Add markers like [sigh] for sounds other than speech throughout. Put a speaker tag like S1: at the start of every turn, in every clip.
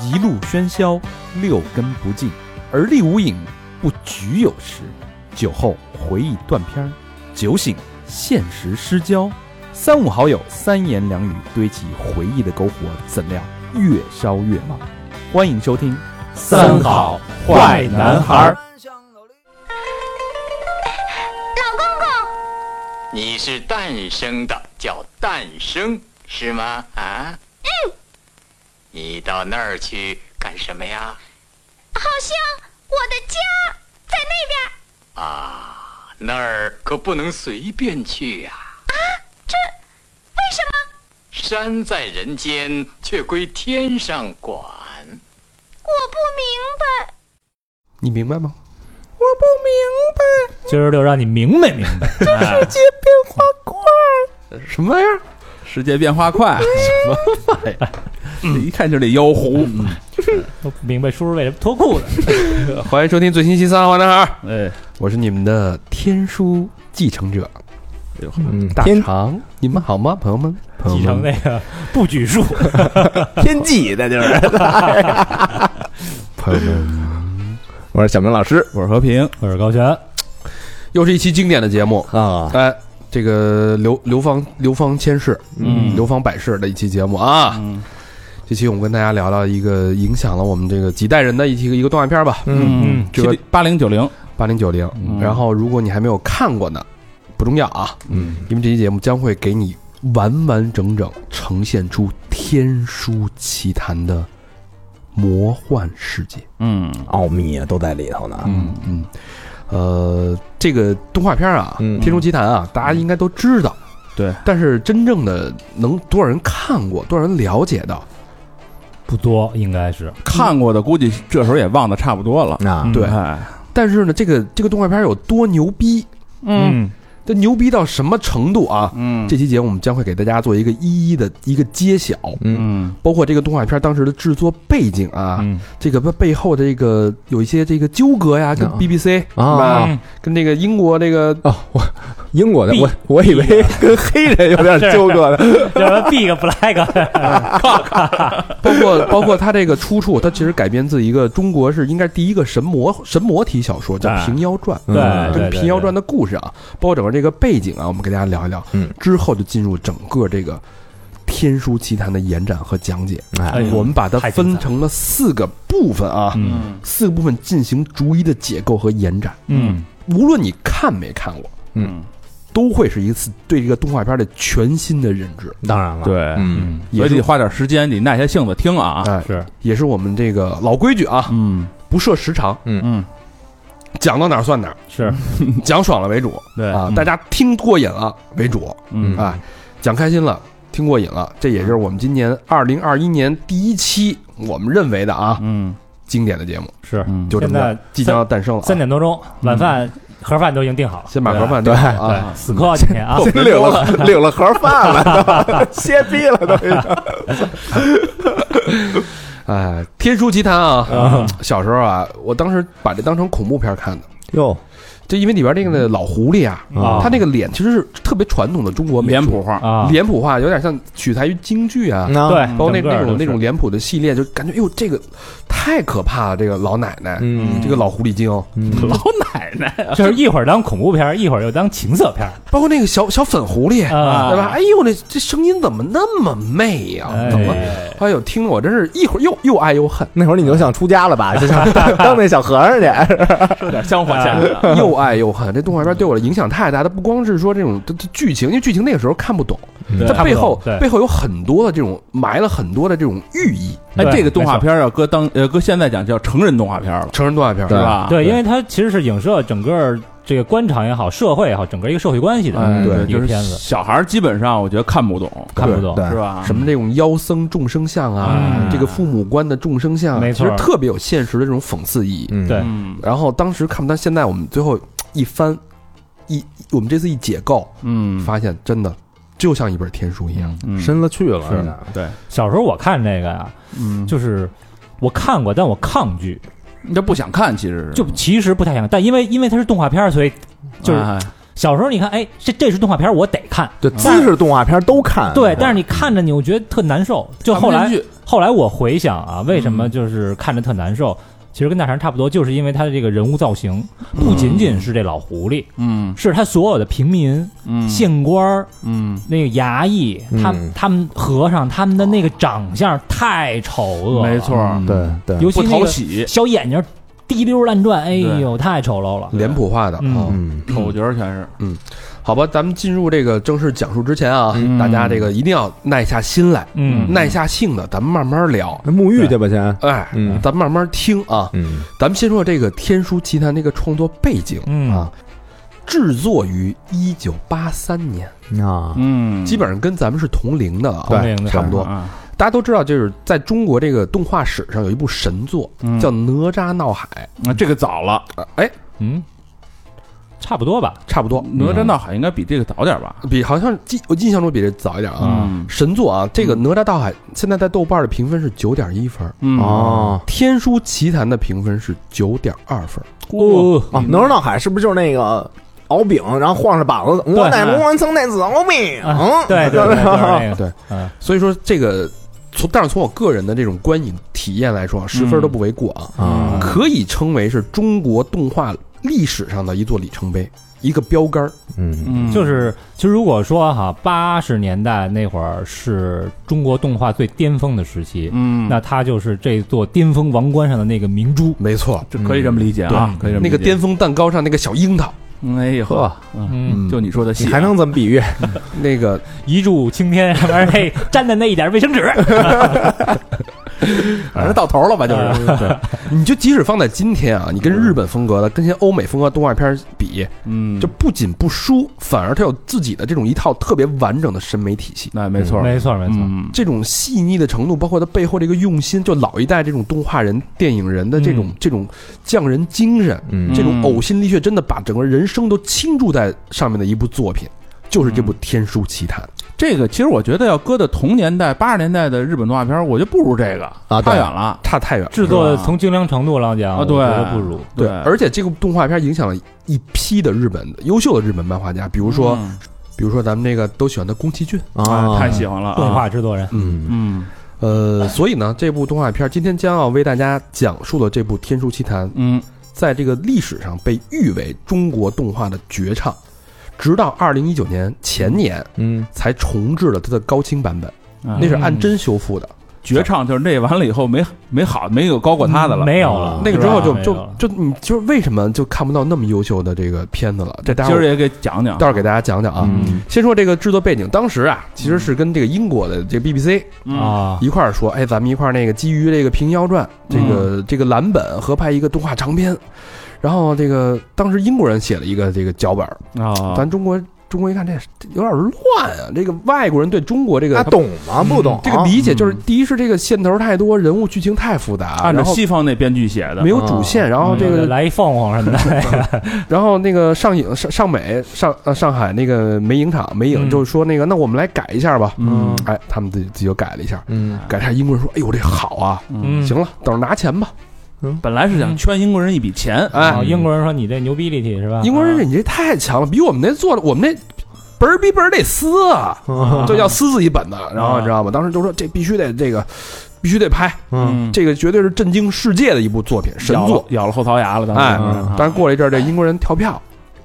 S1: 一路喧嚣，六根不净，而立无影，不局有时。酒后回忆断片儿，酒醒现实失焦。三五好友三言两语堆起回忆的篝火，怎料越烧越旺。欢迎收听《
S2: 三好坏男孩儿
S3: 你是诞生的，叫诞生是吗？啊？嗯。你到那儿去干什么呀？
S4: 好像我的家在那边。
S3: 啊，那儿可不能随便去呀、
S4: 啊为什么？
S3: 山在人间，却归天上管。
S4: 我不明白。
S5: 你明白吗？
S2: 今儿就让你明白明白。哎
S5: 什么玩意儿？
S6: 世界变化快，什么玩意儿？这
S7: 嗯
S6: 一看就得妖狐。
S2: 都不明白叔叔为什么脱裤子。
S5: 欢迎收听最新期《三好坏男孩》，
S6: 哎，
S5: 我是你们的呃天书继承者
S6: 哎呦
S7: 嗯，
S5: 大
S7: 天
S5: 长，你们好吗，朋友们？朋
S2: 继
S5: 友
S2: 承
S5: 们，
S2: 那个不举树，
S7: 天际，那就是。
S5: 朋友们，
S7: 我是小明老师
S6: 我是和平，
S2: [laughs] 我是高璇。
S5: 又是一期经典的节目。
S7: 啊，
S5: 哎，这个流流芳流芳千世，
S6: 嗯
S5: 流芳百世的一期节目啊。
S6: 嗯
S5: 这期我们跟大家聊聊一个影响了我们这个几代人的一期一个动画片吧，
S2: 嗯
S5: 这个
S6: 八零九零，嗯
S5: 八零九零。然后，如果你还没有看过呢，不重要啊，
S7: 嗯，
S5: 因为这期节目将会给你完完整整呈现出《天书奇谭》的魔幻世界。
S6: 嗯
S7: 奥秘啊都在里头呢。
S6: 嗯
S5: 嗯，呃，这个动画片啊，
S7: 嗯
S5: 天书奇谭》啊，大家应该都知道。
S6: 对，
S5: 但是真正的能多少人看过，多少人了解到？
S2: 不多，应该 [laughs] 是
S6: 看过的估计这时候也忘得差不多了。
S7: 啊，
S2: 嗯
S5: 对
S6: 哎
S5: 但是呢，这个这个动画片有多牛逼？
S2: 嗯
S5: 这牛逼到什么程度啊？
S6: 嗯
S5: 这期节目我们将会给大家做一个一一的一个揭晓，
S7: 嗯
S6: 嗯
S5: 包括这个动画片当时的制作背景啊，
S6: 嗯
S5: 这个背后的这个有一些这个纠葛呀，跟
S7: 啊
S5: BBC、
S7: 啊
S2: 嗯
S5: 跟那个英国这个
S7: 哦，我英国的，
S2: B
S7: 我我以为跟黑人有点纠葛呢。
S2: 叫什么 big [laughs] flag，
S5: 包括包括它这个出处，它其实改编自一个中国是应该是第一个神魔神魔体小说，叫
S2: 哎
S5: 《平妖传》。
S2: 对
S5: 这
S2: 对
S5: 个
S2: 对，
S5: 《平妖传》的故事啊，包括整个这个背景啊，我们给大家聊一聊。
S7: 嗯，
S5: 之后就进入整个这个《天书奇谭》的延展和讲解。
S2: 哎
S7: 哎，
S2: 呦
S5: 我们把它
S2: 太精彩
S5: 分
S2: 了
S5: 成了四个部分啊，
S2: 嗯
S5: 四个部分进行逐一的解构和延展。
S2: 嗯
S5: 无论你看没看过，
S6: 嗯，
S5: 都会是一次对这个动画片的全新的认知。
S7: 当然了，，
S6: 对，
S7: 嗯，
S6: 所
S5: 也
S6: 以得
S5: 是
S6: 花点时间，得耐下性子听啊。
S5: 哎，
S2: 是
S5: 也是我们这个老规矩啊，
S6: 嗯
S5: 不设时长，
S6: 嗯，
S5: 讲到哪儿算哪儿，
S2: 是，
S5: 讲爽了为主
S2: 对
S5: 啊，
S6: 嗯
S5: 大家听过瘾了为主
S6: 嗯
S5: 啊，讲开心了。听过瘾了，这也是我们今年二零二一年第一期我们认为的啊
S6: 嗯
S5: 经典的节目，
S2: 是
S6: 嗯，
S5: 就这么着
S2: 现在
S5: 即将要诞生了啊。
S2: 三点多钟，晚饭盒饭都已经订好了，
S5: 先把盒饭
S7: 对
S5: 定好
S2: 对
S5: 啊，
S2: 死磕今嗯天啊，
S7: 先 [laughs] 领了领了盒饭了，都歇逼了都。
S5: 哎，天书奇谭啊
S2: 嗯！
S5: 小时候啊，我当时把这当成恐怖片看的，
S7: 哟，
S5: 就因为里边那个老狐狸啊，
S2: 啊
S5: 他那个脸其实是特别传统的中国美
S6: 脸
S5: 术
S6: 谱化，
S2: 啊，
S5: 脸谱化，有点像取材于京剧啊，
S7: 那
S2: 对，
S5: 包括那
S2: 整个都是
S5: 那种那种脸谱的系列，就感觉哎呦这个太可怕了，这个老奶奶，
S7: 嗯
S5: 这个老狐狸精，
S7: 嗯，
S6: 老奶奶
S2: 就是一会儿当恐怖片儿，一会儿又当情色片儿
S5: 包括那个小小粉狐狸，
S2: 啊
S5: 对吧？哎呦，那这声音怎么那么媚呀、
S2: 哎
S5: 怎么？哎呦，听得我真是一会儿又又爱又恨
S7: 那会儿你就想出家了吧？就想当那小和尚去。
S6: 有点香火下来。
S2: [laughs]
S5: 又爱又恨。这动画片对我的影响太大，它不光是说这种这这剧情，因为剧情那个时候看不懂，
S2: 对
S5: 它背后
S2: 看不懂对
S5: 背后有很多的这种埋了很多的这种寓意。
S6: 哎，
S2: 对
S6: 这个动画
S2: 没错
S6: 片要搁当呃搁现在讲叫成人动画片了，
S5: 成人动画片，
S6: 是吧？
S2: 对，因为它其实是影射整个这个官场也好，社会也好，整个一个社会关系的
S6: 哎，
S2: 一个
S6: 对，
S2: 一
S6: 就
S2: 个
S6: 是
S2: 片子，
S6: 小孩儿基本上我觉得看不懂，
S2: 看不懂。
S7: 对
S6: 是吧？
S5: 什么这种妖僧众生相啊，
S2: 嗯
S5: 这个父母官的众生相啊，
S2: 没
S5: 其
S2: 错
S5: 实特别有现实的这种讽刺意义。
S7: 嗯
S2: 对
S6: 嗯
S5: 然后当时看不到，现在我们最后一翻，一我们这次一解构，
S6: 嗯，
S5: 发现真的就像一本天书一样。
S6: 嗯
S7: 深了去了，
S2: 是
S6: 对，
S2: 小时候我看这个呀，
S6: 嗯就
S2: 就是我看过，但我抗拒，
S6: 你这不想看，其实是
S2: 就其实不太想，但因为因为它是动画片儿，所以就是
S6: 哎
S2: 小时候你看，哎，这这是动画片儿，我得看。
S6: 嗯
S7: 就姿势动画片都看。
S2: 对，但是你看着你，我觉得特难受。就后
S6: 看
S2: 来
S6: 不进去嗯
S2: 后来我回想啊，为什么就是看着特难受？其实跟大肠差不多，就是因为他的这个人物造型，不仅仅是这老狐狸，
S6: 嗯
S2: 是他所有的平民、
S6: 嗯
S2: 县官儿、
S6: 嗯
S2: 那个衙役，他
S7: 嗯
S2: 他们和尚他们的那个长相太丑恶了，
S6: 没错，，
S1: 嗯
S7: 对对，
S2: 尤其
S6: 不
S2: 那
S6: 讨
S2: 个
S6: 喜，
S2: 小眼睛滴溜乱转，哎呦，太丑陋了。
S5: 脸谱化的
S2: 嗯
S5: 啊。
S7: 嗯，
S6: 丑角儿全是，
S5: 好吧，咱们进入这个正式讲述之前啊，
S6: 嗯
S5: 大家这个一定要耐下心来，
S2: 嗯，
S5: 耐下性子，咱们慢慢聊。
S7: 那沐浴去吧先，
S5: 哎，
S7: 嗯
S5: 咱们慢慢听啊。
S7: 嗯
S5: 咱们先说这个《天书奇谭》这个创作背景、
S2: 嗯
S5: 啊，制作于一九八三年，
S7: 啊，
S6: 嗯
S5: 基本上跟咱们是同龄的啊，
S2: 同龄的
S5: 差不多。
S6: 啊，
S5: 大家都知道，就是在中国这个动画史上有一部神作、
S6: 嗯
S5: 叫《哪吒闹海
S6: 那这个早了，》，
S5: 哎，
S2: 嗯，差不多吧。
S5: 差不多，
S6: 哪吒闹海应该比这个早点吧？
S5: 比好像记我印象中比这早一点啊。
S6: 嗯
S5: 神作啊，这个《哪吒闹海》现在在豆瓣的评分是九点一分，
S6: 嗯，
S7: 哦
S5: 《天书奇谭》的评分是九点二分。
S6: 哦
S7: 哦，哪吒闹海是不是就是那个敖丙，然后晃着膀子，我乃龙王嗯曾乃子敖丙，
S2: 啊对对
S7: [laughs]
S2: 对，就是那
S6: 嗯
S2: 个，
S5: 所以说这个从，但是从我个人的这种观影体验来说啊，十分都不为过啊，
S6: 嗯
S7: 啊，
S5: 可以称为是中国动画历史上的一座里程碑，一个标杆儿。
S7: 嗯
S6: 嗯，
S2: 就是其实如果说哈，八十年代那会儿是中国动画最巅峰的时期，
S6: 嗯，
S2: 那它就是这座巅峰王冠上的那个明珠。
S5: 没错，
S6: 这可以这么理解啊，可以这么
S5: 那
S6: 理解
S5: 个巅峰蛋糕上那个小樱桃，
S6: 嗯哎呦呵，嗯
S2: 嗯，
S6: 就你说的戏
S7: 你
S6: 啊，
S7: 还能怎么比喻？
S5: 那个
S2: 一柱擎天 [laughs] 上面那粘的那一点卫生纸，
S5: 反正到头了吧，就是。对，你就即使放在今天啊，你跟日本风格的、跟些欧美风格动画片儿比，
S6: 嗯，
S5: 就不仅不输，反而它有自己的这种一套特别完整的审美体系。
S6: 那哎没错，
S2: 没错没错，
S6: 嗯，
S5: 这种细腻的程度，包括它背后这个用心，就老一代这种动画人、电影人的这种、
S2: 嗯
S5: 这种匠人精神，
S7: 嗯
S5: 这种呕心沥血，真的把整个人生都倾注在上面的一部作品，就是这部《天书奇谭》。
S6: 这个其实我觉得要搁到同年代八十年代的日本动画片儿，我觉得不如这个
S7: 啊对
S6: 差远了，
S5: 差太远了。
S2: 制作
S6: 是吧
S2: 从精良程度上讲，
S6: 啊
S2: 我
S6: 对
S2: 觉得不如。
S5: 对，
S6: 而
S5: 而且这个动画片影响了一批的日本优秀的日本漫画家，比
S6: 比
S5: 如说，比如说咱们这个都喜欢的宫崎骏，
S6: 啊，
S7: 啊，
S6: 太喜欢了，
S2: 动
S6: 啊，
S2: 画制作人，
S5: 嗯，
S6: 嗯
S5: 呃，所以呢，这部动画片今天将要为大家讲述的这部《天书奇谭》，
S6: 嗯
S5: 在这个历史上被誉为中国动画的绝唱，直到二零一九年前年
S7: 嗯
S5: 才重制了它的高清版本，
S2: 嗯
S6: 啊
S5: 嗯那是按帧修复的。
S6: 绝唱，就是那完了以后没没好没有高过他的了，
S2: 嗯
S6: 嗯
S2: 没有
S7: 啊
S2: 了，
S5: 那个之后就
S2: 吧
S5: 是
S2: 没有
S5: 就
S2: 了
S5: 就你就是为什么就看不到那么优秀的这个片子了？这待
S6: 今
S5: 会
S6: 儿
S5: 儿
S6: 也给讲讲
S5: 待会儿给大家讲讲啊。
S6: 嗯
S5: 先说这个制作背景，当时啊，其实是跟这个英国的这个 BBC
S6: 嗯
S2: 啊，
S5: 一块儿说，哎，咱们一块儿那个基于这个《平妖传》这个、
S2: 嗯
S5: 这个蓝本合拍一个动画长片，然后这个当时英国人写了一个这个脚本，
S6: 啊，
S5: 咱中国中国一看这这有点乱啊，这个外国人对中国这个
S7: 他懂吗？不懂啊
S5: 这个理解就是，第一是这个线头太多，人物剧情太复杂，
S6: 按照
S5: 然后
S6: 西方那编剧写的
S5: 没，有主线，然后这
S2: 嗯
S5: 个，
S2: 来一凤凰什么的，
S5: 然后那个上影上上美上呃上海那个美影厂美
S2: 嗯
S5: 影就说那个，那我们来改一下吧，
S6: 嗯
S5: 哎，他们自己自己就改了一下，
S7: 嗯
S5: 改一下，英国人说，哎呦这好啊，
S2: 嗯，
S5: 行了，等着拿钱吧，
S6: 本来是想圈英国人一笔钱，
S5: 哎
S2: 啊，，英国人说你这牛逼力体是吧？
S6: 啊
S5: 英国人这你这太强了，比我们那做的我们那本儿逼本儿得撕啊，
S6: 嗯
S5: 就要撕自己本子，然后你知道吗？当时就说这必须得这个必须得拍，
S7: 嗯
S5: 这个绝对是震惊世界的一部作品，神
S6: 咬了
S5: 作。
S6: 咬了后槽牙了，当时
S5: 哎
S6: 啊，
S5: 当然过了一阵儿，这英国人跳票，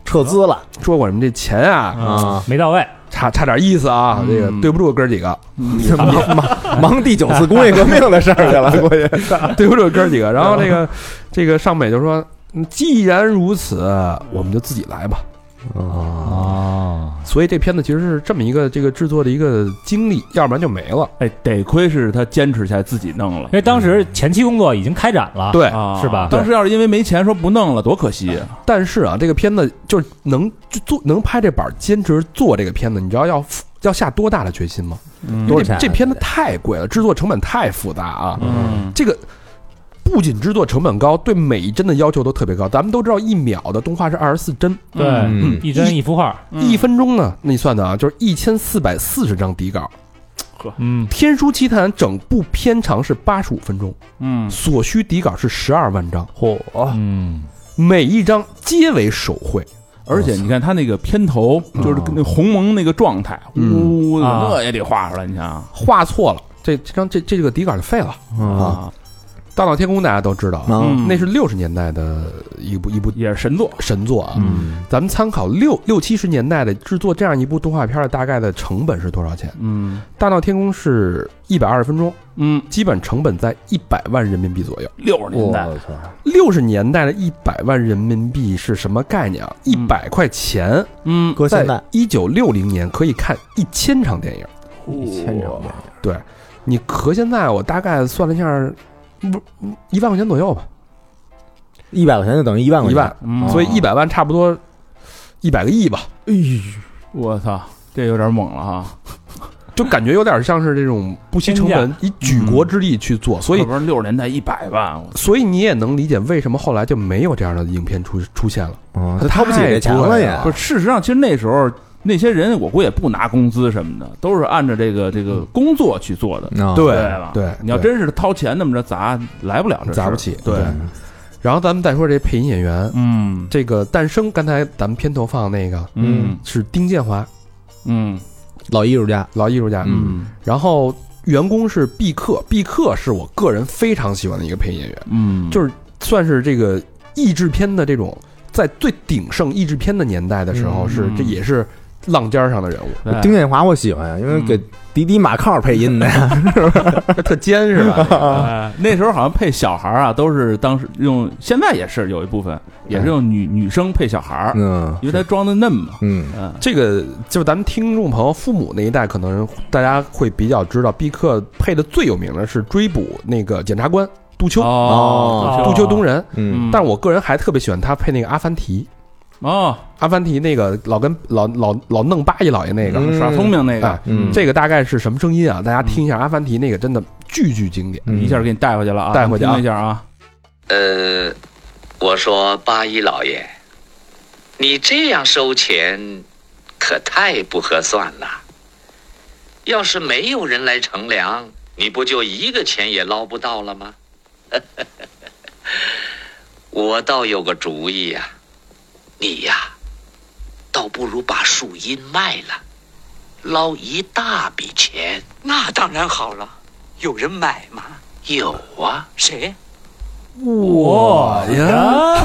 S7: 撤资了
S5: 说我们这钱啊，
S7: 啊，
S2: 没到位，
S5: 差差点意思啊，
S6: 嗯
S5: 这个对不住哥儿几个，
S7: [laughs] 忙 [laughs] 忙忙第九次工业革命的事儿去 [laughs] 了，估计
S5: 对不住哥儿几个。然后这
S6: 嗯
S5: 个 [laughs] 这个尚美就说，嗯既然如此，我们就自己来吧。
S7: 啊，
S2: 哦，
S5: 所以这片子其实是这么一个这个制作的一个经历，要不然就没了。
S6: 哎，得亏是他坚持下来自己弄了
S2: 因。为当时前期工作已经开展了，
S5: 哎对，
S6: 啊，
S2: 是吧
S6: 当时要是因为没钱说不弄了，多可惜啊！
S5: 但是啊，这个片子就是能就做能拍这板儿，坚持做这个片子，你知道要付要下多大的决心吗？因
S7: 多
S5: 为
S7: 少钱
S5: 这这
S7: 啊
S5: 片子太贵了，制作成本太复杂啊。
S6: 嗯
S5: 这个不仅制作成本高，对每一帧的要求都特别高。咱们都知道，一秒的动画是二十四帧，
S2: 对，
S7: 嗯
S2: 一帧一幅画，
S5: 一分钟呢，那你算的啊，就是一千四百四十张底稿。
S2: 嗯
S5: 《天书奇谭》整部片长是八十五分钟，
S6: 嗯
S5: 所需底稿是十二万张，
S7: 嚯，
S2: 嗯，
S5: 每一张皆为手绘。
S6: 而且你看他那个片头，就是那鸿蒙那个状态，
S5: 嗯
S6: 呜，
S2: 啊
S6: 那也得画出来，你想，
S5: 画错了，这这张这这个底稿就废了。
S6: 啊，
S5: 大闹天宫大家都知道，啊
S7: 嗯
S5: 那是六十年代的一部一部
S6: 也是神作，
S5: 神作啊。
S6: 嗯
S5: 咱们参考六六七十年代的制作这样一部动画片的大概的成本是多少钱？
S6: 嗯
S5: 《大闹天宫》是一百二十分钟，
S6: 嗯，
S5: 基本成本在一百万人民币左右。
S6: 六十年代，
S5: 六十年代的一百万人民币是什么概念啊？一
S6: 嗯
S5: 百块钱，
S6: 嗯
S7: 搁现在，
S5: 一九六零年可以看一千场电影。
S7: 一千张吧
S5: 你和现在我大概算了一下，不一万块钱左右吧，
S7: 一百块钱就等于一万块
S5: 一
S7: 钱，
S5: 万，
S6: 嗯，
S5: 所以
S7: 哦
S5: 一百万差不多一百个亿吧，
S6: 我操，这有点猛了哈，
S5: 就感觉有点像是这种不惜成本以举国
S6: 嗯
S5: 之力去做，所以
S6: 不是六十年代一百万，我
S5: 所以你也能理解为什么后来就没有这样的影片出出现了。
S7: 嗯，他掏不起这钱了也
S5: 太多了
S6: 不是，事实上，其实那时候那些人，我估计也不拿工资什么的，都是按照这个这个工作去做的，
S7: 啊
S5: 对
S6: 吧？
S5: 对
S6: 哦你要真是掏钱那么着砸，来不了这事儿
S5: 砸不起
S6: 对
S5: 对，然后咱们再说这配音演员，
S6: 嗯
S5: 这个诞生，刚才咱们片头放那个
S6: 嗯
S5: 是丁建华
S6: 嗯
S7: 老艺术家，
S5: 老艺术家，
S6: 嗯
S5: 然后员工是毕克，毕克是我个人非常喜欢的一个配音演员。
S6: 嗯，
S5: 就是算是这个译制片的这种在最鼎盛译制片的年代的时候
S6: 嗯
S5: 是，这也是浪尖儿上的人物，
S6: 对
S7: 丁建华我喜欢，因为给迪迪马靠配音的 [laughs] 呀，
S5: 特尖是吧？
S2: 呃
S6: 哎那时候好像配小孩儿啊，都是当时用，现在也是有一部分也是用女女生配小孩儿，
S7: 嗯
S6: 因为他装的嫩嘛，
S7: 嗯，
S6: 嗯
S5: [laughs] 这个就是咱们听众朋友父母那一代，可能大家会比较知道，毕克配的最有名的是追捕那个检察官杜秋，啊
S6: 哦
S7: 哦
S5: 杜秋东人。
S7: 嗯
S6: 嗯
S5: 但我个人还特别喜欢他配那个阿凡提，
S6: 哦，
S5: 阿凡提那个老跟老老老弄八一老爷那个，
S7: 嗯
S6: 耍聪明那
S5: 哎
S6: 个，
S7: 嗯
S5: 这个大概是什么声音啊？大家听一下阿凡提那个，真的句句经典。
S7: 嗯
S6: 一下给你带回去了啊，
S5: 带回去啊
S6: 听一下啊，
S8: 呃，我说八一老爷，你这样收钱，可太不合算了。要是没有人来乘凉，你不就一个钱也捞不到了吗？ [laughs] 我倒有个主意呀、你呀、倒不如把树荫卖了，捞一大笔钱。
S9: 那当然好了，有人买吗？
S8: 有啊。
S9: 谁？
S2: 我呀，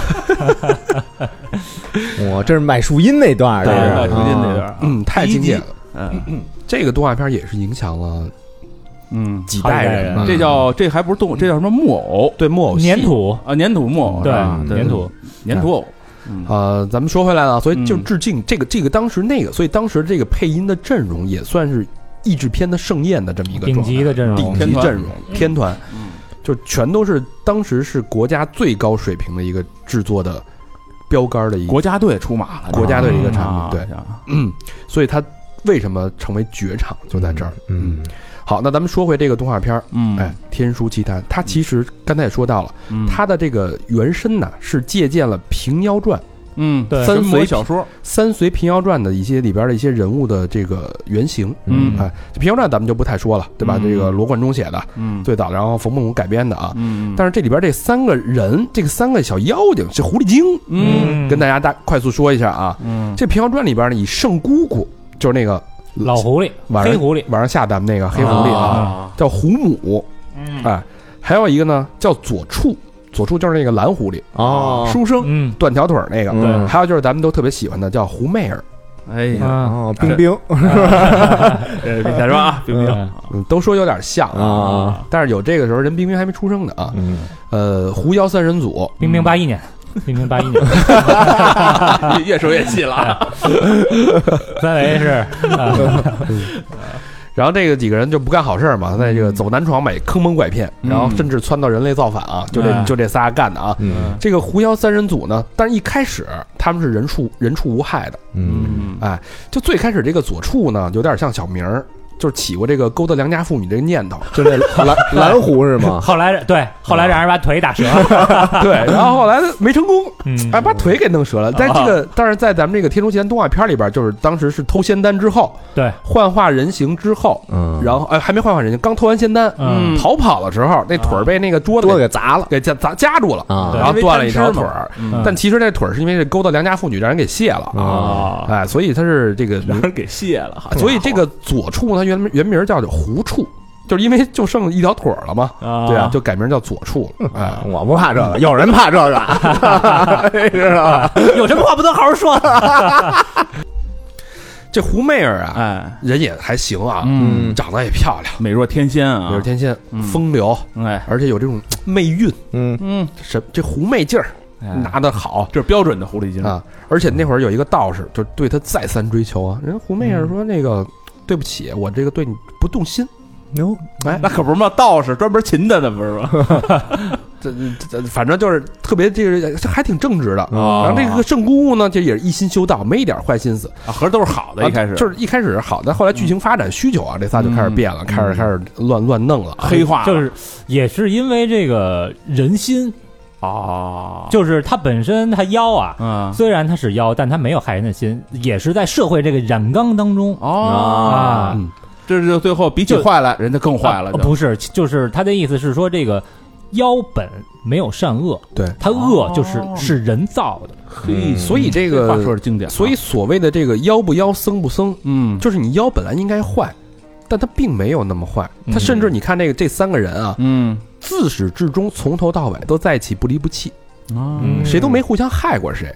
S7: 我这是买树荫那段儿，这
S2: 对
S7: 是
S2: 买
S6: 树荫哎那段
S7: 啊
S6: 儿
S5: 嗯，太经典了。
S6: 嗯
S5: 这个动画片也是影响了
S6: 嗯，
S5: 几代人吧，
S6: 这叫这还不是
S5: 嗯
S6: 动物，这叫什么木偶？
S5: 对木偶戏
S2: 粘。土，
S6: 啊，粘土木偶
S2: 对
S6: 是吧，
S2: 粘土，
S6: 粘土偶，
S5: 呃，咱们说回来了，所以就
S6: 嗯
S5: 致敬这个这个当时那个，所以当时这个配音的阵容也算是译制片的盛宴的这么一个
S2: 顶
S5: 状态
S2: 级的阵容
S5: 顶，级阵容哦天团
S6: 嗯，
S5: 就全都是当时是国家最高水平的一个制作的标杆的一个，
S6: 国家队出马了，
S5: 国家队的一个产品
S6: 啊
S5: 对，所以它为什么成为绝唱就在这儿。
S7: 嗯，
S5: 好，那咱们说回这个动画片儿，
S6: 嗯，
S5: 哎，《天书奇谭》，它其实刚才也说到了。
S6: 嗯，
S5: 它的这个原身呢是借鉴了《平妖传》《
S6: 嗯，
S2: 对
S5: 三
S6: 神魔
S5: 随
S6: 小说，
S5: 三隋平妖传》的一些里边的一些人物的这个原型。
S6: 嗯
S5: 哎，《平妖传》咱们就不太说了，对吧？
S6: 嗯
S5: 这个罗贯中写的，
S6: 嗯，
S5: 最早，然后冯梦龙改编的啊。
S6: 嗯，
S5: 但是这里边这三个人，这个三个小妖精是狐狸精，
S6: 嗯
S5: 跟大家大快速说一下啊。
S6: 嗯，
S5: 这《平妖传》里边呢，以圣姑姑就是那个
S2: 老狐狸，
S5: 晚上
S2: 黑狐狸，
S5: 晚上吓咱们那个黑狐狸啊，
S6: 啊，
S5: 叫胡母，哎，还有一个呢叫左处，左处就是那个蓝狐狸，
S7: 哦，
S5: 书生
S2: 嗯，
S5: 断条腿儿那个，
S7: 嗯
S5: 还有就是咱们都特别喜欢的叫胡媚儿，
S6: 哎呀，
S2: 啊，
S7: 哦，冰冰
S6: 别再说啊，冰冰，
S5: 嗯，都说有点像，
S7: 啊，
S5: 但是有这个时候人冰冰还没出生呢啊。
S7: 嗯，
S5: 呃，狐妖三人组，
S2: 冰冰八一年，冰冰八一年，
S6: [laughs] 越说越细了啊，
S2: 三维是啊
S5: 然后这个几个人就不干好事儿嘛，在这个走南闯北、坑蒙拐骗，
S6: 嗯
S5: 然后甚至撺掇人类造反啊，就这
S6: 嗯
S5: 就这仨干的啊。
S7: 嗯
S5: 这个狐妖三人组呢，但是一开始他们是人畜人畜无害的，
S7: 嗯
S6: 嗯
S5: 就最开始这个左处呢，有点像小明儿，就是起过这个勾搭良家妇女这个念头，
S7: 就那蓝 [laughs] 蓝湖是 [laughs] 吗？
S2: 后来对，后来让人把腿打折， [laughs]
S5: 对，然后后来没成功，
S2: 嗯，
S5: 哎，把腿给弄折了。在这个，但是在咱们这个《天书奇谭》动画片里边，就是当时是偷仙丹之后，
S2: 对，
S5: 幻化人形之后，
S7: 嗯，
S5: 然后哎还没幻化人形，刚偷完仙丹，
S2: 嗯
S5: 逃跑的时候，那腿儿被那个桌子
S7: 桌
S5: 给
S7: 给砸了
S5: 给夹砸夹住了，
S7: 啊
S2: 对
S5: 然后断了一条腿
S6: 因为
S5: 儿。
S2: 嗯
S5: 但其实这腿儿是因为这勾搭良家妇女让人给卸了，
S7: 啊，
S6: 啊，
S5: 哎，所以他是这个，
S6: 让人给卸了，
S5: 所以这个左处他原原名叫做狐处，就是因为就剩一条腿儿了嘛，
S2: 啊
S5: 对啊，就改名叫左处了，
S7: [laughs]
S5: 哎，
S7: 啊我不怕这个，有人怕这个， [laughs] 知道吧？
S2: 有什么话不能好好说？啊
S5: 这胡媚儿啊，
S6: 哎，
S5: 人也还行啊，
S6: 嗯，
S5: 长得也漂亮，
S6: 美若天仙啊，
S5: 有天仙
S6: 嗯
S5: 风流，
S6: 哎，
S5: 而且有这种嘖媚韵，
S7: 嗯，
S6: 嗯，
S5: 什这狐媚劲儿
S6: 哎
S5: 拿得好
S6: 这是标准的狐狸精，
S5: 啊！而且那会儿有一个道士就对他再三追求啊，人家狐媚
S6: 嗯
S5: 儿说那个对不起，我这个对你不动心，
S7: 牛，
S5: 哎，
S6: 那可不是嘛，道士专门擒他的不是吗？
S5: [laughs] 这这这反正就是特别这个这还挺正直的。
S6: 啊
S5: 然后这个圣姑姑呢，这也是一心修道，没一点坏心思。
S6: 啊合着都是好的，一开始嗯
S5: 啊就是一开始是好的，后来剧情发展需求啊，这仨就开始变了，开始开始乱乱弄了。
S6: 黑啊化了，
S2: 就是也是因为这个人心，
S6: 啊，
S2: 就是他本身他妖啊，
S6: 嗯，
S2: 虽然他是妖，但他没有害人的心，也是在社会这个染缸当中
S6: 哦，
S2: 啊。
S5: 嗯
S6: 这是最后比起
S2: 就
S6: 坏了，人家更坏了，
S2: 啊
S6: 就
S2: 不是，就是他的意思是说，这个妖本没有善恶，
S5: 对
S2: 他恶就是、是人造的。
S6: 嘿，
S5: 所以这个
S6: 话说是经典啊，
S5: 所以所谓的这个妖不妖，僧不僧，
S6: 嗯，
S5: 就是你妖本来应该坏，但他并没有那么坏。他甚至你看这个这三个人啊，
S6: 嗯
S5: 自始至终从头到尾都在一起不离不弃，
S6: 啊，
S7: 嗯
S5: 谁都没互相害过谁。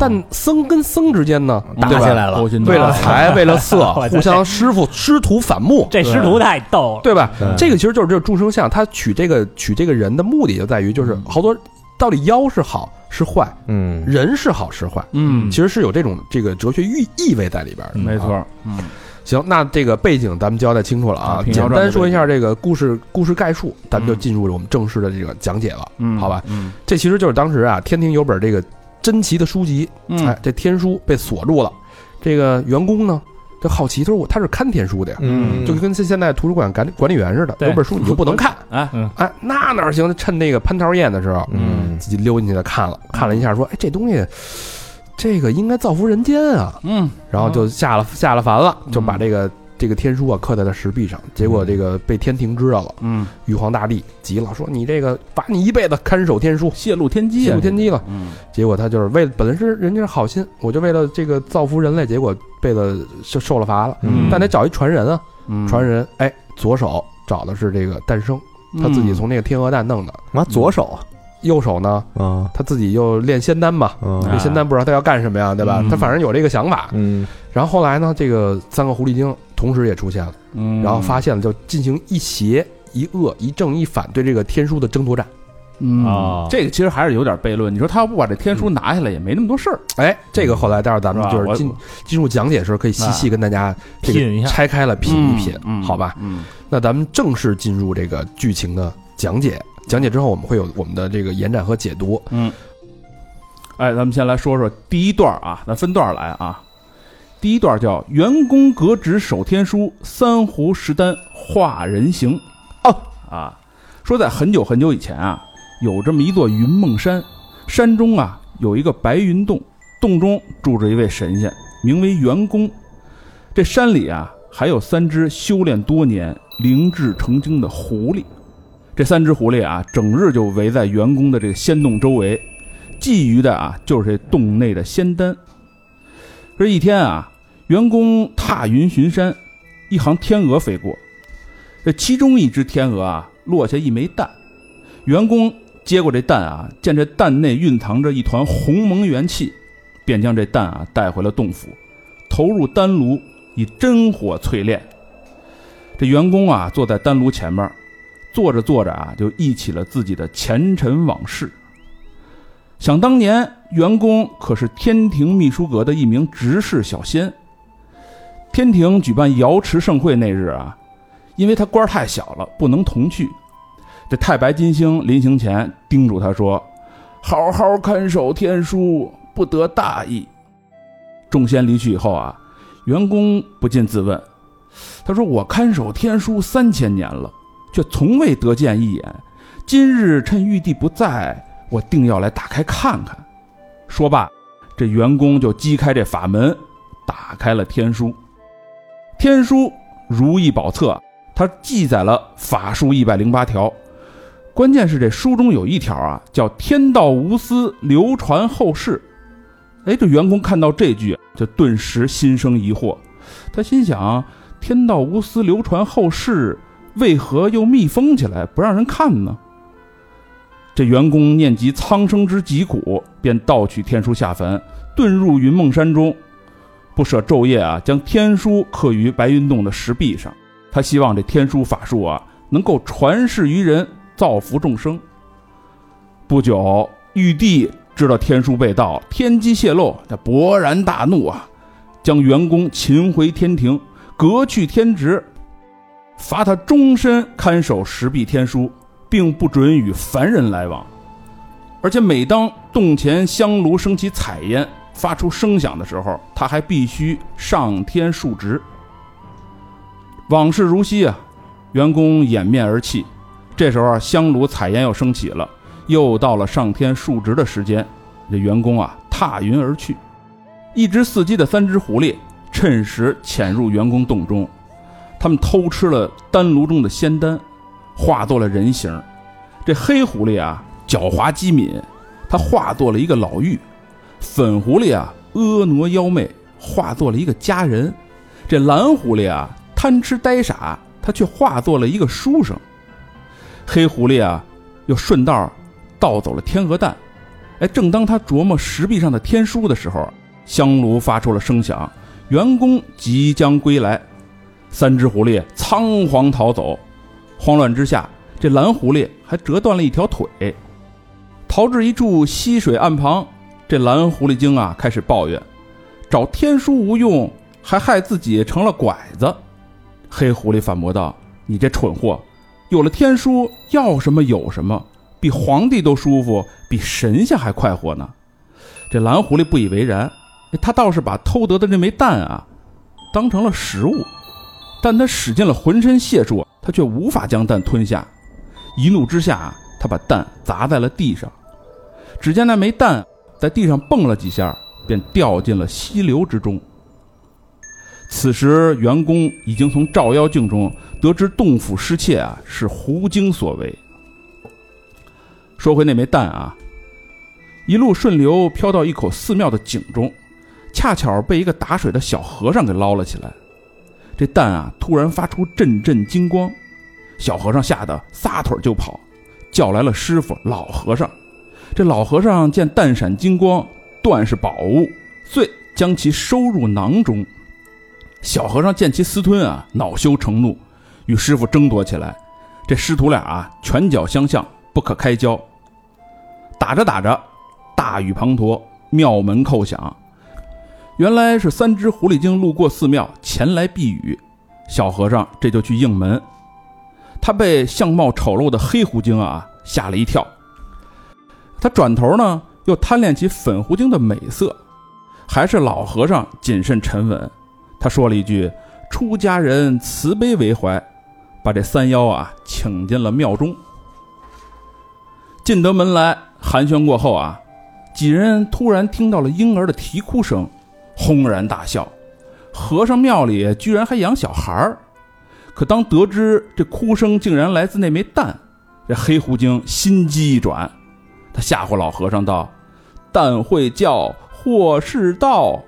S5: 但僧跟僧之间呢，
S6: 嗯
S7: 打
S5: 对吧
S7: 起来了，
S6: 勾心斗
S5: 为
S6: 角
S5: 了财，为了色
S2: 我，在
S5: 互相师傅师徒反目，
S2: 这师徒太逗了，
S5: 对吧？这个其实就是这个众生相，他取这个取这个人的目的就在于，就是好多到底妖是好是坏，
S7: 嗯，
S5: 人是好是坏，
S6: 嗯，
S5: 其实是有这种这个哲学意意味在里边的。
S6: 没
S5: 啊。
S6: 错，嗯，
S5: 行，那这个背景咱们交代清楚了
S6: 啊
S5: 啊，
S6: 平遥
S5: 简
S6: 传的
S5: 单说一下这个故事故事概述，咱们就进入我们正式的这个讲解了。
S6: 嗯，
S5: 好吧，
S6: 嗯
S5: 这其实就是当时啊，天庭有本这个珍奇的书籍，
S6: 嗯
S5: 哎，这天书被锁住了。这个员工呢，就好奇，他说我他是看天书的呀，
S7: 嗯，
S5: 就跟现现在图书馆管管理员似的，
S2: 对
S5: 有本书你就
S6: [laughs]
S5: 不能看，
S6: 哎
S2: 嗯
S5: 哎，那哪行？趁那个蟠桃宴的时候，
S7: 嗯
S5: 自己溜进去的看了，看了一下，说，哎，这东西，这个应该造福人间啊，
S6: 嗯，
S5: 然后就下了下了凡了，就把这个。这个天书啊刻在了石壁上，结果这个被天庭知道了，
S6: 嗯
S5: 玉皇大帝急了，说你这个罚你一辈子看守天书，
S6: 泄露天机
S5: 泄
S6: 啊，
S5: 露天机了。
S6: 嗯
S5: 结果他就是为了本来是人家是好心，我就为了这个造福人类，结果被了受受了罚了。
S6: 嗯
S5: 但得找一传人啊，
S6: 嗯，
S5: 传人哎，左手找的是这个诞生，他自己
S6: 嗯
S5: 从那个天鹅蛋弄的，
S7: 妈左手
S5: 右手呢
S7: 啊，
S5: 他自己又练仙丹嘛，
S7: 嗯
S5: 这仙丹不知道他要干什么呀，对吧？
S6: 啊嗯
S5: 他反正有这个想法。
S7: 嗯
S5: 然后后来呢，这个三个狐狸精同时也出现了，
S6: 嗯，
S5: 然后发现了就进行一邪一恶一正一反对这个天书的争夺战。
S6: 嗯
S2: 哦
S6: 这个其实还是有点悖论。你说他要不把这天书拿下来，也没那么多事儿。
S5: 哎，这个后来待会儿咱们就是
S6: 嗯吧
S5: 是进
S6: 我哎
S5: 进入讲解的时候，可以细细跟大家这个
S2: 品一下
S5: 拆开了品一品，
S6: 嗯
S5: 好吧？？
S6: 嗯
S5: 那咱们正式进入这个剧情的讲解。讲解之后，我们会有我们的这个延展和解读。
S6: 嗯，哎，咱们先来说说第一段啊，咱分段来啊。第一段叫“员工革职守天书，三湖石丹化人形”。哦啊，说在很久很久以前啊，有这么一座云梦山，山中啊有一个白云洞，洞中住着一位神仙，名为元公。这山里啊还有三只修炼多年、灵智成精的狐狸。这三只狐狸啊，整日就围在员工的这个仙洞周围，觊觎的啊就是这洞内的仙丹。这一天啊，员工踏云巡山，一行天鹅飞过，这其中一只天鹅啊落下一枚蛋，员工接过这蛋啊，见这蛋内蕴藏着一团鸿蒙元气，便将这蛋啊带回了洞府，投入丹炉以真火淬炼。这员工啊坐在丹炉前面，做着做着啊，就忆起了自己的前尘往事。想当年，员工可是天庭秘书阁的一名执事小仙。天庭举办瑶池盛会那日啊，因为他官儿太小了，不能同去。这太白金星临行前叮嘱他说：“好好看守天书，不得大意。”众仙离去以后啊，员工不禁自问：“他说我看守天书三千年了。”却从未得见一眼。今日趁玉帝不在，我定要来打开看看。说罢，这员工就击开这法门，打开了天书。天书如意宝册，它记载了法术一百零八条。关键是这书中有一条啊，叫“天道无私，流传后世”。哎，这员工看到这句，就顿时心生疑惑。他心想：“天道无私，流传后世，为何又密封起来不让人看呢？这员工念及苍生之疾苦，便盗取天书下凡，遁入云梦山中，不舍昼夜啊，将天书刻于白云洞的石壁上。他希望这天书法术啊，能够传世于人，造福众生。不久，玉帝知道天书被盗，天机泄露，他勃然大怒啊，将员工擒回天庭，革去天职，罚他终身看守石壁天书，并不准与凡人来往。而且每当洞前香炉升起彩烟，发出声响的时候，他还必须上天述职。往事如昔啊，员工掩面而泣。这时候啊，香炉彩烟又升起了，又到了上天述职的时间。这员工啊，踏云而去。一只伺机的三只狐狸趁时潜入员工洞中，他们偷吃了丹炉中的仙丹，化作了人形。这黑狐狸啊，狡猾机敏，它化作了一个老妪；粉狐狸啊，婀娜妖媚，化作了一个佳人。这蓝狐狸啊，贪吃呆傻，它却化作了一个书生。黑狐狸啊，又顺道盗走了天鹅蛋。哎，正当他琢磨石壁上的天书的时候，香炉发出了声响，员工即将归来。三只狐狸仓皇逃走，慌乱之下，这蓝狐狸还折断了一条腿。逃至一处溪水岸旁，这蓝狐狸精啊开始抱怨：找天书无用，还害自己成了拐子。黑狐狸反驳道：“你这蠢货，有了天书，要什么有什么，比皇帝都舒服，比神仙还快活呢。”这蓝狐狸不以为然，哎他倒是把偷得的这枚蛋啊，当成了食物。但他使尽了浑身解数，他却无法将蛋吞下。一怒之下，他把蛋砸在了地上。只见那枚蛋在地上蹦了几下，便掉进了溪流之中。此时，员工已经从照妖镜中得知洞府失窃啊是狐精所为。说回那枚蛋啊，一路顺流飘到一口寺庙的井中，恰巧被一个打水的小和尚给捞了起来。这蛋啊，突然发出阵阵金光，小和尚吓得撒腿就跑，叫来了师傅老和尚。这老和尚见蛋闪金光，断是宝物，遂将其收入囊中。小和尚见其私吞啊，恼羞成怒，与师傅争夺起来。这师徒俩啊，拳脚相向，不可开交。打着打着，大雨滂沱，庙门叩响。原来是三只狐狸精路过寺庙，前来避雨。小和尚这就去应门。他被相貌丑陋的黑狐精啊吓了一跳。他转头呢，又贪恋起粉狐精的美色。还是老和尚谨慎沉稳，他说了一句：“出家人慈悲为怀。”把这三妖啊请进了庙中。进得门来，寒暄过后啊，几人突然听到了婴儿的啼哭声，轰然大笑。和尚庙里居然还养小孩儿，可当得知这哭声竟然来自那枚蛋，这黑狐精心机一转，他吓唬老和尚道：“蛋会叫，祸是到。”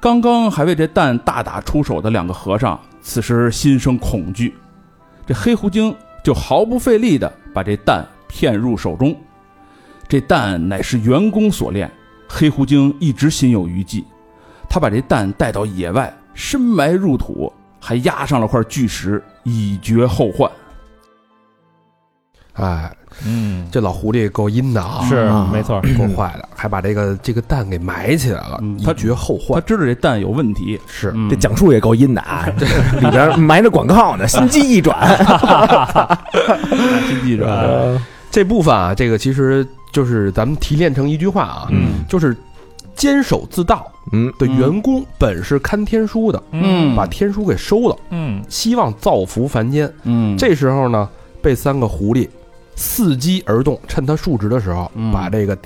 S6: 刚刚还为这蛋大打出手的两个和尚，此时心生恐惧。这黑狐精就毫不费力地把这蛋骗入手中。这蛋乃是员工所炼，黑狐精一直心有余悸。他把这蛋带到野外，深埋入土，还压上了块巨石，以绝后患。
S5: 哎，
S2: 嗯，
S5: 这老狐狸够阴的啊，
S2: 是没错，
S5: 够坏的，还把这个这个蛋给埋起来了，
S6: 嗯
S5: 以
S6: 他
S5: 绝后
S6: 他
S5: 患。
S6: 知道这蛋有问题，
S5: 是，
S6: 嗯
S7: 这讲述也够阴的啊，里边埋着广告呢，心机一转，
S6: 心机着。
S2: 嗯
S5: 这部分啊，这个其实就是咱们提炼成一句话啊，
S6: 嗯
S5: 就是坚守自盗
S7: 嗯
S5: 的员工本是看天书的，
S2: 嗯
S5: 把天书给收了，
S2: 嗯
S5: 希望造福凡间。
S6: 嗯，
S5: 这时候呢，被三个狐狸伺机而动，趁他述职的时候，
S6: 嗯
S5: 把这个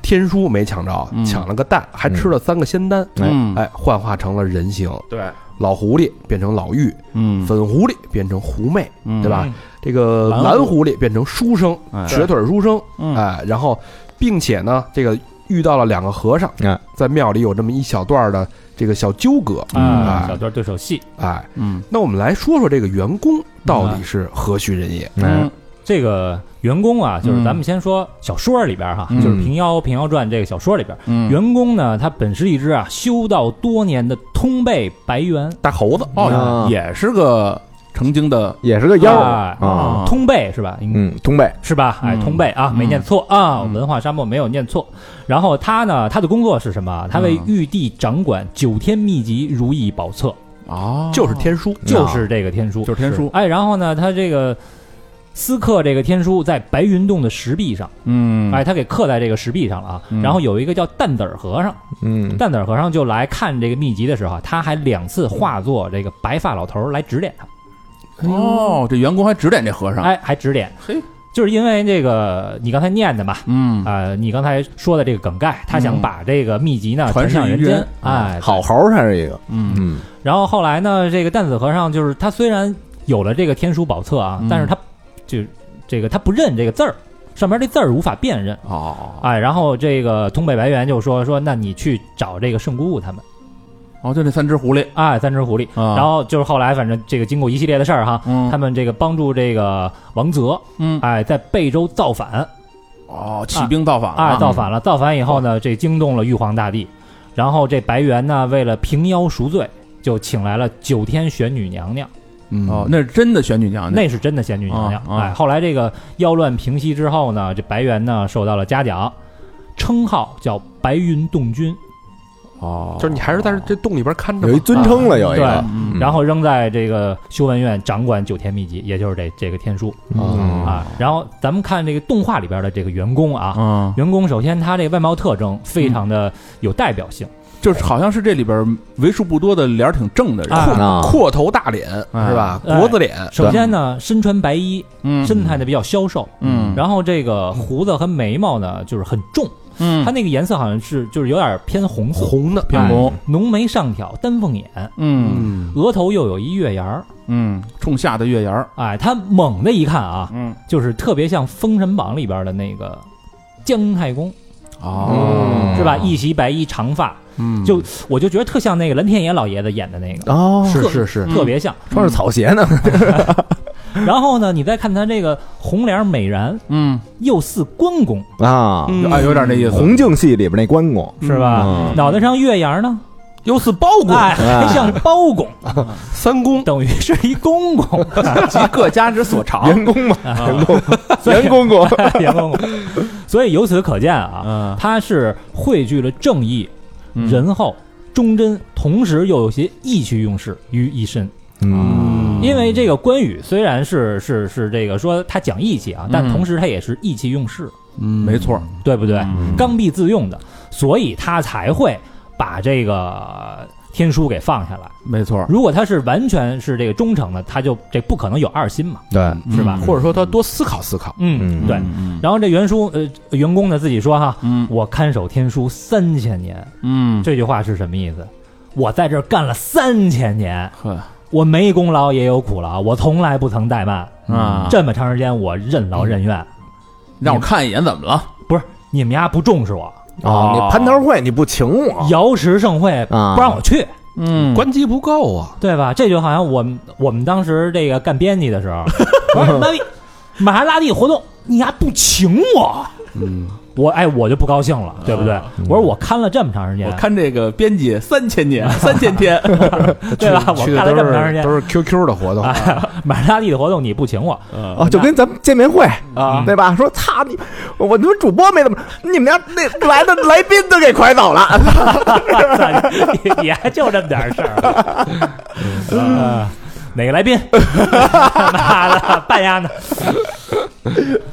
S5: 天书没抢着，啊
S6: 嗯
S5: 抢了个蛋，还吃了三个仙丹，
S6: 嗯
S5: 哎，幻化成了人形。
S6: 对，
S5: 老狐狸变成老妪，
S6: 嗯
S5: 粉狐狸变成狐媚，
S6: 嗯
S5: 对吧
S2: 嗯？
S5: 这个
S2: 蓝狐
S5: 蓝狐狸变成书生，
S6: 哎
S5: 瘸腿书生，
S6: 嗯
S5: 哎，然后并且呢，这个遇到了两个和尚
S7: 哎，
S5: 在庙里有这么一小段的这个小纠葛
S2: 啊，
S5: 哎
S2: 小段对手戏，
S5: 哎，
S6: 嗯
S5: 那我们来说说这个员工到底是何许人也？
S7: 嗯，
S2: 这个员工啊，就是
S6: 嗯
S2: 咱们先说小说里边哈，
S6: 嗯
S2: 就是《平遥平遥传》这个小说里边，
S6: 嗯
S2: 员工呢，他本是一只啊修道多年的通背白猿，
S5: 大猴子，
S2: 嗯
S6: 哦，也是个成精的，
S7: 也是个妖
S2: 哎
S7: 啊，
S2: 通背是吧？应该
S7: 嗯，东北
S2: 是吧？哎，
S6: 嗯
S2: 通背啊，
S6: 嗯
S2: 没念错啊，
S6: 嗯
S2: 文化沙漠没有念错。然后他呢，他的工作是什么？他为
S6: 嗯
S2: 玉帝掌管九天秘籍如意宝册，
S6: 哦
S5: 就是天书，
S2: 啊就是这个天书，
S6: 就是天书
S2: 哎，然后呢，他这个私刻这个天书在白云洞的石壁上，
S6: 嗯，
S2: 哎，他给刻在这个石壁上了啊。
S6: 嗯
S2: 然后有一个叫蛋子儿和尚，
S7: 嗯
S2: 蛋子儿和尚就来看这个秘籍的时候啊，他还两次化作这个白发老头儿来指点他，
S6: 哦，这员工还指点这和尚，啊
S2: 哎，还指点，
S6: 嘿，
S2: 就是因为这个你刚才念的嘛，
S6: 嗯，
S2: 啊，你刚才说的这个梗概，他想把这个秘籍呢
S6: 嗯
S2: 传向
S6: 传世于
S2: 人
S6: 啊
S2: 间
S6: 人，
S2: 哎，
S7: 好猴儿还是一个，
S6: 嗯
S7: 嗯
S2: 然后后来呢，这个淡子和尚就是他虽然有了这个天书宝册啊，
S6: 嗯
S2: 但是他就这个他不认这个字儿，上面这字儿无法辨认。
S6: 哦，
S2: 哎，然后这个东北白猿就说说，那你去找这个圣姑姑他们，
S6: 哦，就那三只狐狸，
S2: 哎，三只狐狸。
S6: 啊
S2: 然后就是后来，反正这个经过一系列的事儿哈，
S6: 嗯
S2: 他们这个帮助这个王泽，
S6: 嗯，
S2: 哎，在贝州造反，
S6: 哦，起兵造反
S2: 啊，
S6: 了，
S2: 造反了。造反以后呢，这惊动了玉皇大帝，然后这白猿呢，为了平妖赎罪，就请来了九天玄女娘娘，
S5: 嗯
S6: 哦，那是真的选举娘娘，
S2: 那是真的仙女娘娘。
S6: 啊啊
S2: 哎，后来这个妖乱平息之后呢，这白猿呢受到了嘉奖，称号叫白云洞君，
S6: 哦，
S5: 就是你还是在这洞里边看着
S7: 有一
S5: 吧。
S7: 尊称了，有一
S2: 对
S7: 个，啊
S6: 嗯，
S2: 然后扔在这个修文院掌管九天秘籍，也就是这这个天书
S6: 哦
S5: 嗯
S2: 啊。然后咱们看这个动画里边的这个员工啊，
S6: 嗯，
S2: 员工首先他这外貌特征非常的有代表性。
S6: 就是好像是这里边为数不多的脸儿挺正的人，
S2: 啊
S7: 啊
S5: 阔头大脸
S6: 哎
S5: 是吧？
S2: 哎
S5: 国字脸，
S2: 首先呢，身穿白衣，
S6: 嗯
S2: 身材呢比较消瘦，
S6: 嗯
S2: 然后这个胡子和眉毛呢就是很重，
S6: 嗯
S2: 它那个颜色好像是就是有点偏红色，哎
S5: 红的，
S6: 偏红，
S2: 浓眉上挑，丹凤眼，
S6: 嗯
S5: 嗯，
S2: 额头又有一月牙儿，
S6: 嗯，冲下的月牙儿，
S2: 哎，他猛的一看啊，
S6: 嗯，
S2: 就是特别像《封神榜》里边的那个姜太公，
S6: 哦，
S2: 是吧？一袭白衣，长发，
S5: 嗯
S2: 就我就觉得特像那个蓝天野老爷子演的那个，
S7: 哦，
S5: 是是是，
S2: 特别像。
S7: 穿着草鞋呢，
S2: 然后呢，你再看他这个红脸美髯，
S6: 嗯，
S2: 又似关公，
S7: 啊，
S2: 嗯
S6: 哎，有点那意思，
S7: 红镜戏里边那关公，
S2: 是
S7: 嗯
S2: 吧？脑袋上月牙呢，
S5: 又似包公，
S2: 哎，还像包公，
S5: 三公
S2: 等于是一公公，啊
S6: 集各家之所长，
S7: 员工嘛，员工，
S2: [laughs] 所以
S7: 员工 [laughs] 公，
S2: 袁公公。所以由此可见啊，
S6: 嗯
S2: 他是汇聚了正义、
S6: 嗯
S2: 仁厚、忠贞，同时又有些意气用事于一身。
S7: 嗯
S2: 因为这个关羽虽然是是是这个说他讲义气啊，但
S6: 嗯
S2: 同时他也是意气用事，
S6: 没错，
S2: 对不对？
S6: 嗯
S2: 刚愎自用的，所以他才会把这个呃天书给放下来。
S6: 没错，
S2: 如果他是完全是这个忠诚的，他就这不可能有二心嘛，
S7: 对，
S2: 是吧？
S5: 或者说他多思考思考，
S2: 嗯，对。
S6: 嗯
S2: 然后这袁叔呃员工呢自己说哈，
S6: 嗯
S2: 我看守天书三千年，
S6: 嗯，
S2: 这句话是什么意思？我在这儿干了三千年，
S6: 呵
S2: 我没功劳也有苦劳，我从来不曾怠慢。
S6: 啊，嗯
S2: 这么长时间我任劳任怨，
S6: 让我看一眼怎么了？
S2: 不是你们家不重视我，
S7: 啊，你蟠桃会你不请
S5: 哦
S7: 我，
S2: 瑶池盛会
S7: 啊
S2: 不让我去，
S6: 嗯
S5: 官级不够啊，
S2: 对吧？这就好像我们我们当时这个干编辑的时候，我说妈逼，玛莎拉蒂活动你还不请我，嗯，我哎我就不高兴
S5: 啊
S2: 了，对不对？我说我看了这么长时间，
S6: 我看这个编辑三千 [laughs] 年，三千天，
S2: 对吧？我
S5: 去
S2: 看了
S5: 的都
S2: 这么长时
S5: 是
S2: 间，哎
S5: 都
S2: [laughs]
S5: 是 QQ 的活动，
S2: 玛莎拉蒂的活动你不请我，[laughs]
S5: 嗯
S7: 啊，就跟咱们见面会啊，对吧？说擦你，我我们主播没怎么，你们家那来的来宾都给拐走了， [laughs]
S2: 你你还就这么点事儿、
S5: [laughs] 嗯
S2: 呃？哪个来宾？ [laughs] 妈的，半丫呢？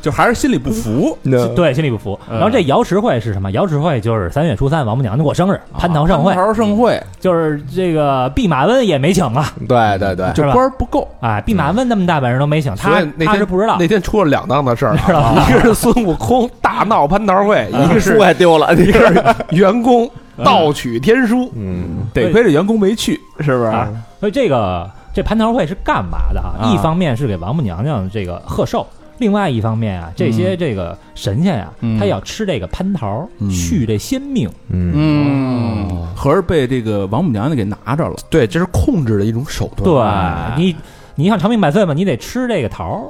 S6: 就还是心里不服，
S5: 呃
S7: 嗯
S2: 对，心里不服。然后这瑶池会是什么？瑶池会就是三月初三王母娘娘过生日，
S5: 啊
S2: 蟠桃盛会
S6: 蟠，桃盛会，
S2: 就是这个弼马温也没请啊，
S7: 对对对，
S6: 就
S2: 是吧
S6: 官儿不够，
S2: 啊，弼马温那么大本事都没请，他
S5: 嗯所以那
S2: 他
S5: 天
S2: 是不知道
S5: 那。天出了两档子事儿啊，一个是孙悟空大闹蟠桃会，
S2: 嗯
S5: 一个是
S7: 书还丢了，
S5: 一个是员工盗取天书，
S7: 嗯
S6: 得亏这员工没去，是不是？
S2: 啊，所以这个这蟠桃会是干嘛的啊？
S6: 啊
S2: 一方面是给王母娘娘这个贺寿，另外一方面啊，这些这个神仙呀、
S6: 嗯
S2: 他要吃这个蟠桃，
S5: 嗯
S2: 续这仙命。
S10: 嗯，
S6: 嗯，合着被这个王母娘娘给拿着了。
S5: 对，这是控制的一种手段。
S2: 对你，你想长命百岁嘛，你得吃这个桃儿，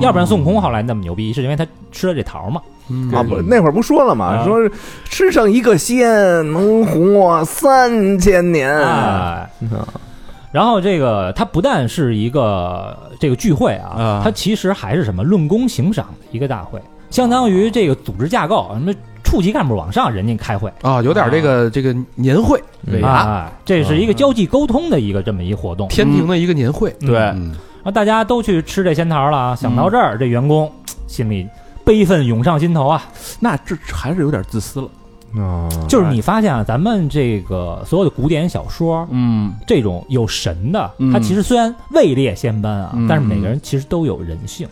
S2: 要不然孙悟空后来那么牛逼，是因为他吃了这桃儿嘛。
S5: 嗯
S7: 啊，不，那会儿不说了吗？
S2: 啊
S7: 说是吃上一个仙能活三千年，啊
S2: 哎，然后这个它不但是一个这个聚会啊
S6: 啊，
S2: 它其实还是什么论功行赏的一个大会，相当于这个组织架构，啊什么处级干部往上人家开会
S5: 啊，有点这个这个年会，
S10: 对
S5: 啊，
S2: 啊，这是一个交际沟通的一个这么一活动。
S5: 天庭的一个年会。
S2: 嗯对
S5: 嗯
S2: 然后大家都去吃这仙桃了啊，想到这儿，这员工心里悲愤涌上心头啊。
S6: 那这还是有点自私了。
S10: 啊，
S2: 就是你发现啊，咱们这个所有的古典小说，
S6: 嗯
S2: 这种有神的
S6: 嗯，
S2: 它其实虽然位列仙班啊
S6: 嗯，
S2: 但是每个人其实都有人性，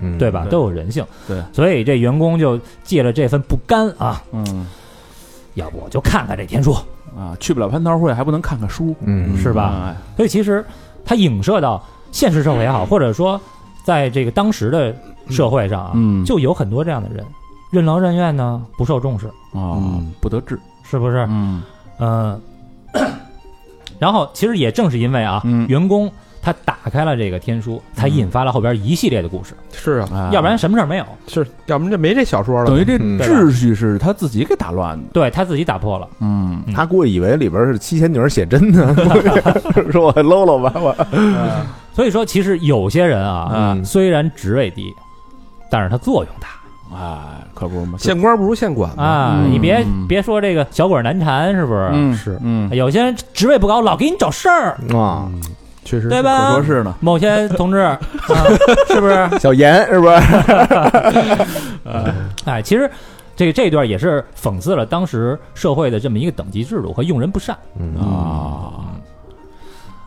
S10: 嗯
S2: 对吧？
S6: 对
S2: 都有人性，
S6: 对
S2: 所以这员工就借了这份不甘啊，
S6: 嗯
S2: 要不我就看看这天书，
S6: 啊，去不了蟠桃会，还不能看看书，
S10: 嗯
S2: 是吧？
S6: 哎？
S2: 所以其实它影射到现实社会也
S6: 嗯
S2: 好，或者说在这个当时的社会上啊，
S6: 嗯
S2: 就有很多这样的人，任劳任怨呢，不受重视，
S6: 啊
S5: 嗯，
S6: 不得志。
S2: 是不是？
S6: 嗯
S2: 嗯， [clears throat] 然后其实也正是因为啊，
S6: 嗯
S2: 员工他打开了这个天书，才引发了后边一系列的故事，
S5: 是啊，
S6: 哎
S2: 要不然什么事儿没有。
S5: 是，要不然就没这小说了。
S6: 等于这
S10: 嗯
S6: 秩序是他自己给打乱的。
S2: 对他自己打破了，
S6: 嗯，
S7: 他估计以为里边是七仙女写真呢， [laughs] 说我搂搂吧，我
S2: 所以说其实有些人啊，
S10: 嗯
S2: 虽然职位低，但是他作用大
S6: 哎，可不嘛，
S5: 县官不如县管嘛。
S2: 啊！
S6: 嗯
S2: 你别
S6: 嗯
S2: 别说这个小鬼难缠，是不是？
S6: 嗯
S5: 是
S6: 嗯，
S2: 有些人职位不高，老给你找事儿，
S7: 啊，
S5: 确实
S2: 对
S5: 是
S6: 可
S2: 吧
S6: 说？是呢。
S2: 某些同志，啊是不是？
S7: 小严是不是？
S2: 哎，其实这这段也是讽刺了当时社会的这么一个等级制度和用人不善。
S6: 啊，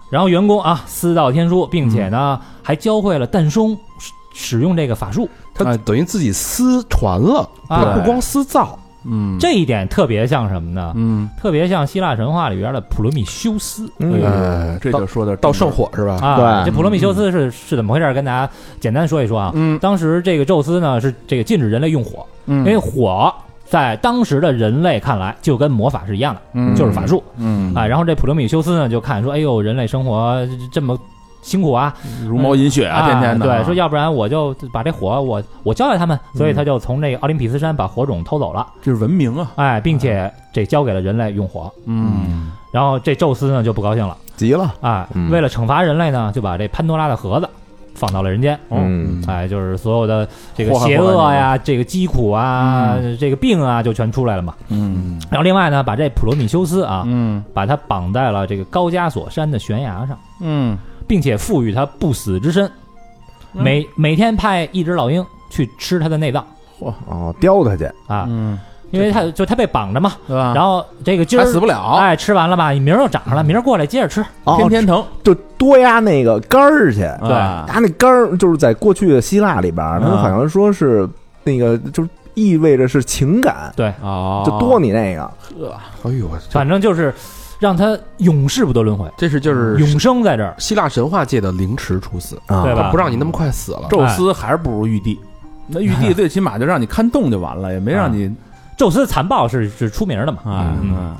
S2: 然后员工啊私道天书，并且呢、还教会了诞生使使用这个法术，
S5: 他等于自己私传了，
S2: 啊
S5: 他不光私造，
S6: 嗯，
S2: 这一点特别像什么呢？
S6: 嗯，
S2: 特别像希腊神话里边的普罗米修斯。
S10: 嗯
S5: 哎
S6: 这
S5: 到
S6: 就说的
S5: 到圣火是吧？
S2: 啊，
S7: 对
S2: 这普罗米修斯是是怎么回事儿？跟大家简单说一说啊。
S6: 嗯
S2: 当时这个宙斯呢是这个禁止人类用火，
S6: 嗯，
S2: 因为火在当时的人类看来就跟魔法是一样的，
S6: 嗯
S2: 就是法术
S6: 嗯
S2: 啊。然后这普罗米修斯呢就看说，哎呦，人类生活这么辛苦啊，
S6: 茹毛饮血啊，天天的啊。
S2: 对，说要不然我就把这火我我交给他们，所以他就从这个奥林匹斯山把火种偷走了，
S6: 这是文明啊。
S2: 哎，并且这交给了人类用火。
S6: 嗯
S2: 然后这宙斯呢就不高兴了，
S7: 急了，
S2: 啊，
S10: 嗯
S2: 为了惩罚人类呢，就把这潘多拉的盒子放到了人间。
S10: 嗯
S2: 哎，就是所有的这个
S6: 祸害
S2: 邪
S6: 祸
S2: 恶
S6: 害
S2: 呀、这个疾苦啊、这个病啊，就全出来了嘛。
S6: 嗯
S2: 然后另外呢，把这普罗米修斯啊，
S6: 嗯
S2: 把他绑在了这个高加索山的悬崖上，
S6: 嗯，
S2: 并且赋予他不死之身，每每天派一只老鹰去吃他的内脏
S7: 哦，叼他去，
S2: 啊，
S6: 嗯，
S2: 因为他就他被绑着嘛，
S6: 对
S1: 啊
S6: 吧？
S2: 然后这个今儿
S6: 还死不了，
S2: 哎吃完了吧，你明儿又长上了，明儿过来接着吃，
S6: 天天疼。
S7: 哦就多压那个杆儿去，
S6: 对
S7: 他那杆儿就是在过去的希腊里边儿，他
S6: 啊
S7: 好像说是那个就是意味着是情感，
S6: 哦，
S7: 就多你那个，
S5: 哎呦，这
S2: 反正就是让他永世不得轮回，
S5: 这是就是
S2: 永生在这儿，
S5: 希腊神话界的凌迟处死，
S7: 啊
S2: 对吧
S5: 不让你那么快死了。
S6: 宙斯哎还是不如玉帝。那玉帝最起码就让你看洞就完了，也没让你
S2: 宙斯哎残暴是是出名的嘛，
S6: 啊
S2: 嗯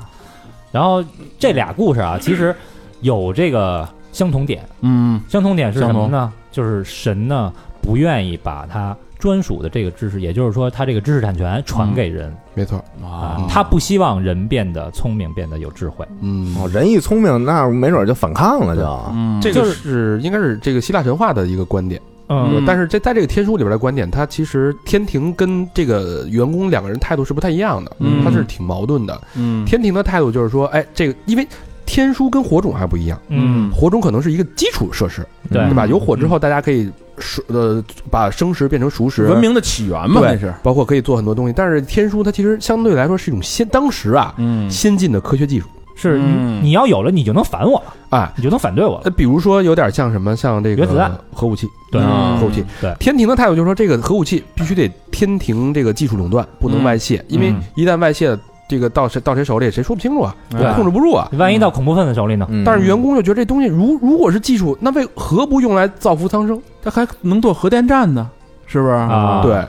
S2: 然后这俩故事啊，其实有这个相同点，
S6: 嗯
S2: 相同点是什么呢？就是神呢不愿意把他专属的这个知识，也就是说他这个知识产权传给人、
S5: 没错，
S2: 啊
S6: 啊，
S2: 他不希望人变得聪明，变得有智慧。
S5: 嗯，
S7: 哦，人一聪明，那没准就反抗了，就
S6: 嗯
S5: 这
S6: 这
S5: 个
S2: 就是
S5: 是应该是这个希腊神话的一个观点。
S2: 嗯
S6: 嗯
S5: 但是这在这个天书里边的观点，它其实天庭跟这个员工两个人态度是不太一样的，
S6: 嗯
S5: 它是挺矛盾的。
S6: 嗯
S5: 天庭的态度就是说，哎，这个因为天书跟火种还不一样，
S2: 嗯，
S5: 火种可能是一个基础设施，
S2: 对
S5: 对吧？有火之
S6: 嗯
S5: 后，大家可以熟呃把生食变成熟食，
S6: 文明的起源嘛，
S5: 对
S6: 那是
S5: 包括可以做很多东西。但是天书它其实相对来说是一种先当时啊
S6: 嗯
S5: 先进的科学技术。
S2: 是、
S6: 嗯
S2: 你要有了，你就能反我了，
S5: 哎，
S2: 你就能反对我了。
S5: 呃，比如说有点像什么，像这个
S2: 原子弹
S5: 核武器，
S2: 对
S6: 嗯
S5: 核武器。
S2: 对
S5: 天庭的态度就是说，这个核武器必须得天庭这个技术垄断，不能
S6: 嗯
S5: 外泄，因为一旦外泄，这个到谁到谁手里，谁说不清楚啊，
S2: 对
S5: 控制不住
S6: 嗯
S5: 啊。
S2: 万一到恐怖分子手里呢？
S5: 嗯但是员工就觉得这东西如如果是技术，那为何不用来造福苍生？
S6: 他还能做核电站呢，是不是？
S5: 啊对，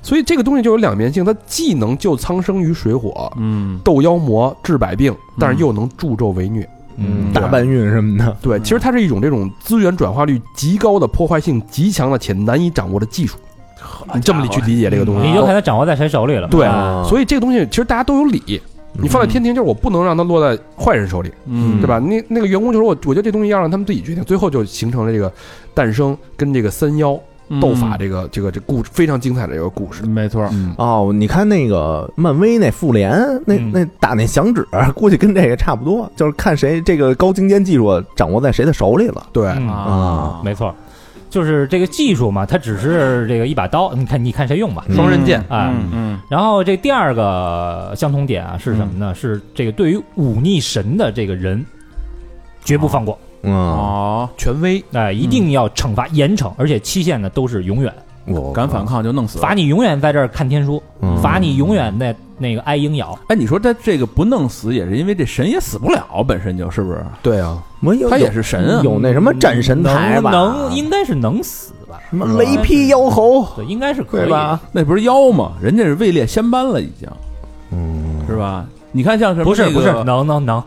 S5: 所以这个东西就有两面性，它既能救苍生于水火，
S6: 嗯，
S5: 斗妖魔治百病，但是又能助纣为虐，
S10: 嗯
S5: 对啊
S10: 大搬运什么的，
S5: 对，其实它是一种这种资源转化率极高的、破坏性极强的且难以掌握的技术。你这么去理解这个东西，嗯
S2: 你就看他掌握在谁手里了。
S5: 对
S2: 啊，
S5: 所以这个东西其实大家都有理。你放在天庭，就是我不能让它落在坏人手里，
S6: 嗯
S5: 对吧？那那个员工就说，我我觉得这东西要让他们自己决定，最后就形成了这个诞生跟这个三妖
S1: 嗯
S5: 斗法这个这个这故事非常精彩的一个故事。
S6: 没错，
S7: 嗯
S10: 哦，你看那个漫威那复联，那那打那响指，估计跟这个差不多，就是看谁这个高精尖技术掌握在谁的手里了。
S5: 对
S2: 嗯
S10: 啊，
S2: 没错，就是这个技术嘛，它只是这个一把刀，你看你看谁用吧。
S5: 双刃剑，
S2: 哎，
S6: 嗯
S2: 然后这第二个相同点啊是什么呢？是这个对于忤逆神的这个人，绝不放过，
S10: 嗯，
S6: 哦，
S5: 权威，
S2: 哎，一定要惩罚严惩，而且期限呢都是永远，
S10: 我
S6: 敢反抗就弄死。
S2: 罚你永远在这儿看天书，
S10: 嗯
S2: 罚你永远那那个挨鹰咬。
S6: 哎，你说他这个不弄死，也是因为这神也死不了，本身就是不是？
S5: 对啊，
S10: 没有，
S6: 他也是神啊，
S10: 有那什么战神台
S2: 能
S10: 吧？
S2: 嗯能应该是能死吧？
S10: 什么雷劈妖猴，
S2: 对，应该是可
S10: 对
S2: 以
S10: 吧？？
S6: 那不是妖吗？人家是位列仙班了，已经
S10: 嗯，
S6: 是吧？你看像什么
S2: 不是
S6: 那
S2: 不
S6: 个
S2: 是，能能能，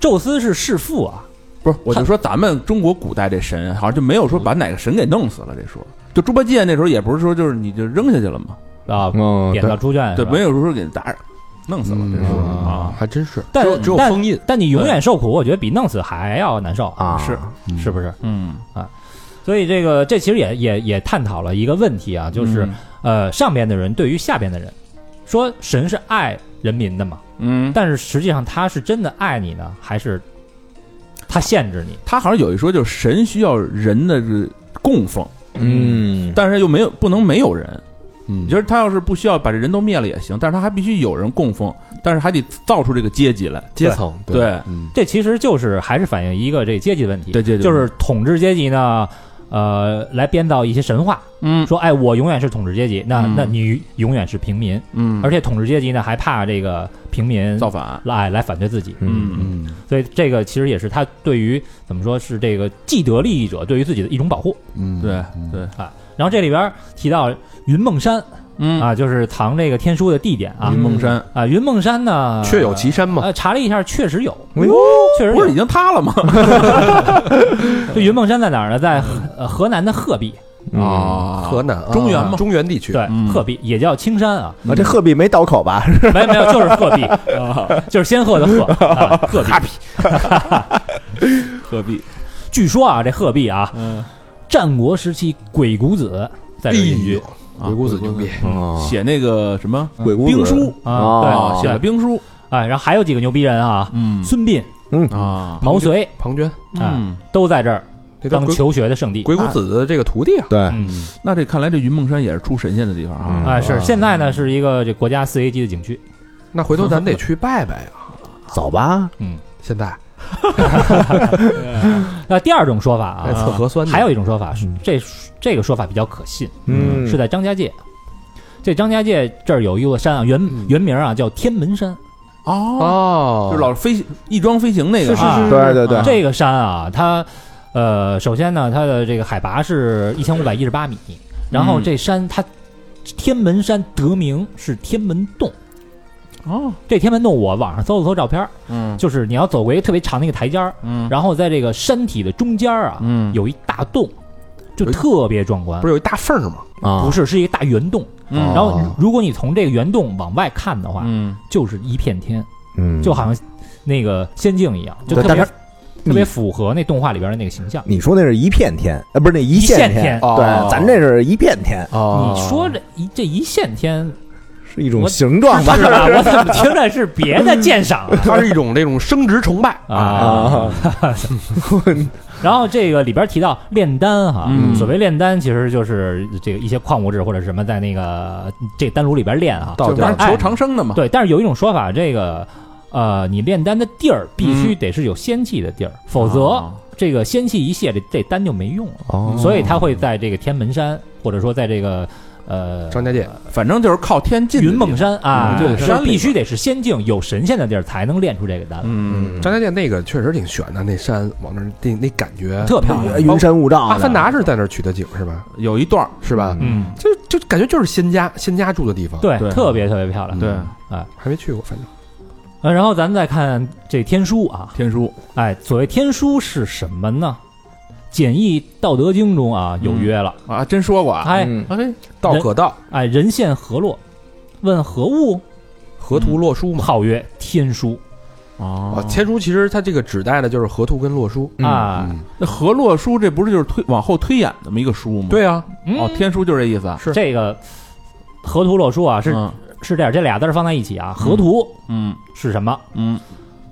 S2: 宙斯是弑父啊，
S6: 不是，我就说咱们中国古代这神，好像就没有说把哪个神给弄死了这说。就猪八戒那时候也不是说就是你就扔下去了嘛，
S2: 啊，
S10: 嗯
S2: 贬到猪圈
S6: 对，
S2: 是吧
S6: 没有说给打弄死了这说啊。
S5: 还真是，
S2: 但
S5: 只有只有
S2: 但
S5: 封印，
S2: 但你永远受苦，我觉得比弄死还要难受，
S10: 啊，
S6: 是
S2: 是不是？
S6: 嗯，
S2: 所以这个这其实也也也探讨了一个问题啊，就是、
S6: 嗯
S2: 呃上边的人对于下边的人，说神是爱人民的嘛，
S6: 嗯，
S2: 但是实际上他是真的爱你呢，还是他限制你？
S6: 他好像有一说，就是神需要人的这供奉，
S10: 嗯，
S6: 但是又没有不能没有人。
S5: 嗯
S6: 你觉得他要是不需要把这人都灭了也行，但是他还必须有人供奉，但是还得造出这个阶级来。
S5: 阶层，
S6: 对
S10: 啊
S5: 嗯，
S2: 这其实就是还是反映一个这阶级问题，
S6: 对阶级
S2: 就
S6: 问
S2: 是统治阶级呢。呃，来编造一些神话，
S6: 嗯
S2: 说哎，我永远是统治阶级，那、
S6: 嗯
S2: 那你永远是平民，
S6: 嗯
S2: 而且统治阶级呢还怕这个平民
S6: 造反。
S2: 来来反对自己，
S6: 嗯
S5: 嗯，
S2: 所以这个其实也是他对于怎么说是这个既得利益者对于自己的一种保护
S5: 嗯，
S6: 对对，
S2: 啊。然后这里边提到云梦山
S6: 嗯
S2: 啊，就是藏这个天书的地点啊
S6: 云梦山
S2: 啊，云梦山呢
S5: 确有其山嘛，
S2: 呃，查了一下，确实有，
S6: 哎
S2: 确实
S6: 不是已
S2: 有。
S6: 经塌了吗？
S2: 这云梦山在哪儿呢？在河呃河南的鹤壁，
S6: 啊
S5: 河南啊
S6: 中原嘛
S5: 中原地区，
S2: 对，
S6: 嗯
S2: 鹤壁也叫青山啊，
S10: 啊，这鹤壁没刀口吧？
S2: 没有没有，就是鹤
S6: [laughs]
S2: 壁，就是仙鹤的鹤，啊鹤壁。
S6: 鹤壁，
S2: 据说啊，这鹤壁啊，
S6: 嗯，
S2: 战国时期鬼谷子在
S5: 哎
S2: 这儿隐居
S5: 呦，鬼谷子牛逼，
S10: 啊，
S6: 写那个什么
S10: 鬼谷子
S6: 嗯兵书
S5: 哦
S2: 啊，
S6: 啊，
S2: 对
S6: 写了
S2: 对，
S6: 兵书，
S2: 哎，然后还有几个牛逼人啊，
S6: 嗯
S2: 孙膑、
S6: 啊，
S2: 毛遂
S5: 庞涓，
S2: 啊
S6: 嗯，
S2: 都在这儿
S5: 这叫
S2: 当
S5: 鬼
S2: 求学的圣地。
S5: 鬼谷子的这个徒弟啊，
S10: 对，
S2: 嗯，
S6: 那这看来这云梦山也是出神仙的地方
S5: 嗯
S6: 啊。
S2: 啊，是现在呢是一个这国家四 A 级的景区，
S5: 那回头咱得去拜拜啊，
S10: 走吧，
S5: 现在
S2: 那第二种说法
S5: 来测
S2: 啊，
S5: 核哎酸呢，嗯
S2: 还有一种说法是，这这个说法比较可信，
S10: 嗯
S2: 是在张家界。这张家界这儿有一座山啊，原
S5: 嗯
S2: 原名啊叫天门山。
S6: 哦，
S5: 哦，
S6: 就是老飞翼装飞行那个
S2: 是
S6: 啊
S2: 是是
S10: 对对对，
S2: 这个山啊，它呃，首先呢，它的这个海拔是一千五百一十八米，然后
S6: 嗯
S2: 这山它天门山得名是天门洞。
S6: 哦，
S2: 这天门洞，我网上搜了搜照片儿，
S6: 嗯
S2: 就是你要走过一个特别长的一个台阶儿，
S6: 嗯
S2: 然后在这个山体的中间儿啊，
S6: 嗯
S2: 有一大洞，就特别壮观
S5: 不。是有一大缝儿吗？
S10: 啊，
S2: 不是，是一个大圆洞。
S6: 嗯
S2: 然后，
S7: 哦
S2: 如果你从这个圆洞往外看的话，
S6: 嗯，
S2: 就是一片天，
S10: 嗯，
S2: 就好像那个仙境一样，就
S10: 对
S2: 特别
S10: 但
S2: 特别符合那动画里边的那个形象。
S10: 你说那是一片天，呃，不是那一
S2: 一
S10: 线
S2: 线天
S5: 哦
S10: 对，咱这是一片天，
S5: 哦
S2: 你说这一这一线天
S10: 是一种
S2: 我
S10: 形状吧？
S2: 是吧？我怎么听着是别的鉴赏啊
S5: [laughs] 它是一种那种生殖崇拜，
S2: 啊？
S10: 啊，
S2: [laughs] 然后这个里边提到炼丹哈，
S6: 嗯
S2: 所谓炼丹其实就是这个一些矿物质或者什么在那个这丹炉里边炼哈。
S5: 到
S6: 就是
S5: 底
S6: 玩求长生的嘛。
S2: 对，但是有一种说法，这个呃，你炼丹的地儿必须得是有仙气的地儿，否则
S6: 啊
S2: 这个仙气一泄，这这丹就没用了。
S10: 哦
S2: 所以他会在这个天门山，或者说在这个呃
S5: 张家界
S6: 反正就是靠天近的地
S2: 云
S6: 方
S2: 梦。山啊，
S6: 嗯对
S2: 就是
S6: 山里
S2: 必须得是仙境有神仙的地儿才能练出这个丹。
S6: 嗯，
S5: 张家界那个确实挺悬的，那山往那儿那那感觉
S2: 特漂亮
S7: 哎
S10: 云山雾罩的，
S5: 啊阿凡达是在那儿取的景是吧？
S6: 有一段儿
S5: 是吧？
S2: 嗯，
S5: 就是就感觉就是仙家仙家住的地方，
S2: 对，特别特别漂亮。
S5: 对
S6: 嗯
S2: 哎，
S5: 还没去过，反正
S2: 呃，然后咱再看这天书啊，
S6: 天书，
S2: 哎，所谓天书是什么呢？简易《道德经》中啊有曰了，
S6: 啊，真说过啊，
S2: 哎
S5: 哎，道可道，
S2: 哎，人现河洛，问何物？
S5: 河图洛书嘛。
S2: 号曰天书
S5: 啊
S2: 嗯
S6: 哦，
S5: 天书其实它这个指代的就是河图跟洛书。
S2: 啊，
S6: 那河洛书这不是就是推往后推演这么一个书吗？，
S5: 对啊，
S6: 哦，天书就是这意思啊，
S5: 是
S2: 这个河图洛书啊，是
S6: 嗯
S2: 是这样，这俩字儿放在一起啊，河图
S6: 嗯
S2: 是什么？
S6: 嗯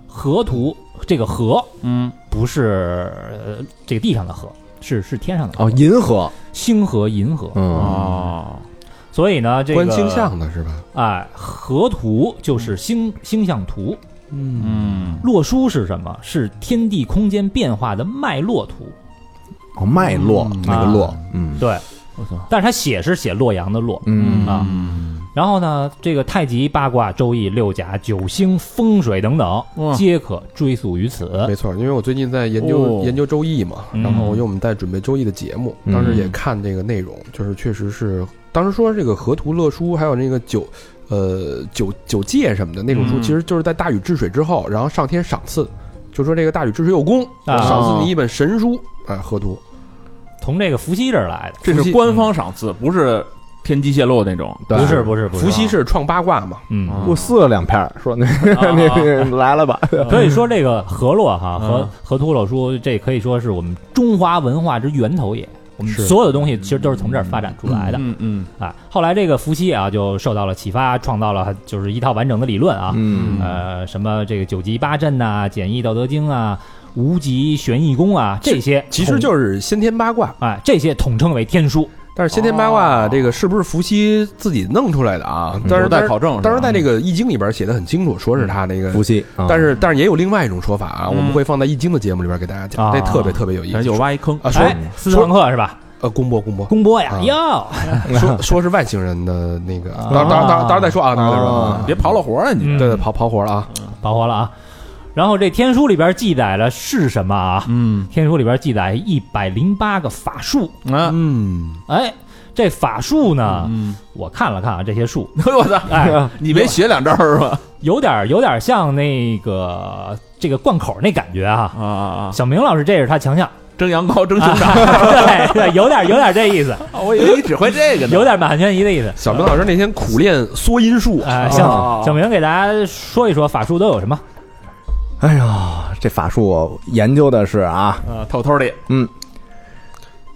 S2: 河图这个河
S6: 嗯，
S2: 不是呃这个地上的河，是是天上的河
S7: 哦，，银河，
S2: 星河、银河。
S7: 嗯，
S6: 哦，
S2: 所以呢，这个
S5: 观星象的是吧？
S2: 哎，河图就是星星象图，
S5: 嗯，
S6: 嗯，
S2: 洛书是什么？是天地空间变化的脉络图。
S7: 哦，脉络
S5: 嗯
S7: 那个络，嗯
S2: 对，
S6: 我操，
S2: 但是它写是写洛阳的洛，
S7: 嗯
S2: 啊然后呢，这个太极、八卦、周易、六甲、九星、风水等等
S6: 哇，
S2: 皆可追溯于此。
S5: 没错，因为我最近在研究
S6: 哦
S5: 研究周易嘛，
S2: 啊嗯
S5: 然后因为我们在准备周易的节目，
S7: 嗯
S5: 当时也看这个内容，就是确实是当时说这个河图洛书还有那个九。呃，九九界什么的那种书，
S6: 嗯
S5: 其实就是在大禹治水之后，然后上天赏赐，就说这个大禹治水有功，
S2: 啊
S5: 赏赐你一本神书啊，河图。
S2: 从这个伏羲这儿来的，
S6: 这
S5: 伏
S6: 是
S5: 羲
S6: 官方赏赐，不是天机泄露那种。
S5: 对
S2: 不是不是不是，
S5: 伏羲是创八卦嘛，
S2: 嗯，
S6: 啊
S7: 我撕了两片儿，说那 [laughs] 那那来了吧，
S2: 可以说这个河洛哈
S6: 嗯
S2: 河河图洛书，这可以说是我们中华文化之源头也。我们所有的东西其实都是从这儿发展出来的
S6: 嗯嗯
S2: 啊。后来这个伏羲啊，就受到了启发，创造了就是一套完整的理论啊，
S7: 嗯
S2: 呃，什么这个九级八阵呐、简易道德经啊、无极玄易功啊，这些
S5: 其实
S2: 统
S5: 就是先天八卦。
S2: 哎，这些统称为天书。
S5: 但是先天八卦这个是不是伏羲自己弄出来的啊？但是
S6: 有待考证是吧
S5: 当时在这个《易经》里边写的很清楚，说是他那个
S7: 伏。 [laughs] 羲，啊
S5: 但是但是也有另外一种说法啊，我们会放在《易经》的节目里边给大家
S2: 嗯
S5: 讲，
S2: 啊
S5: 这特别特别有
S6: 嗯，
S5: 意思。
S6: 咱就挖一坑
S5: 啊，说
S2: 哎，斯图
S5: 说
S2: 凡克是吧？
S5: 呃，公播公播，
S2: 公播呀
S5: 啊，
S2: 哟， [laughs]
S5: 说说是外星人的那个，当当当当然再说啊，当然再说啊，
S6: 别刨了活了你。
S2: 嗯
S5: 对对，跑跑火了啊，
S2: 包活了啊。然后这天书里边记载了是什么啊？
S6: 嗯
S2: 天书里边记载一百零八个法术，
S6: 啊，
S5: 嗯，
S2: 哎，这法术呢，
S6: 嗯，
S2: 我看了看啊，这些术，
S6: [laughs] 我操，
S2: 哎，
S6: 你没学两招是吧？
S2: 有点有点像那个这个贯口那感觉啊。
S6: 啊啊啊！
S2: 小明老师，这是他强
S6: [laughs]
S2: 项，
S6: 蒸羊羔，蒸熊掌，
S2: 对对，有点有点这意
S6: [laughs]
S2: 思，
S6: 哦我以为你只会这个呢。
S2: 有点满汉全席的意思。
S5: 小明老师那天苦练缩阴术，啊
S2: 哎，
S7: 哦
S2: 小小明给大家说一说法术都有什么？
S7: 哎呀，这法术我研究的是啊，
S6: 啊，偷偷的，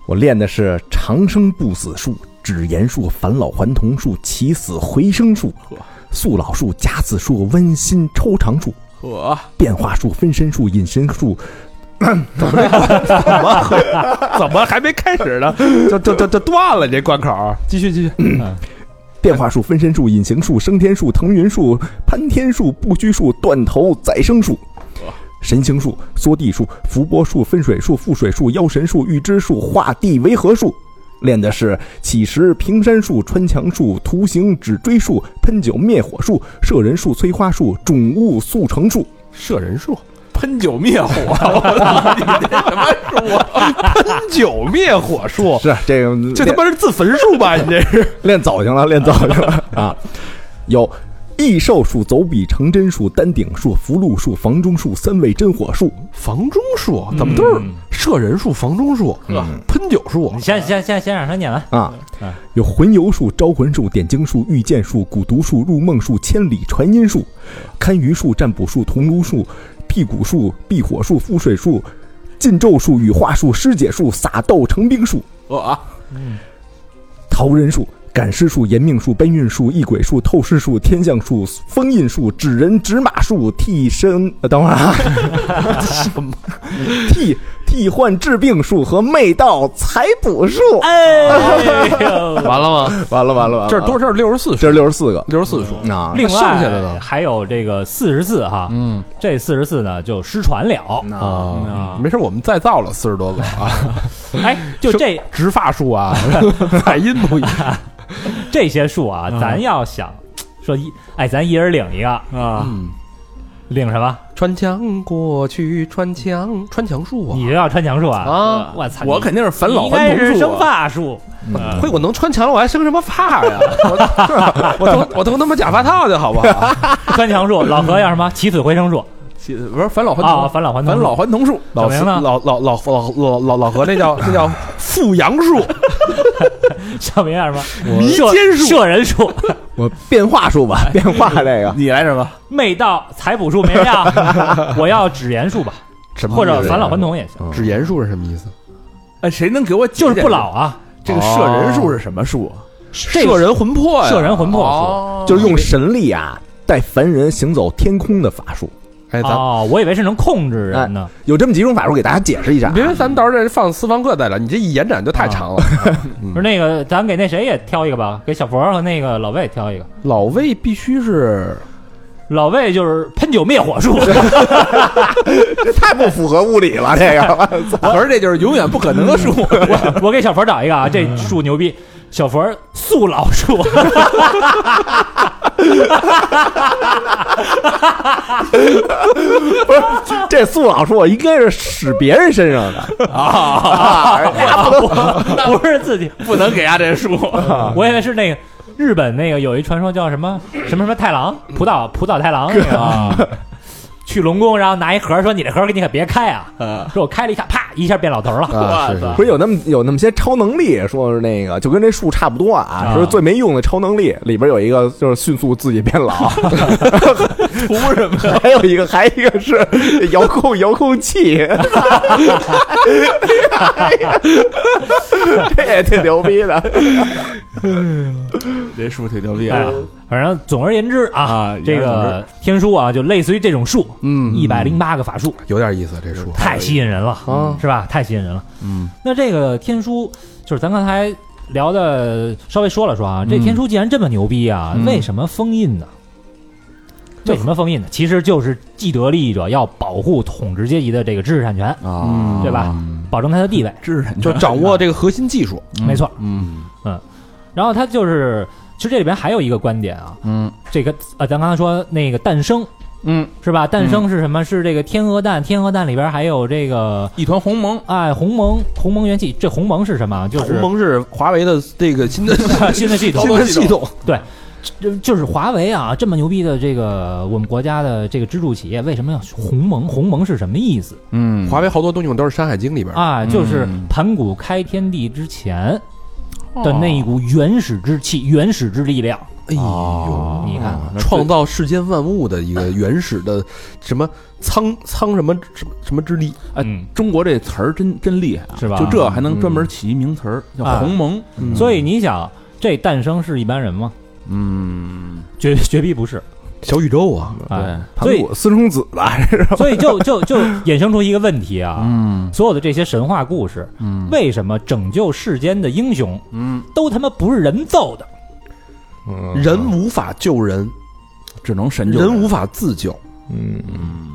S7: 我练的是长生不死术、止炎术、返老还童术、起死回生术、速老术、假死术、温馨抽肠术、
S6: 呵，
S7: 变化术、分身术、隐身术、
S5: 怎么还没开始呢？就就就就断了这关口，继续继续，
S7: 变化术、分身术、隐形术、升天术、腾云术、攀天术、不拘术、断头、再生术。神行术、缩地术、伏波术、分水术、覆水术、妖神术、预知术、画地为合术，练的是起石平山术、穿墙术、图形指锥术、喷酒灭火术、射人术、催花术、种物速成术。
S5: 射人术，
S6: 喷酒灭火，我操你这什么书啊？
S5: 喷酒灭火术，
S7: 是这个，
S5: 这他妈是自焚术吧？你这是
S7: [laughs] 练早行了，练早行了啊！有异兽术、走笔成真术、丹顶术、符箓术、房中术、三味真火术。
S5: 房中术，
S2: 嗯
S5: 怎么都是射人术、房中术、喷酒术
S2: 你？先先先先让他念完。
S7: 啊
S2: 嗯，
S7: 有魂游术、招魂术、点睛术、御剑术、蛊毒术、入梦术、千里传音术、堪舆术、占卜术、铜炉术、辟谷术、避火术、覆水术、禁咒术、羽化术、尸解术、撒豆成兵术、
S6: 我啊，
S7: 逃人术。赶尸术、延命术、搬运术、异鬼术、透视术、天象术、封印术、指人指马术、替身……呃，等会儿啊， [laughs] 什么替替换治病术和媚道采补术？
S2: 哎
S5: [laughs]
S2: 呦，
S5: 完了吗？
S7: 完了完了完了，
S5: 这是多少？这是六十四
S2: 嗯
S7: 这
S5: 术，
S7: 是六十四个，
S5: 六十四术。
S7: 啊，
S2: 另外
S5: 剩下的呢
S2: 还有这个四十四哈，嗯，这四十四呢就失传了。
S5: 啊，没事，我们再造了四十多个啊，
S2: 哎，就这
S5: 植发术啊， [laughs] 采阴不一嗯
S2: 这些术啊，咱要想说一，哎，咱一人领一个，
S6: 啊，
S2: 领什么？
S5: 穿墙过去，穿墙，穿墙术啊！
S2: 你就要穿墙术啊？
S5: 啊
S2: 我操！
S5: 我
S2: 你
S5: 肯定是返老
S2: 你应该
S5: 还童
S2: 是
S5: 术
S2: 生
S5: 啊
S2: 发术。嗯
S5: 嘿，我能穿墙了，我还生什么发呀？ [laughs] 我我投我投他妈假发套去，好不
S2: [laughs]
S5: 好？
S2: 穿墙术，老何叫什么？起死回生术
S5: 起不是返老还
S2: 啊，
S5: 童，
S2: 返老还童
S5: 返
S2: 术。
S5: 老还童术，
S2: 怎
S5: 老
S2: 么样呢
S5: 老老老老老老老何那叫那叫复阳术，
S2: 小明叫什么？
S5: 迷
S2: 射
S5: 奸术
S2: 射人术，
S10: 我变化术吧，
S5: 哎
S7: 变化这个，
S6: 你来什么？
S2: [laughs] 媚道采补术没人要， [laughs] 我要纸鼹术吧，
S5: 什么啊
S2: 或者
S5: 意思
S2: 返老还童也行，
S5: 纸鼹术是什么意思？
S6: 哎，谁能给我解
S2: 就
S6: 释
S2: 是不老啊，
S6: 这个射人术是什么术？
S2: 这个
S5: 射人魂魄呀，
S2: 射人魂魄术。
S5: 哦
S10: 就是用神力啊带凡人行走天空的法术。哎
S5: 哎，咱哎
S2: 哦，我以为是能控制人呢。
S10: 有这么几种法术，给大家解释一下
S5: 你。别咱们到时候再放私房课再聊，你这一延展就太长了。嗯
S2: 不是那个，咱给那谁也挑一个吧，给小佛和那个老魏挑一个。
S5: [laughs] 老魏必
S2: [laughs]
S5: 须是
S2: 老魏就是喷酒灭火术， [laughs]
S7: 这太不符合物理了，这
S5: [laughs]
S7: 个
S6: 可是这就是永远不可能
S2: [laughs]
S6: 的术。
S2: 我我给小佛找一个啊，
S5: 嗯
S2: 这术牛逼。小佛速老术，
S10: 这素老说，我应该是使别人身上的，
S2: 啊
S5: 啊
S2: [laughs] 不是自己，
S6: 不能给他这术。
S5: 啊
S2: 我以为是那个日本那个有一传说叫什么什么什么太郎，浦岛浦岛太郎那个啊，去龙宫，然后拿一盒说你这盒你可别开啊，说我开了一下，啪一下变老头了，
S5: 啊，是是
S10: 不是有那么有那么些超能力，说是那个就跟这术差不多啊，
S2: 啊
S10: 说是最没用的超能力里边有一个就是迅速自己变老，图什么？还有一个还有一个是遥控遥控器，这也挺牛逼的。
S6: 这术挺牛逼
S2: 哎
S6: 啊！
S2: 反正总而言之啊
S6: 啊，
S2: 这
S6: 言而总
S2: 个天书啊，就类似于这种术，
S5: 嗯
S2: 一百零八个法术，
S5: 有点意思啊这书。
S2: 太吸引人了，是吧？太吸引人了。
S5: 嗯，
S2: 那这个天书，就是咱刚才聊的稍微说了说啊，
S5: 嗯
S2: 这天书既然这么牛逼啊，为什么封印呢？为什么封印呢？其实就是既得利益者要保护统治阶级的这个知识产权，
S6: 啊
S2: 对吧？保证他的地位，
S6: 知识产权
S5: 就掌握这个核心技术，
S2: 没错。
S5: 嗯
S2: 然后他就是，其实这里边还有一个观点啊，
S5: 嗯
S2: 这个呃，咱刚才说那个诞生
S6: 嗯，
S2: 是吧？诞生是什么？是这个天鹅蛋，天鹅蛋里边还有这个
S6: 一团鸿蒙，
S2: 哎鸿蒙鸿蒙元气，这鸿蒙是什么？就是
S5: 鸿蒙是华为的这个新的
S2: [laughs] 新的系统
S5: 新，的系统，
S2: 就就是华为啊，这么牛逼的这个我们国家的这个支柱企业，为什么要鸿蒙？鸿蒙是什么意思
S6: 嗯
S5: 华为好多东西都是《山海经》里边的
S2: 啊？就是
S6: 嗯
S2: 盘古开天地之前的那一股原始之气、原始之力量。
S6: 哦
S5: 哎呦，
S2: 哦你看，
S5: 创造世间万物的一个原始的什么苍苍什么什么什么之力，
S6: 哎
S2: 嗯，
S6: 中国这词儿真真厉害啊，
S2: 呃是吧
S6: 就这还能专门起一名词儿
S2: 啊
S6: 叫鸿蒙，
S5: 嗯
S2: 所以你想，这诞生是一般人吗？
S6: 嗯，
S2: 绝绝逼不是
S5: 小宇宙啊，
S2: 啊！所
S10: 盘
S2: 以
S10: 古私生子吧，这是
S2: [laughs] 所以就就就衍生出一个问题啊，
S6: 嗯
S2: 所有的这些神话故事，
S6: 嗯
S2: 为什么拯救世间的英雄
S6: 嗯，
S2: 都他妈不是人揍的？
S10: 嗯
S5: 人无法救人，
S6: 只能神救
S5: 嗯人无法自救，
S10: 嗯，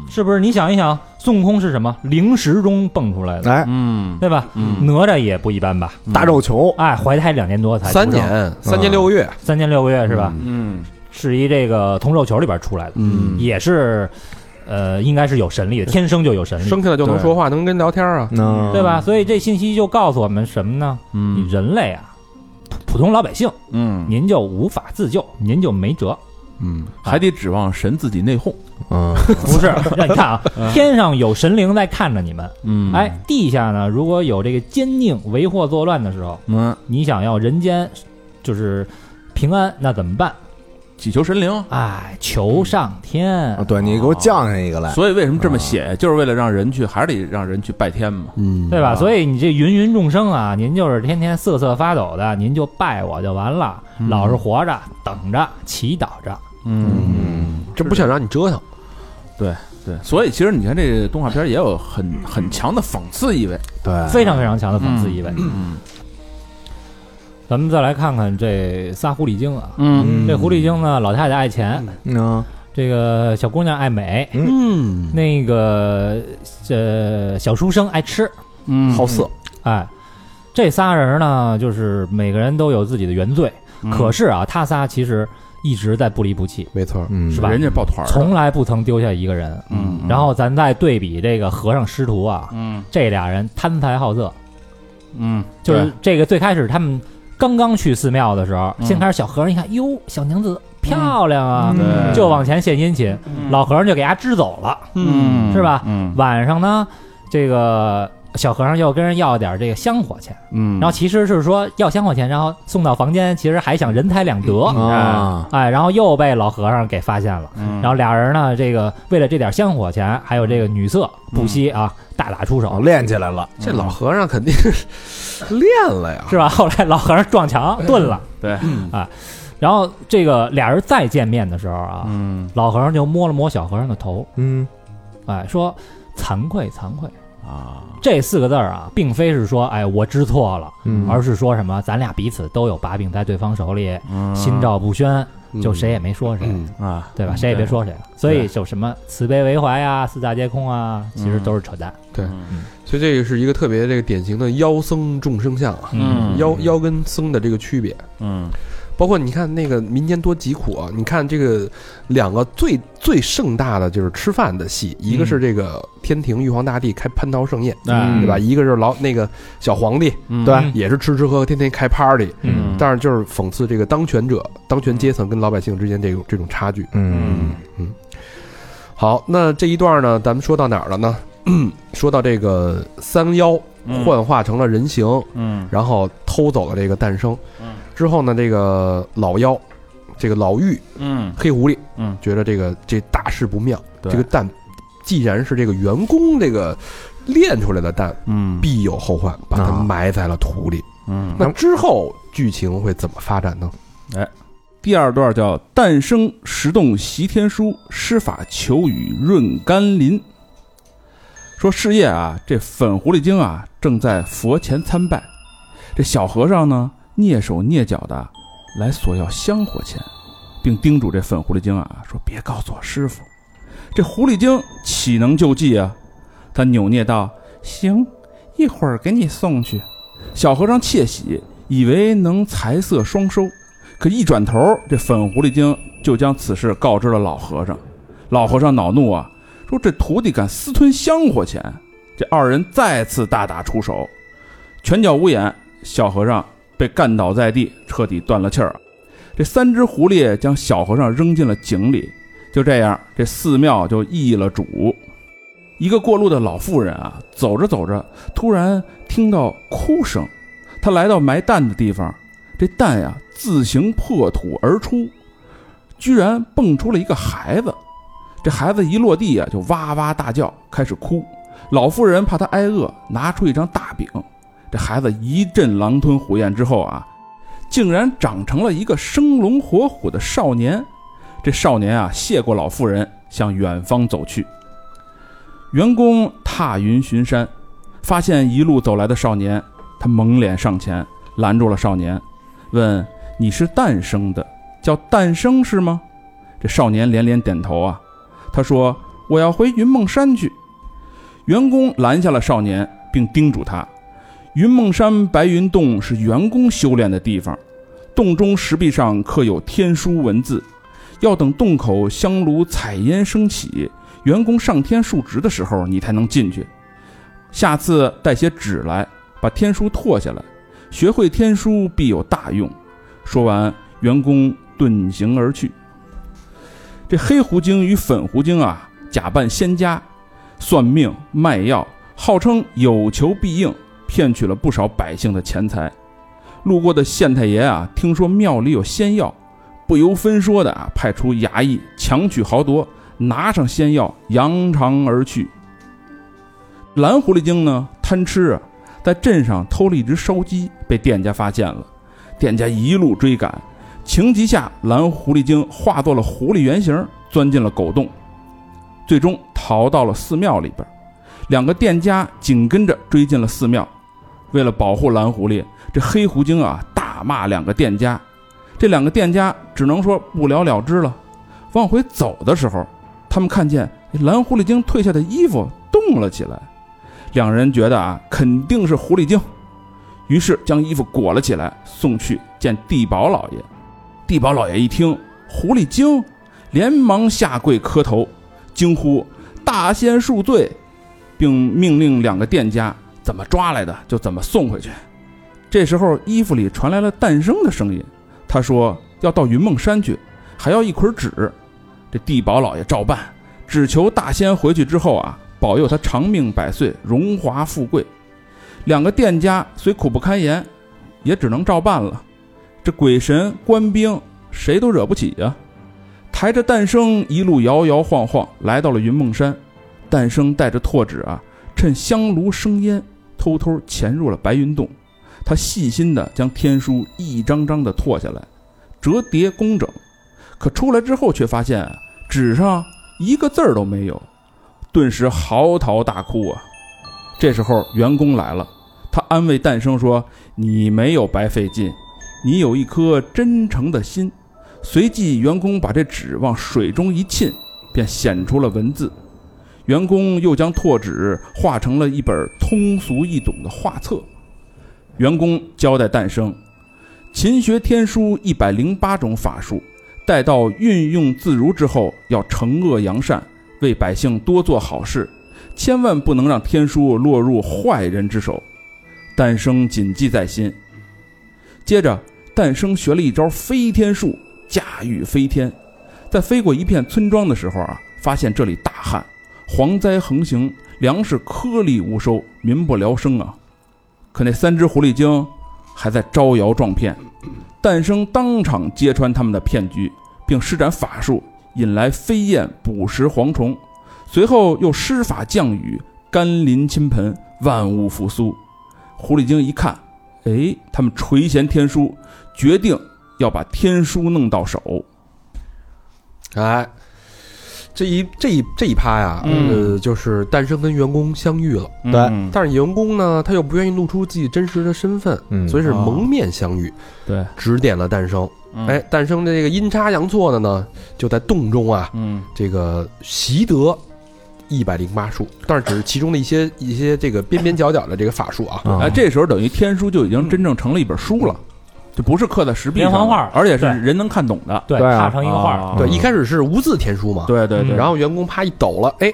S2: 是不是？你想一想，孙悟空是什么？灵石中蹦出来的，
S10: 哎，
S6: 嗯
S2: 对吧？
S6: 嗯
S2: 哪吒也不一般吧？
S10: 大肉球，
S2: 哎，怀胎两年多才出
S5: 三
S2: 生，
S5: 年三年六个月，
S2: 三年六个月是吧？
S6: 嗯
S2: 是一这个铜肉球里边出来的，
S5: 嗯，
S2: 也是，呃，应该是有神力的，天生就有神力，
S5: 生下来就能说话，能跟人聊天啊，
S10: 嗯
S2: 对吧？所以这信息就告诉我们什么呢？你
S6: 嗯
S2: 人类啊，普普通老百姓，
S6: 嗯，
S2: 您就无法自救，您就没
S6: [laughs]
S2: 辙。
S5: 嗯，
S6: 还得指望神自己内讧，
S10: 嗯，
S2: 不
S6: [laughs]
S2: 是，让你看啊，天上有神灵在看着你们，
S6: 嗯
S2: 哎，地下呢，如果有这个奸佞为祸作乱的时候，
S6: 嗯，
S2: 你想要人间就是平安，那怎么办？
S6: 祈求神灵。
S2: 哎，求上天
S6: 嗯哦
S10: 啊，对你给我降下一个来，
S6: 所以为什么这么写，就是为了让人去，还是得让人去拜天嘛。
S5: 嗯
S2: 对吧？所以你这芸芸众生啊，您就是天天瑟瑟发抖的，您就拜我就完了，老是活着，等着，祈祷着。
S6: 嗯，
S5: 这不想让你折腾，
S6: 对，所以其实你看这个动画片也有很很强的讽刺意味。
S10: 对，
S2: 非常非常强的讽刺意味。
S6: 嗯
S2: 咱们再来看看这仨狐狸精啊，
S6: 嗯
S2: 这狐狸精呢，老太太爱钱，
S10: 嗯
S2: 这个小姑娘爱美，
S5: 嗯，
S2: 那个呃小书生爱吃，
S6: 嗯
S5: 好色，
S2: 哎，嗯
S6: 嗯
S2: 这仨人呢，就是每个人都有自己的原罪，可是啊，他仨其实一直在不离不弃，
S5: 没错，
S2: 是吧？
S6: 嗯人家抱团儿的
S2: 从来不曾丢下一个人。
S6: 嗯嗯
S2: 然后咱再对比这个和尚师徒啊，
S6: 嗯
S2: 这俩人贪财好色，
S6: 嗯，
S2: 就是这个最开始他们刚刚去寺庙的时候，
S6: 嗯
S2: 先开始小和尚一看，哟，小娘子漂亮啊，
S6: 嗯对
S2: 就往前献殷勤，老和尚就给他支走了，
S6: 嗯
S2: 是吧？
S6: 嗯
S2: 晚上呢，这个小和尚又跟人要点这个香火钱，
S6: 嗯，
S2: 然后其实是说要香火钱，然后送到房间，其实还想人财两得
S10: 嗯
S1: 啊
S2: 哎，然后又被老和尚给发现了。
S6: 嗯
S2: 然后俩人呢，这个为了这点香火钱，还有这个女色不惜啊，大打出
S10: 哦
S6: 嗯
S2: 手，
S7: 练起来了，
S5: 这老和尚肯定是 [laughs] 练了呀，
S2: 是吧？后来老和尚撞墙遁了，嗯啊
S6: 对，
S2: 然后这个俩人再见面的时候啊，
S6: 嗯
S2: 老和尚就摸了摸小和尚的头，
S7: 嗯，
S2: 哎，说惭愧惭愧。
S6: 啊，
S2: 这四个字儿啊，并非是说哎我知错了，
S7: 嗯
S2: 而是说什么咱俩彼此都有把柄在对方手里，
S6: 嗯
S2: 心照不宣，就谁也没说谁，
S5: 啊嗯，
S6: 啊，
S2: 对吧？谁也别说谁了。所以就什么慈悲为怀呀、四大皆空啊，其
S5: 嗯
S2: 实都是扯淡。
S5: 所以这个是一个特别这个典型的妖僧众生相啊，
S6: 嗯
S5: 妖妖跟僧的这个区别，
S6: 嗯
S5: 包括你看那个民间多疾苦啊，你看这个两个最最盛大的就是吃饭的戏，一
S6: 嗯
S5: 个是这个天庭玉皇大帝开蟠桃盛宴，
S2: 嗯
S6: 哎
S5: 对吧？一个是老那个小皇帝，
S6: 嗯
S7: 对
S5: 也是吃吃喝喝，天天开 party，
S6: 嗯
S5: 但是就是讽刺这个当权者、当权阶层跟老百姓之间这种这种差距。
S6: 嗯
S5: 好，那这一段呢，咱们说到哪儿了呢？ [clears throat] 说到这个三妖
S6: 嗯
S5: 幻化成了人形，
S6: 嗯
S5: 然后偷走了这个诞生。
S6: 嗯
S5: 之后呢，这个老妖，这个老妪
S6: 嗯
S5: 黑狐狸，
S6: 嗯
S5: 觉得这个这大事不妙，
S6: 对
S5: 这个蛋既然是这个员工这个炼出来的蛋，
S6: 嗯
S5: 必有后患，把它
S7: 啊
S5: 埋在了土里。
S6: 嗯，
S5: 那之后剧情会怎么发展呢？
S6: 第二段叫“诞生石洞习天书，施法求雨润甘霖”。说事业啊，这粉狐狸精啊正在佛前参拜，这小和尚呢蹑手蹑脚的来索要香火钱，并叮嘱这粉狐狸精啊说：“别告诉我师傅。”这狐狸精岂能救济啊？他扭捏道：“行，一会儿给你送去。”小和尚窃喜，以为能财色双收。可一转头，这粉狐狸精就将此事告知了老和尚。老和尚恼怒啊，说这徒弟敢私吞香火钱。这二人再次大打出手，拳脚无眼，小和尚被干倒在地，彻底断了气儿。这三只狐狸将小和尚扔进了井里。就这样，这寺庙就易了主。一个过路的老妇人啊，走着走着，突然听到哭声，她来到埋蛋的地方，这蛋呀自行破土而出，居然蹦出了一个孩子。这孩子一落地啊，就哇哇大叫，开始哭。老妇人怕他挨饿，拿出一张大饼。这孩子一阵狼吞虎咽之后啊，竟然长成了一个生龙活虎的少年。这少年啊，谢过老妇人，向远方走去。员工踏云巡山，发现一路走来的少年，他蒙脸上前拦住了少年，问：“你是诞生的，叫诞生是吗？”这少年连连点头啊。他说：“我要回云梦山去。”员工拦下了少年，并叮嘱他：“云梦山白云洞是员工修炼的地方，洞中石壁上刻有天书文字，要等洞口香炉彩烟升起，员工上天述职的时候，你才能进去。下次带些纸来，把天书拓下来。”学会天书必有大用。说完，员工遁形而去。这黑狐精与粉狐精啊，假扮仙家，算命卖药，号称有求必应，骗取了不少百姓的钱财。路过的县太爷啊，听说庙里有仙药，不由分说的啊，派出衙役强取豪夺，拿上仙药，扬长而去。蓝狐狸精呢，贪吃啊，在镇上偷了一只烧鸡，被店家发现了。店家一路追赶，情急下，蓝狐狸精化作了狐狸原形，钻进了狗洞，最终逃到了寺庙里边。两个店家紧跟着追进了寺庙。为了保护蓝狐狸，这黑狐精啊大骂两个店家，这两个店家只能说不了了之了。往回走的时候，他们看见哎蓝狐狸精褪下的衣服动了起来。两人觉得啊，肯定是狐狸精，于是将衣服裹了起来，送去见地保老爷。地保老爷一听，狐狸精，连忙下跪磕头，惊呼：“大仙恕罪！”并命令两个店家怎么抓来的就怎么送回去。这时候，衣服里传来了诞生的声音，他说要到云梦山去，还要一捆纸。这地保老爷照办，只求大仙回去之后啊，保佑他长命百岁、荣华富贵。两个店家虽苦不堪言，也只能照办了。这鬼神官兵谁都惹不起呀、抬着诞生一路摇摇晃晃来到了云梦山，诞生带着拓纸啊，趁香炉生烟，偷偷潜入了白云洞。他细心地将天书一张张地拓下来，折叠工整。可出来之后，却发现啊纸上一个字儿都没有，顿时嚎啕大哭啊！这时候员工来了，他安慰诞生说：“你没有白费劲，你有一颗真诚的心。”随即，员工把这纸往水中一浸，便显出了文字。员工又将拓纸画成了一本通俗易懂的画册。员工交代诞生，勤学天书一百零八种法术，待到运用自如之后，要惩恶扬善，为百姓多做好事，千万不能让天书落入坏人之手。诞生谨记在心。接着，诞生学了一招飞天术，驾驭飞天。在飞过一片村庄的时候啊，发现这里大旱，蝗灾横行，粮食颗粒无收，民不聊生啊。可那三只狐狸精还在招摇撞骗，诞生当场揭穿他们的骗局，并施展法术引来飞燕捕食蝗虫，随后又施法降雨，甘霖倾盆，万物复苏。狐狸精一看，哎，他们垂涎天书，决定要把天书弄到手。
S5: 哎，这一这一这一趴呀，
S6: 嗯
S5: 呃，就是诞生跟员工相遇了，
S6: 对嗯
S5: 但是员工呢，他又不愿意露出自己真实的身份，
S6: 嗯
S5: 所以是
S6: 哦
S5: 蒙面相遇，
S6: 对，
S5: 指点了诞生。
S6: 嗯
S5: 哎，诞生的这个阴差阳错的呢，就在洞中啊，
S6: 嗯，
S5: 这个习得一百零八术，但是只是其中的一些一些这个边边角角的这个法术啊。
S6: 哎，这时候等于天书就已经真正成了一本书了，就不是刻在石壁上
S5: 连环画
S6: 了，而且是
S5: 对
S6: 人能看懂的。
S5: 对对啊踏成一个画
S6: 嗯
S5: 儿对一嗯开始是无字天书嘛，
S6: 对对对。
S5: 然后员工啪一抖了，哎，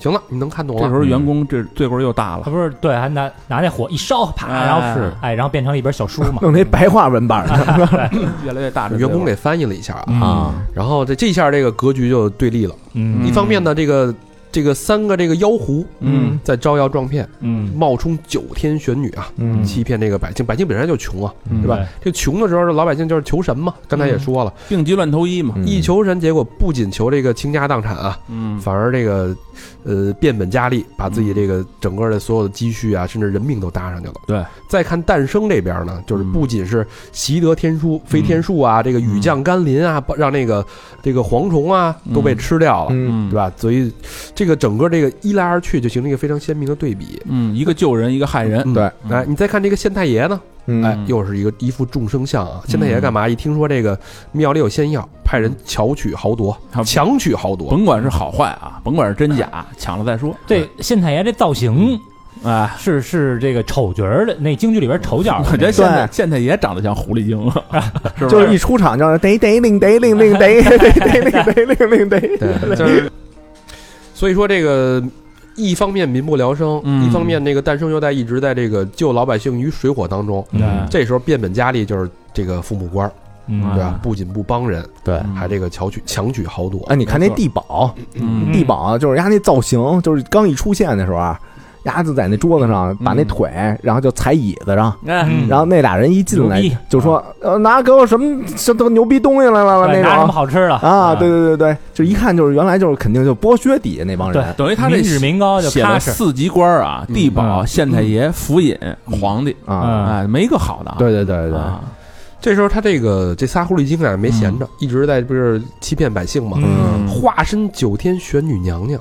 S5: 行了，你能看懂
S6: 这
S5: 了。
S6: 时候员工这罪过又大了
S2: 他，不是对，还拿拿那火一烧，啪，
S6: 哎
S2: 然后是哎，然后变成了一本小书嘛，
S5: 弄那白话文版
S2: 的
S6: 越来越大
S5: 员工给翻译了一下
S2: 嗯
S5: 啊，然后这这一下这个格局就对立了。
S2: 嗯
S5: 一方面呢，这个这个三个这个妖狐，
S6: 嗯，
S5: 在招摇撞骗，
S6: 嗯，
S5: 冒充九天玄女啊，
S6: 嗯
S5: 欺骗这个百姓，百姓本身就穷啊，
S6: 嗯
S5: 对吧
S6: 对？
S5: 这穷的时候，老百姓就是求神嘛，
S6: 嗯
S5: 刚才也说了，
S6: 病急乱投医
S10: 嗯
S6: 嘛，
S5: 一求神，结果不仅求这个倾家荡产啊，
S6: 嗯
S5: 反而这个呃变本加厉，把自己这个整个的所有的积蓄啊，甚至人命都搭上去了。
S6: 对，
S5: 再看诞生这边呢，就是不仅是习得天书、飞天术
S6: 嗯
S5: 啊，这个雨降甘霖啊，把让那个这个蝗虫啊都被吃掉了，
S6: 嗯
S5: 对吧？所以这个整个这个一来二去，就形成一个非常鲜明的对比。
S6: 嗯，一个救人，一个害
S7: 嗯
S6: 人，
S5: 对，哎，你再看这个县太爷呢，哎，又是一个一副众生相啊。县太爷干嘛？一听说这个庙里有仙药，派人巧取豪夺，强取豪夺，
S6: 甭管是好坏啊，甭管是真假，
S7: 嗯
S6: 抢了再说。
S2: 对，县太爷这造型
S6: 啊，
S2: 是是这个丑角儿的那京剧里边丑角儿的那个，
S6: 我觉得县太县太爷长得像狐狸
S7: [laughs]
S6: 精，是不
S7: 就是一出场就是得得令得令令得得得令得令令得，
S5: 对，就是所以说这个一方面民不聊生，一方面那个诞生又在一直在这个救老百姓于水火当中，
S6: 嗯
S5: 这时候变本加厉就是这个父母官儿。
S2: 嗯
S5: 对吧？不仅不帮人，
S7: 对，
S5: 还这个巧取强取豪夺。
S7: 哎，你看那地保，
S6: 嗯
S2: 嗯
S7: 地保啊就是人家那造型，就是刚一出现的时候啊，丫就在那桌子上把那腿，然后就踩椅子上，
S2: 嗯
S7: 哎然后那俩人一进来
S2: 牛逼
S7: 就说，呃，拿给我什么什么牛逼东西来了
S2: 对
S7: 那
S2: 拿什么
S7: 种。
S2: 好吃的嗯
S7: 啊，对对对对，就一看就是原来就是肯定就剥削底下那帮人，
S6: 等于他这写了四级官儿
S7: 嗯
S6: 啊，地保、县太爷、府尹、皇帝
S2: 嗯
S7: 啊
S6: [laughs] 哎，没一个好的啊。
S5: 对对对
S6: 对，
S5: 这时候他这个这仨狐狸精啊没闲着，一直在不是欺骗百姓嘛，
S6: 嗯
S5: 化身九天玄
S6: 嗯
S5: 女娘娘。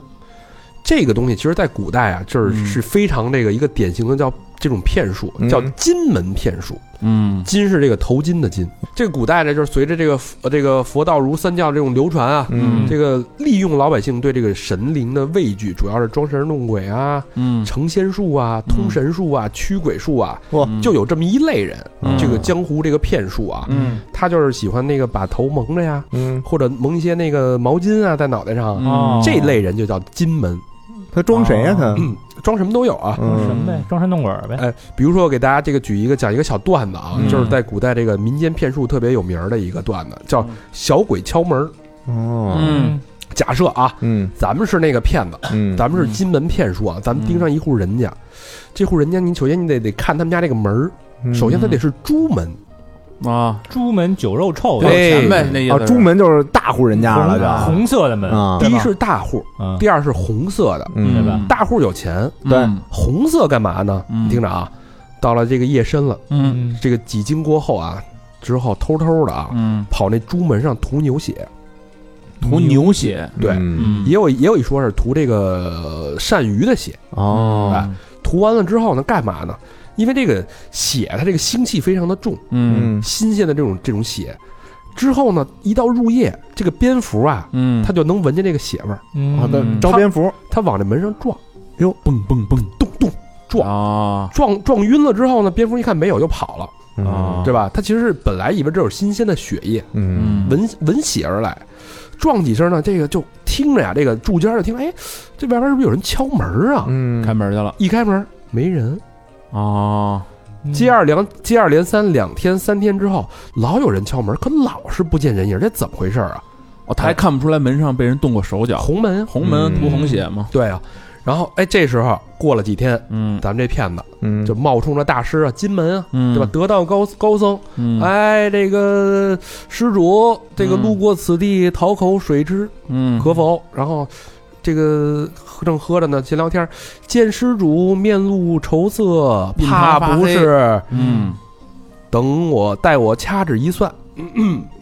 S5: 这个东西其实，在古代啊，就是是非常这个一个典型的叫这种骗术，叫
S7: 嗯
S5: 金门骗术。
S6: 嗯
S5: 金是这个头巾的金，这个古代呢，就是随着这个佛呃这个佛道儒三教这种流传啊，
S7: 嗯
S5: 这个利用老百姓对这个神灵的畏惧，主要是装神弄鬼啊、
S6: 嗯
S5: 成仙术啊、通神术啊、驱鬼术啊，
S7: 哇
S5: 就有这么一类人，
S6: 嗯
S5: 这个江湖这个骗术啊，
S6: 嗯
S5: 他就是喜欢那个把头蒙着呀，
S7: 嗯，
S5: 或者蒙一些那个毛巾啊在脑袋
S2: 嗯
S5: 上，
S6: 哦
S5: 这类人就叫金门，
S7: 他装谁呀他？
S5: 嗯装什么都有啊。
S2: 装什么
S7: 嗯
S2: 呗，装神弄鬼儿呗。
S5: 哎，比如说，我给大家这个举一个讲一个小段子啊，
S6: 嗯
S5: 就是在古代这个民间骗术特别有名儿的一个段子，叫“小鬼敲门儿
S7: 哦，
S6: 嗯，
S5: 假设啊，
S7: 嗯
S5: 咱们是那个骗子，
S7: 嗯，
S5: 咱们是金门骗术啊，咱们盯上一户人家，这户人家你首先你得得看他们家这个门儿，
S7: 嗯
S5: 首先它得是朱门，
S6: 啊，
S2: 朱门酒肉臭，
S6: 有
S5: 对
S6: 钱呗，那意
S7: 啊
S6: 思，是。
S7: 朱门就是大户人家了
S2: 红
S7: 就
S2: 红色的门，
S7: 啊，
S5: 第一是大户，
S2: 嗯，
S5: 第二是红色的，
S7: 嗯
S2: 对吧？
S5: 大户有钱，
S7: 对
S6: 嗯
S5: 红色干嘛呢？
S6: 嗯
S5: 你听着啊，到了这个夜深了，
S6: 嗯
S5: 这个几经过后啊，之后偷偷的啊，
S6: 嗯，
S5: 跑那朱门上涂牛血，
S6: 涂牛血，
S5: 对
S7: 嗯
S6: 嗯
S5: 也有也有一说是涂这个鳝鱼的血，啊
S7: 哦，
S5: 涂完了之后呢，干嘛呢？因为这个血它这个腥气非常的重，
S6: 嗯
S7: 嗯
S5: 新鲜的这种这种血，之后呢，一到入夜，这个蝙蝠啊，
S6: 嗯，
S5: 它就能闻见这个血味儿，
S2: 嗯
S7: 好的
S6: 嗯，
S7: 招蝙蝠，
S5: 它往这门上撞，
S7: 哟，
S5: 蹦蹦蹦，咚咚撞
S6: 啊
S5: 撞撞晕了之后呢，蝙蝠一看没有就跑了，
S6: 啊，
S5: 对吧？它其实是本来以为这有新鲜的血液，
S7: 嗯
S6: 嗯，
S5: 闻闻血而来，撞几声呢，这个就听着呀，这个住家就听，哎，这外边是不是有人敲门儿啊？
S7: 嗯，
S6: 开门去了
S5: 一开门没人，
S6: 啊，
S2: 嗯
S5: 接二连接二连三，两天三天之后，老有人敲门，可老是不见人影，这怎么回事儿啊？
S6: 哦，他还看不出来门上被人动过手脚，
S5: 红门，
S6: 红
S7: 嗯
S6: 门涂红血嘛，
S5: 对啊。然后哎，这时候过了几天，
S6: 嗯，
S5: 咱们这骗子
S7: 嗯
S5: 就冒充了大师啊，金门啊，
S6: 嗯
S5: 对吧？？得道高高僧，
S6: 嗯，
S5: 哎，这个施主，这个
S6: 嗯
S5: 路过此地，讨口水之，
S6: 嗯，
S5: 可否？然后这个正喝着呢，闲聊天儿，见施主面露愁色，
S6: 印
S5: 怕
S6: 堂发
S5: 不是？
S6: 嗯，
S5: 等我待我掐指一算，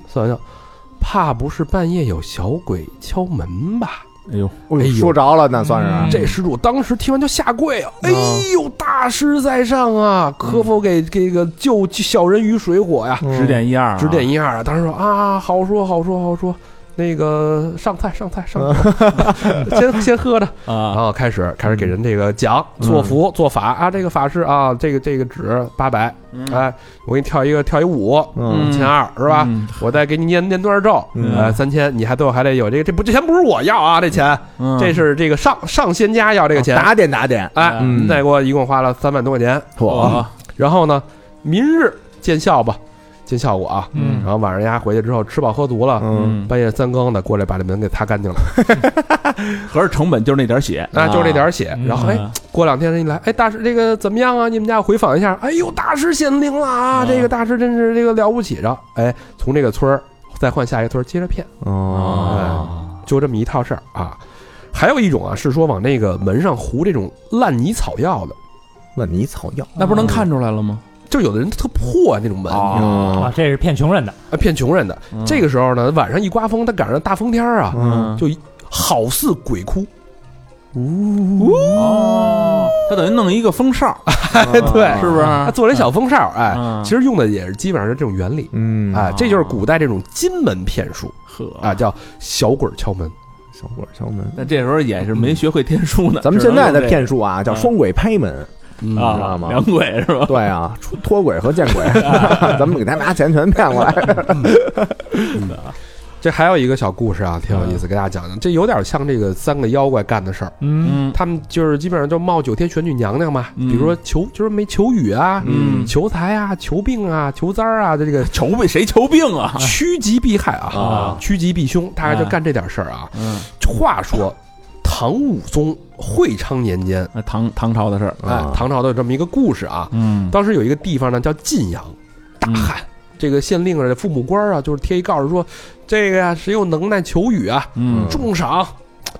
S5: 算算，怕不是半夜有小鬼敲门吧？
S6: 哎呦，
S5: 哎呦
S7: 说着了，那
S2: 嗯
S7: 算是啊
S5: 这施主当时听完就下跪啊！哎呦，大师在上啊，可否给这个救小人于水火呀？
S6: 指点一二，
S5: 指点，一二啊！当时说啊，好说好说好说，那个上菜上菜上菜，先先喝着。然
S6: 啊，
S5: 后开始开始给人这个讲
S6: 嗯
S5: 做符做法啊，这个法师啊，这个这个纸八百，哎，我给你跳一个跳一舞，
S7: 嗯
S5: 一千二是吧？
S6: 嗯
S5: 我再给你念念段咒，
S7: 嗯
S5: 哎，三千，你还最后还得有这个，这不这钱不是我要啊，这钱
S6: 嗯
S5: 这是这个上上仙家要这个钱，
S7: 嗯打点啊打点，
S5: 哎，
S7: 嗯
S5: 您再给我一共花了三万多块钱，
S6: 我，
S5: 然后呢，明日见效吧，见效果啊，
S2: 嗯
S5: 然后晚上丫回去之后吃饱喝足了，
S7: 嗯，
S5: 半夜三更的过来把这门给擦干净了，
S6: 合着成本就是那点血，
S5: 啊，就这点儿血，然后哎。
S2: 嗯
S5: 过两天人一来，哎，大师这个怎么样啊？你们家回访一下。哎呦，大师显灵了啊！
S6: 嗯
S5: 这个大师真是这个了不起。然后，哎，从这个村儿再换下一个村儿，接着骗，
S7: 哦，
S5: 就这么一套事儿啊。还有一种啊，是说往那个门上糊这种烂泥草药的，
S7: 那哎你草药
S6: 那不能看出来了吗？
S5: 就有的人特破那种门，
S7: 哦
S5: 啊，
S7: 嗯
S2: 啊，这是骗穷人的，
S5: 骗穷人的。这个时候呢，晚上一刮风，他赶上大风天儿啊，
S7: 嗯
S5: 就好似鬼哭，
S6: 哦，他等于弄一个风哨，
S5: 对
S6: 是不
S5: 他
S6: 是？
S5: 做了一小风哨，哎，
S6: 嗯
S5: 其实用的也是基本上是这种原理，
S7: 嗯
S6: 啊
S5: 哎，这就是古代这种金门骗术。
S6: 呵
S5: 啊，，叫小鬼儿敲门。
S7: 小鬼敲门。
S6: 那这时候也是没学会天书呢。
S7: 嗯咱们现在的骗术啊，叫双轨拍 [laughs] 门，
S6: 知
S7: 你知道
S6: 啊，
S7: 吗
S6: 两鬼是吧？
S7: 对啊，出脱轨和见 [laughs] 鬼，咱们给他拿钱全骗过来。
S5: 这还有一个小故事啊，挺有意思，给大家讲讲。这有点像这个三个妖怪干的事儿。
S2: 嗯，
S6: 嗯
S5: 他们就是基本上就冒九天玄女娘娘嘛，
S6: 嗯
S5: 比如说求就是没求雨啊，
S6: 嗯
S5: 求财啊，求病啊，求灾儿啊，
S6: [laughs]
S5: 这个
S6: 求病谁求病啊？
S5: 趋吉避害啊
S6: 啊，
S5: 趋吉避凶，大概就干这点事儿啊。
S6: 嗯，
S5: 话说，唐武宗会昌年间，
S6: 那唐唐朝的事儿，
S5: 哎，唐朝的有这么一个故事啊。
S6: 啊嗯
S5: 当时有一个地方呢叫晋阳，大旱。这个县令啊，父母官儿啊，就是贴一告示说，这个呀、谁有能耐求雨啊，
S6: 嗯
S5: 重赏，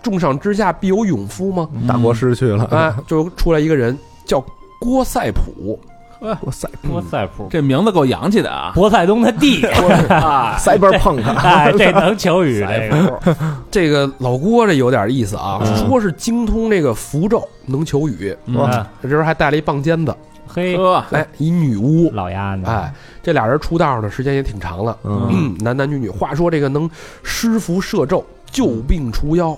S5: 重赏之下必有勇夫吗？
S7: 嗯大国师去
S6: 嗯
S7: 了，
S5: 啊，就出来一个人叫郭赛普，
S7: 哇塞
S2: 波塞普，
S6: 这名字够洋气的啊！
S2: 博塞冬的弟，
S6: 啊，
S7: [laughs] ，Cyberpunk，
S2: 哎，这
S7: [laughs]
S2: 能求雨，这个
S5: 这个老郭这有点意思啊，
S6: 嗯
S5: 说是精通这个符咒，能求雨，
S6: 嗯啊
S2: 嗯
S5: 这时候还带了一棒尖子，
S2: 嘿，
S5: 哎，一女巫，
S2: 老鸭
S6: 嗯
S2: 呢？
S5: 哎，这俩人出道的时间也挺长了，
S2: 嗯
S5: 男男女女。话说这个能施符摄咒、救病除妖，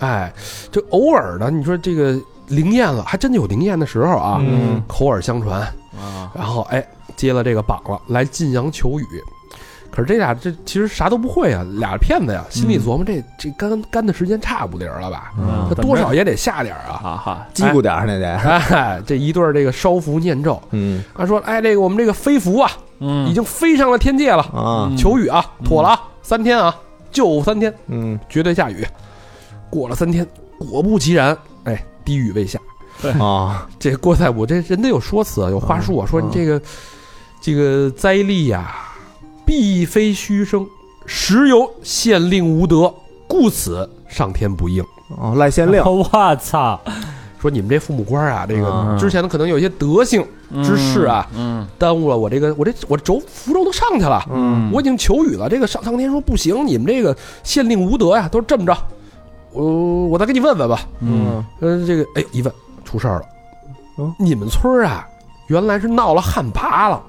S5: 哎，这偶尔呢，你说这个灵验了，还真的有灵验的时候啊，
S2: 嗯
S5: 口耳相传，
S6: 啊，
S5: 然后哎接了这个榜了，来晋阳求雨。可是这俩这其实啥都不会啊，俩骗子呀，心里琢磨这这干干的时间差不离儿了吧，
S2: 嗯
S6: 啊
S5: 他多少也得下点儿啊。
S6: 哈哈，
S7: 叽咕点儿那得，
S5: 哎，这一对儿这个烧符念咒，
S7: 嗯
S5: 他说：“哎，这个我们这个飞符啊，
S6: 嗯
S5: 已经飞上了天界了，
S7: 啊，
S5: 求雨啊，妥了啊，三天啊，就三天，
S7: 嗯
S5: 绝对下雨。过了三天，果不其然，哎，滴雨未下。
S7: 啊，
S5: 这郭太武这人得有说辞啊，有话术啊，说你这个这个灾厉呀、必非虚生，实由县令无德，故此上天不应。
S7: 哦，赖县
S2: [laughs]
S7: 令，
S2: 我操！
S5: 说你们这父母官啊，这个
S7: 啊
S5: 之前可能有一些德性之事啊，
S6: 嗯
S5: 耽误了我这个我这我这轴符咒都上去了，
S7: 嗯
S5: 我已经求雨了。这个上苍天说不行，你们这个县令无德呀，都是这么着。我、我再给你问问吧。
S6: 嗯
S5: 呃，这个哎，一问出事儿了。
S7: 嗯
S5: 你们村儿啊，原来是闹了旱魃了。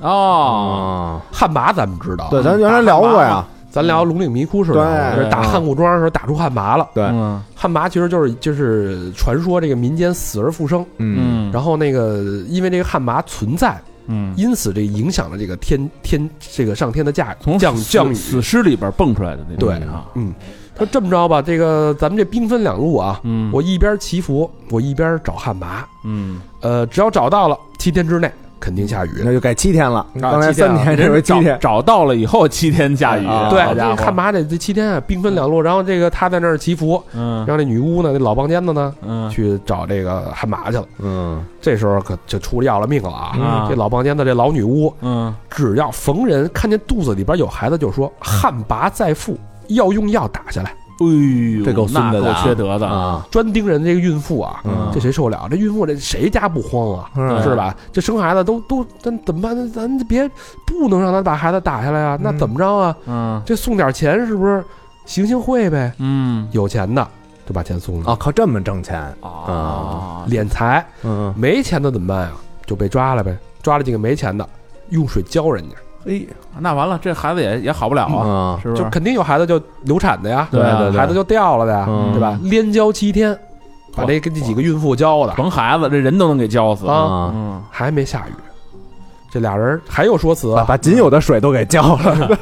S6: 哦，
S7: 啊，
S5: 旱魃咱们知道，
S7: 对，咱原来聊过呀，
S5: 咱聊龙岭迷窟时候，
S7: 对
S5: 就是打汉古庄的时候打出旱魃了。
S7: 对，
S6: 嗯
S5: 旱魃其实就是就是传说这个民间死而复生，
S7: 嗯
S5: 然后那个因为这个旱魃存在，
S6: 嗯，
S5: 因此这影响了这个天天这个上天的驾
S6: 从
S5: 降
S6: 死
S5: 降雨。
S6: 死尸里边蹦出来的那种
S5: 对
S6: 啊，
S5: 嗯，他说这么着吧，这个咱们这兵分两路啊，
S6: 嗯
S5: 我一边祈福，我一边找旱魃。
S6: 嗯，
S5: 呃，只要找到了，七天之内肯定下雨。
S7: 那就改七天了，刚才
S6: 七天
S7: 三
S6: 啊
S7: 天，这回
S6: 人
S7: 七
S6: 找
S7: 天，
S6: 找到了以后七天下雨，
S7: 啊
S5: 对
S6: 好，
S5: 这
S6: 家
S5: 个
S6: 伙
S5: 旱魃得这七天啊，兵分两路，然后这个他在那儿祈福，
S6: 嗯
S5: 让这女巫呢，那老棒尖子呢，
S6: 嗯
S5: 去找这个旱魃去了。
S7: 嗯
S5: 这时候可就出要了命了啊！
S6: 嗯
S5: 这老棒尖子这老女巫，
S6: 嗯
S5: 只要逢人看见肚子里边有孩子，就说旱魃在腹，要用药打下来，
S6: 哎呦，
S7: 这够孙
S6: 那
S7: 子的
S6: 够
S7: 啊
S6: 缺德的！
S7: 啊，
S5: 专盯人这个孕妇啊，
S7: 嗯
S5: 这谁受得了？这孕妇这谁家不慌啊？
S7: 嗯
S5: 是吧？这生孩子都都，咱怎么办？咱别不能让他把孩子打下来啊！那怎么着啊？
S6: 嗯
S5: 这送点钱是不是行行贿呗？
S6: 嗯
S5: 有钱的就把钱送了，
S7: 啊，靠这么挣钱，
S1: 嗯
S6: 啊，
S5: 敛财；
S7: 嗯，
S5: 没钱的怎么办呀？就被抓了呗，抓了几个没钱的，用水浇人家，
S6: 哎，那完了，这孩子也也好不了啊，
S7: 啊，
S6: 是不是？
S5: 就肯定有孩子就流产的呀，
S6: 对啊对对
S5: 孩子就掉了的呀，
S7: 嗯
S5: 对吧？连浇七天，把这跟这几个孕妇浇的，
S6: 甭孩子，这人都能给浇死！
S5: 啊，
S7: 啊，
S6: 嗯，
S5: 还没下雨，这俩人还有说辞
S7: 把
S5: 啊，
S7: 把仅有的水都给浇了，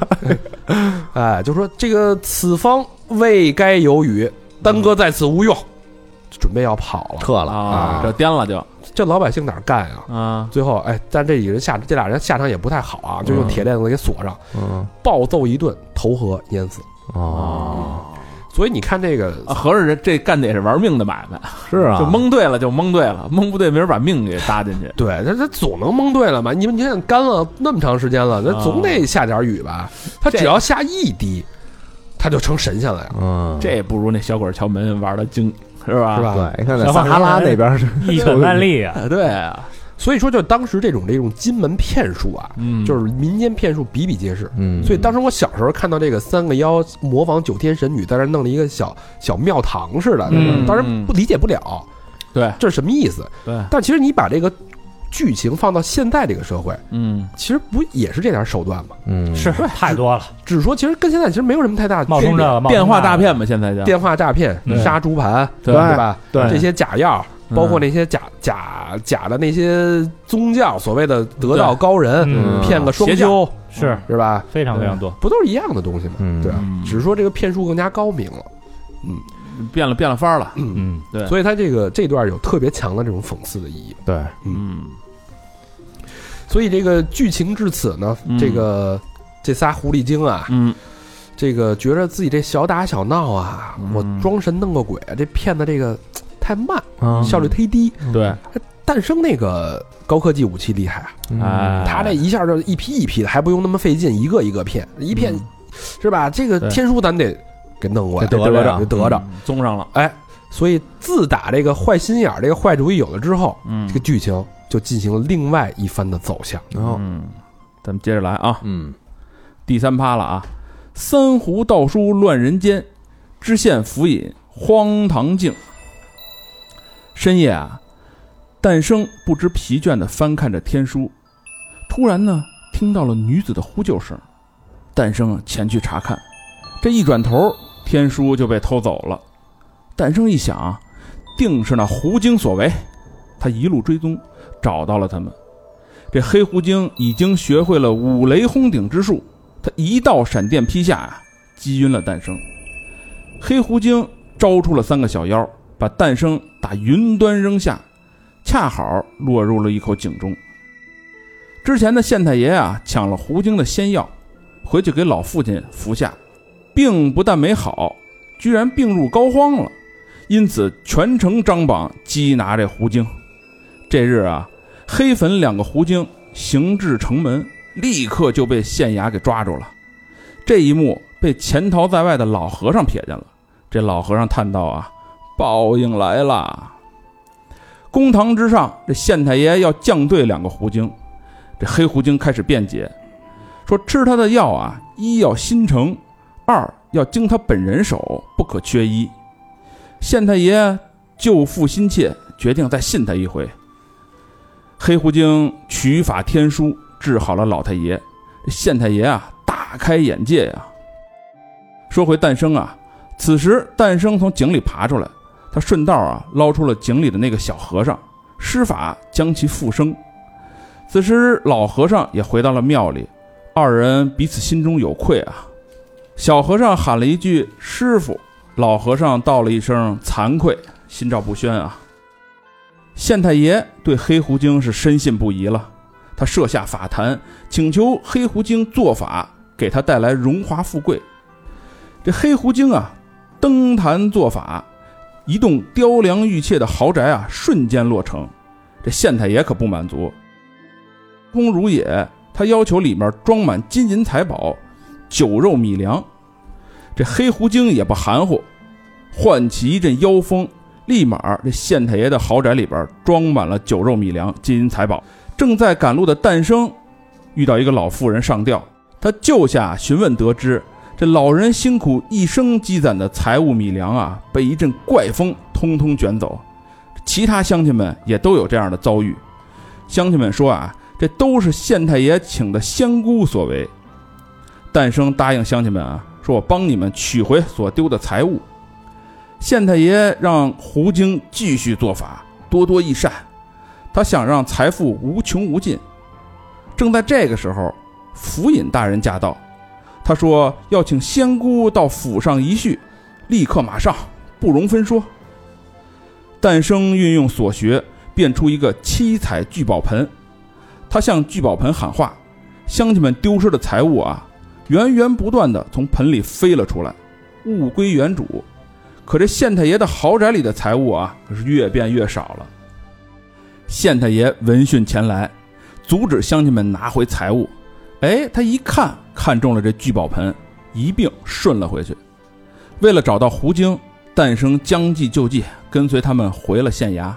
S5: 哎，就说这个此方未该有雨，耽搁在此无用，准备要跑了。
S7: 撤了
S6: 啊，这颠了就
S5: 这老百姓哪儿干呀？
S6: 啊，
S5: 最后，哎，但这几个人下这俩人下场也不太好啊，
S6: 嗯
S5: 就用铁链子给锁上，
S7: 嗯
S5: 暴揍一顿，投河淹死。
S7: 哦，
S5: 所以你看这个，
S6: 啊合着这这干的也是玩命的买卖，
S7: 是啊，
S6: 就蒙对了就蒙对了，蒙不对，明儿把命给搭进去。
S5: 对他他总能蒙对了嘛？你们你看干了那么长时间了，那总得下点雨吧？他只要下一滴，他就成神仙了呀，
S7: 嗯，
S6: 这也不如那小鬼敲门玩的精，是吧？
S5: 是？吧？
S7: 对，你看在撒哈拉那边是
S2: 一本万利
S5: [laughs]
S2: 啊！
S6: 对啊，
S5: 所以说，就当时这种这种金门骗术啊，
S6: 嗯，
S5: 就是民间骗术比比皆是。
S7: 嗯，
S5: 所以当时我小时候看到这个三个妖模仿九天神女，在那儿弄了一个小小庙堂似的，
S6: 嗯
S5: 当然不理解不了
S6: 对
S5: 这是什么意思。
S6: 对，
S5: 但其实你把这个剧情放到现在这个社会，
S6: 嗯，
S5: 其实不也是这点手段吗？
S7: 嗯
S2: 是太多了，
S5: 只是说其实跟现在其实没有什么太大的
S2: 冒
S5: 区
S2: 充
S5: 别
S2: 这冒充
S6: 电话
S2: 那
S6: 诈骗嘛，现在叫
S5: 电话诈骗
S2: 对、
S5: 杀猪盘，
S6: 对
S5: 吧？
S7: 对
S5: 这些假药，
S6: 嗯
S5: 包括那些假假假的那些宗教所谓的得道高人，
S2: 嗯，
S5: 骗个双
S6: 邪教
S5: 修
S2: 是
S5: 是吧？
S2: 非常非常多。
S5: 不都是一样的东西吗？
S7: 嗯
S5: 对吧
S6: 嗯？
S5: 只是说这个骗术更加高明了。
S6: 变了变了法儿了。
S2: 嗯，
S6: 对
S5: 所以他这个这段有特别强的这种讽刺的意义。
S7: 对，
S6: 嗯
S5: 所以这个剧情至此呢，
S6: 嗯
S5: 这个这仨狐狸精啊，
S6: 嗯
S5: 这个觉着自己这小打小闹啊，
S6: 嗯
S5: 我装神弄个鬼，啊这骗的这个嘖太慢，
S7: 啊
S5: 效率忒低。
S6: 对，
S5: 诞生那个高科技武器厉害啊，
S7: 嗯
S6: 哎，
S5: 他这一下就一批一批的，还不用那么费劲，一个一个骗，一骗是吧？这个
S6: 对
S5: 天书咱得给弄过来，
S7: 得
S5: 得
S7: 着
S5: 着，得着。
S6: 嗯综上了。
S5: 哎，所以自打这个坏心眼儿、这个坏主意有了之后，
S6: 嗯
S5: 这个剧情就进行了另外一番的走向。
S7: 然后
S6: 嗯，咱们接着来啊，
S7: 哦嗯
S6: 第三趴了啊，三胡道书乱人间，知县府尹荒唐境。深夜啊，诞生不知疲倦地翻看着天书，突然呢，听到了女子的呼救声。诞生啊前去查看，这一转头，天书就被偷走了。诞生一想啊，定是那狐精所为，他一路追踪，找到了他们。这黑狐精已经学会了五雷轰顶之术，他一道闪电劈下啊，击晕了诞生。黑狐精招出了三个小妖，把诞生打云端扔下，恰好落入了一口井中。之前的县太爷啊，抢了狐精的仙药，回去给老父亲服下，病不但没好，居然病入膏肓了，因此全城张榜缉拿这狐精。这日啊，黑粉两个狐精行至城门，立刻就被县衙给抓住了。这一幕被潜逃在外的老和尚瞥见了。这老和尚叹道：“啊，报应来了！”公堂之上，这县太爷要降对两个狐精，这黑狐精开始辩解，说吃他的药啊，一要心诚，二要经他本人手，不可缺一。县太爷救父心切，决定再信他一回。黑狐精取法天书，治好了老太爷。这县太爷啊，大开眼界呀、说回诞生啊，此时诞生从井里爬出来，他顺道啊捞出了井里的那个小和尚，施法将其复生。此时老和尚也回到了庙里，二人彼此心中有愧啊。小和尚喊了一句“师傅”，老和尚道了一声“惭愧”，心照不宣啊。县太爷对黑狐精是深信不疑了，啊他设下法坛，请求黑狐精做法，给他带来荣华富贵。这黑狐精啊，登坛做法，一栋雕梁玉砌的豪宅啊，瞬间落成。这县太爷可不满足，空如也，他要求里面装满金银财宝、酒肉米粮。这黑狐精也不含糊，唤起一阵妖风，立马这县太爷的豪宅里边装满了酒肉米粮、金银财宝。正在赶路的诞生，遇到一个老妇人上吊，他救下询问得知，这老人辛苦一生积攒的财物米粮啊，被一阵怪风通通卷走。其他乡亲们也都有这样的遭遇。乡亲们说啊，这都是县太爷请的仙姑所为。诞生答应乡亲们啊，说我帮你们取回所丢的财物。县太爷让狐精继续做法，多多益善。他想让财富无穷无尽。正在这个时候，府尹大人驾到，他说要请仙姑到府上一叙，立刻马上，不容分说。诞生运用所学，变出一个七彩聚宝盆，他向聚宝盆喊话，乡亲们丢失的财物啊，源源不断的从盆里飞了出来，物归原主。可这县太爷的豪宅里的财物啊，可是越变越少了。县太爷闻讯前来，阻止乡亲们拿回财物。哎，他一看看中了这聚宝盆，一并顺了回去。为了找到狐精，诞生将计就计，跟随他们回了县衙。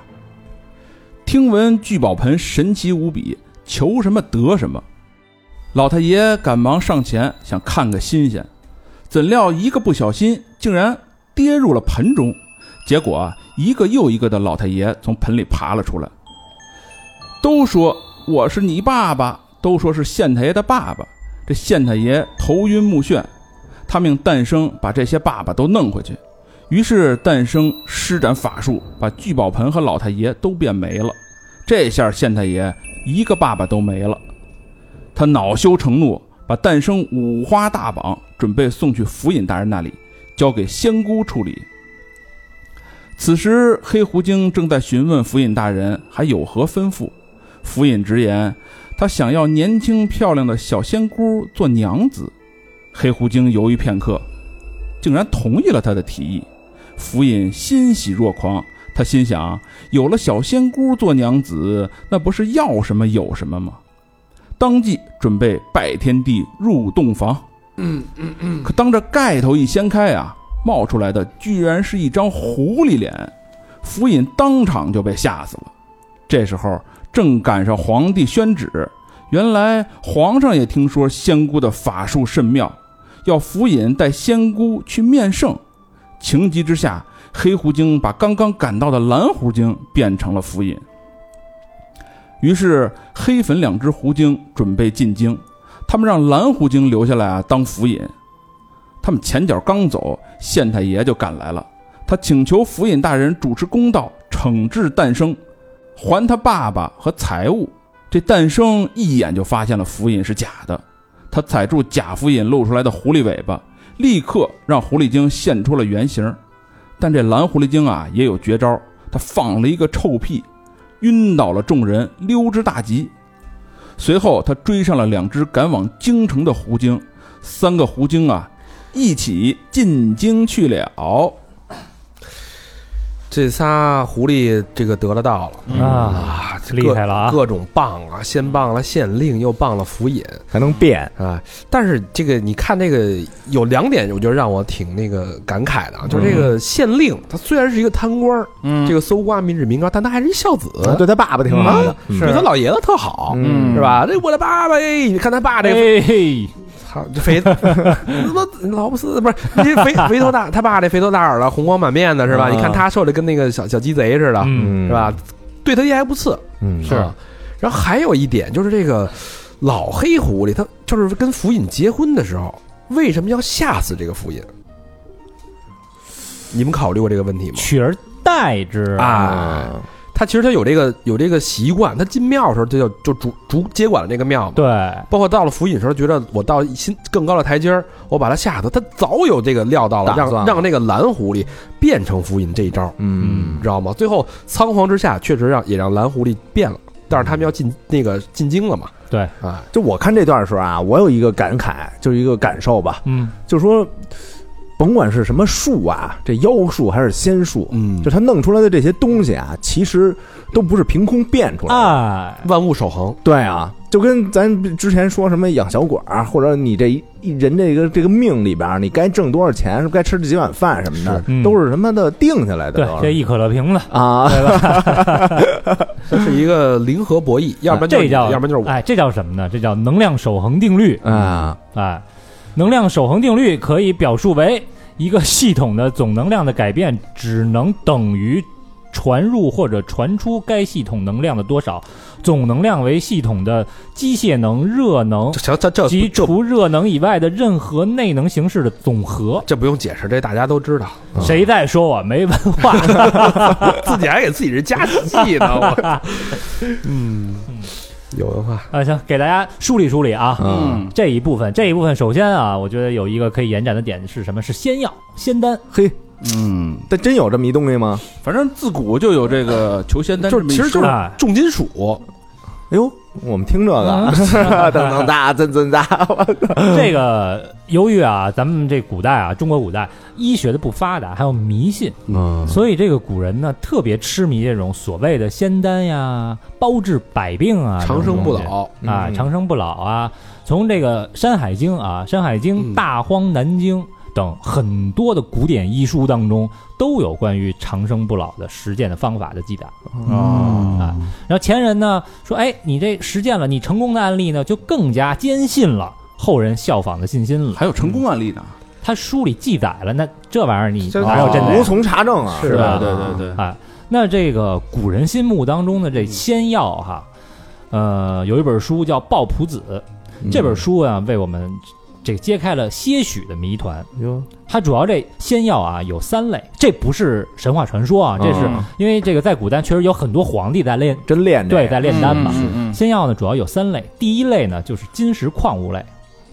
S6: 听闻聚宝盆神奇无比，求什么得什么，老太爷赶忙上前想看个新鲜，怎料一个不小心，竟然跌入了盆中。结果啊，一个又一个的老太爷从盆里爬了出来，都说我是你爸爸，都说是县太爷的爸爸。这县太爷头晕目眩，他命诞生把这些爸爸都弄回去。于是诞生施展法术，把聚宝盆和老太爷都变没了。这下县太爷一个爸爸都没了，他恼羞成怒，把诞生五花大绑，准备送去府尹大人那里，交给仙姑处理。此时，黑狐精正在询问府尹大人还有何吩咐。府尹直言，他想要年轻漂亮的小仙姑做娘子。黑狐精犹豫片刻，竟然同意了他的提议。府尹欣喜若狂，他心想：有了小仙姑做娘子，那不是要什么有什么吗？当即准备拜天地入洞房。
S5: 嗯嗯嗯，
S6: 可当这盖头一掀开啊，冒出来的居然是一张狐狸脸，府尹当场就被吓死了。这时候正赶上皇帝宣旨，原来皇上也听说仙姑的法术甚妙，要府尹带仙姑去面圣。情急之下，黑狐精把刚刚赶到的蓝狐精变成了府尹。于是黑粉两只狐精准备进京，他们让蓝狐精留下来啊当府尹。他们前脚刚走，县太爷就赶来了，他请求府尹大人主持公道，惩治诞生，还他爸爸和财物。这诞生一眼就发现了府尹是假的，他踩住假府尹露出来的狐狸尾巴，立刻让狐狸精现出了原形。但这蓝狐狸精啊也有绝招，她放了一个臭屁，晕倒了众人，溜之大吉。随后，他追上了两只赶往京城的狐精，三个狐精啊一起进京去了。
S5: 这仨狐狸这个得了道了
S2: 啊
S5: 这
S2: 厉
S5: 各
S2: 害了啊
S5: 各种棒啊，先棒了县令，又棒了府尹
S7: 还能变，
S5: 啊。但是这个你看，这个有两点，我觉得让我挺那个感慨的啊，就是这个县令他虽然是一个贪官儿，
S6: 嗯
S5: 这个搜刮民脂民膏，但他还是一孝子，
S7: 啊对他爸爸挺好的，
S5: 比他老爷子特好，
S7: 嗯
S5: 是吧？这我的爸爸，哎，你看他爸这个
S2: 嘿嘿，
S5: 操，这肥，他妈老不死不是这肥肥头大，他爸这肥头大耳的，红光满面的是吧？
S6: 啊
S5: 你看他瘦的跟那个小小鸡贼似的，
S2: 嗯，
S7: 嗯
S5: 是？吧？对他一还不次，
S7: 嗯，
S5: 是。啊然后还有一点就是这个老黑狐狸，他就是跟府尹结婚的时候，为什么要吓死这个府尹？你们考虑过这个问题吗？
S2: 取而代之
S5: 啊，他其实他有这个有这个习惯，他进庙的时候他就就主主接管了这个庙嘛。
S2: 对，
S5: 包括到了府尹的时候，觉得我到新更高的台阶儿，我把他吓死，他早有这个料到了，
S7: 打
S5: 让
S7: 算了
S5: 让那个蓝狐狸变成府尹这一招，
S7: 嗯
S5: 你知道吗？最后仓皇之下，确实让也让蓝狐狸变了，但是他们要进那个进京了嘛，
S2: 对
S5: 啊，
S7: 就我看这段的时候啊，我有一个感慨，就是一个感受吧，
S2: 嗯，
S7: 就是说，甭管是什么术啊，这妖术还是仙术，
S5: 嗯
S7: 就他弄出来的这些东西啊，其实都不是凭空变出来的。
S2: 哎，
S5: 万物守恒，
S7: 对啊，就跟咱之前说什么养小鬼儿，或者你这一一人这个这个命里边儿，你该挣多少钱，该吃这几碗饭什么的，
S2: 嗯
S7: 都是什么的定下来的
S2: 对
S7: 都，
S2: 这
S7: 是。
S2: 一可乐瓶子， [laughs]
S7: 啊，
S5: 这是一个零和博弈，要不然就
S2: 嗯
S5: 是
S2: 这
S5: 你
S2: 叫
S5: 要不然就是我，嗯
S2: 哎，这叫什么呢？这叫能量守恒定律
S7: 啊，
S2: 哎，能量守恒定律可以表述为一个系统的总能量的改变只能等于传入或者传出该系统能量的多少，总能量为系统的机械能、热能
S5: 这这这
S2: 及
S5: 这
S2: 除热能以外的任何内能形式的总和。
S5: 这不用解释，这大家都
S2: [laughs]
S5: 知道，
S2: 谁在说我没文化？
S5: [laughs] 自己还给自己人加戏呢，
S2: [laughs]
S5: 我，嗯，有文化，
S2: 啊，行，给大家梳理梳理啊。
S6: 嗯，
S2: 这一部分，这一部分，首先啊，我觉得有一个可以延展的点是什么？是仙药、仙丹。
S7: 嘿，
S6: 嗯，
S7: 但真有这么一东西吗？
S6: 反正自古就有这个求仙丹
S5: 就
S6: 这
S5: 是
S6: 么
S5: 其
S6: 一
S5: 实
S6: 说，
S5: 就是
S2: 哎
S5: 重金属，
S7: 哎呦，我们听这个，
S2: 啊
S7: [laughs] 噔噔哒，真真哒，
S5: [laughs]
S2: 这个由于啊，咱们这古代啊，中国古代医学的不发达，还有迷信，
S7: 嗯
S2: 所以这个古人呢特别痴迷这种所谓的仙丹呀、包治百病啊、
S5: 长生不
S2: 这种
S5: 老，
S2: 东西啊、
S7: 嗯
S2: 长生不老啊。从这个《山海经》啊，《山海经》
S5: 嗯
S2: 《大荒南经》等很多的古典医书当中，都有关于长生不老的实践的方法的记载。
S7: 哦
S6: 啊
S2: 啊，然后前人呢说，哎，你这实践了，你成功的案例呢，就更加坚信了后人效仿的信心了。
S6: 还有成功案例呢。
S2: 他书里记载了，那 [laughs] 这玩意儿你
S5: 这
S2: 哪有真的
S7: 哎无
S2: 呀？
S7: 从查证啊，
S5: 是
S7: 吧？
S2: 吧
S6: 对对对对，
S2: 啊，那这个古人心目当中的这仙药哈，呃，有一本书叫《抱朴子》，这本书啊，为我们这个揭开了些许的谜团。
S7: 哟，
S2: 它主要这仙药啊有三类，这不是神话传说啊，这是
S6: 嗯
S2: 因为这个在古代确实有很多皇帝在炼，
S7: 真练这
S2: 对，在炼丹嘛。
S6: 嗯
S2: 仙药呢，主要有三类，第一类呢就是金石矿物类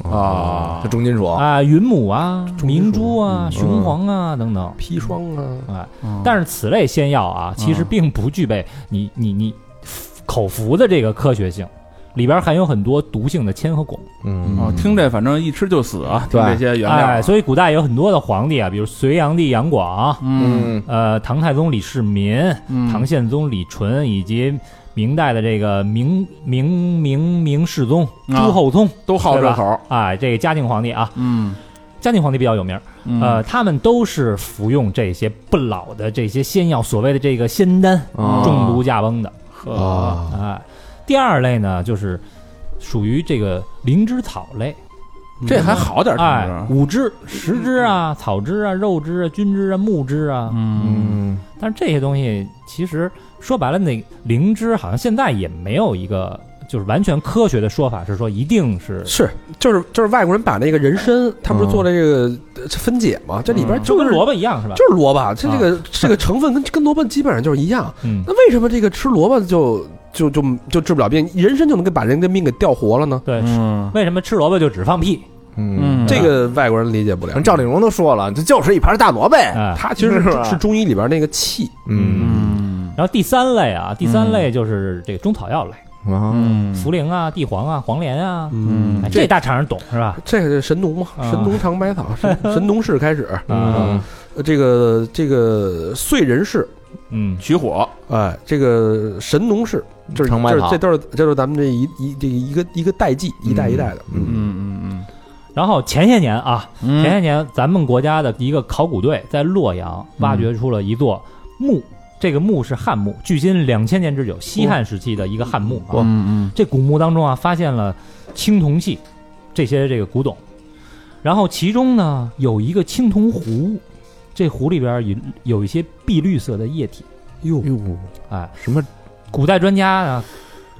S6: 嗯啊
S7: 这，重金属，
S2: 啊，云母啊、
S5: 中金属
S2: 明珠啊、雄黄啊等等。
S5: 砒霜啊，
S2: 哎，但是此类仙药啊，其
S6: 嗯
S2: 实并不具备你你你口服的这个科学性，里边含有很多毒性的铅和汞。
S7: 嗯
S6: 哦，听这反正一吃就死啊，听
S7: 对
S6: 这些原料啊
S2: 哎，，所以古代有很多的皇帝啊，比如隋炀帝杨广，
S6: 嗯
S7: 嗯
S2: 呃，唐太宗李世民，
S6: 嗯
S2: 唐宪宗李纯，以及明代的这个明明明明世宗、朱
S6: 啊
S2: 厚宗，
S6: 都好这口，
S2: 哎，这个嘉靖皇帝啊，
S6: 嗯，
S2: 嘉靖皇帝比较有名儿，
S6: 嗯
S2: 呃，他们都是服用这些不老的这些仙药，所谓的这个仙丹，
S7: 哦
S2: 中毒驾崩的
S5: 哦
S6: 啊，
S2: 啊、第二类呢，就是属于这个灵芝草类，
S6: 这还好点儿，
S2: 哎
S6: 听，着
S2: 五芝、食芝啊、草芝啊、肉芝啊、菌芝啊、木芝啊，
S6: 嗯
S7: 嗯
S2: 但是这些东西其实说白了，那灵芝好像现在也没有一个就是完全科学的说法，是说一定是嗯
S5: 是，就是就是外国人把那个人参，他不是做了这个呃分解吗？这里边
S2: 就
S5: 就是
S2: 跟萝卜一样是吧？
S5: 就是萝卜，它这个
S2: 啊
S5: 这个成分跟跟萝卜基本上就是一样。
S2: 嗯
S5: 那，为什么这个吃萝卜就就就就治不了病，人参就能给把人的命给调活了呢？
S2: 对，
S6: 嗯
S2: 为什么吃萝卜就只放屁？
S7: 嗯，
S5: 这个外国人理解不了。
S7: 赵丽蓉都说了，这就是一盘大萝卜。
S2: 哎，
S5: 它其实
S7: 是吧
S5: 是是中医里边那个气，
S7: 嗯
S6: 嗯
S2: 然后第三类啊，第三类就是这个中草药类，
S7: 啊，
S6: 嗯
S2: 茯苓啊、地黄啊、黄连啊，
S5: 嗯
S2: 哎
S5: 这
S2: 这大厂人懂是吧？
S5: 这个是神农嘛，
S2: 啊
S5: 神农尝百草，神神农氏开始，
S6: 嗯
S2: 啊，
S5: 呃这个这个燧人氏，
S2: 嗯，
S6: 取火，
S5: 哎，这个神农氏，就是
S7: 尝百
S5: 这
S7: 草
S5: 这都是这都是咱们这一一这一个一个代际，一代一代的，嗯，
S6: 嗯嗯
S2: 然后前些年啊，
S6: 嗯
S2: 前些年咱们国家的一个考古队在洛阳挖掘出了一座墓，这个墓是汉墓，距今两千年之久，西汉时期的一个汉墓啊。
S6: 嗯
S2: 这古墓当中啊，发现了青铜器这些这个古董，然后其中呢有一个青铜壶，这壶里边有有一些碧绿色的液体。
S5: 哟，
S7: 哟，
S2: 哎，
S7: 什么
S2: 古代专家呢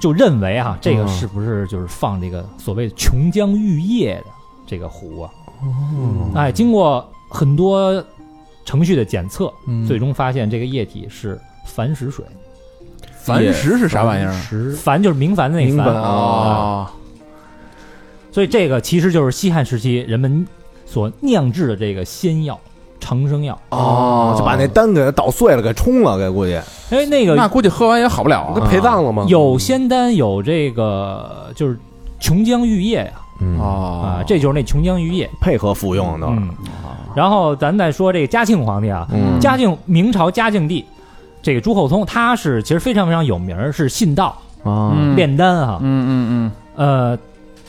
S2: 就认为啊，这个是不是就是放这个所谓琼浆玉液的这个壶啊？哎，经过很多程序的检测，
S6: 嗯
S1: 嗯
S2: 最终发现这个液体是矾石水。
S6: 矾石是啥玩意儿？
S2: 石矾就是明矾的那
S7: 明
S2: 矾
S7: 矾
S2: 啊
S6: 哦，
S2: 所以这个其实就是西汉时期人们所酿制的这个仙药长生药。
S7: 哦，就把那丹给捣碎了，给冲了，给估计。
S2: 因为哎那
S6: 那
S2: 个
S6: 估计喝完也好不了
S5: 那
S6: 啊。
S5: 陪葬了吗？
S2: 有仙丹，有这个就是琼浆玉液呀、
S7: 嗯，
S2: 啊，
S6: 哦
S2: 这就是那琼浆玉液。
S7: 配合服用都。
S2: 嗯，然后咱再说这个嘉庆皇帝啊，
S7: 嗯
S2: 嘉庆明朝嘉庆帝，这个朱厚熜，他是其实非常非常有名儿，是信道
S7: 啊，
S6: 嗯
S2: 炼丹哈、
S6: 嗯嗯
S2: 呃，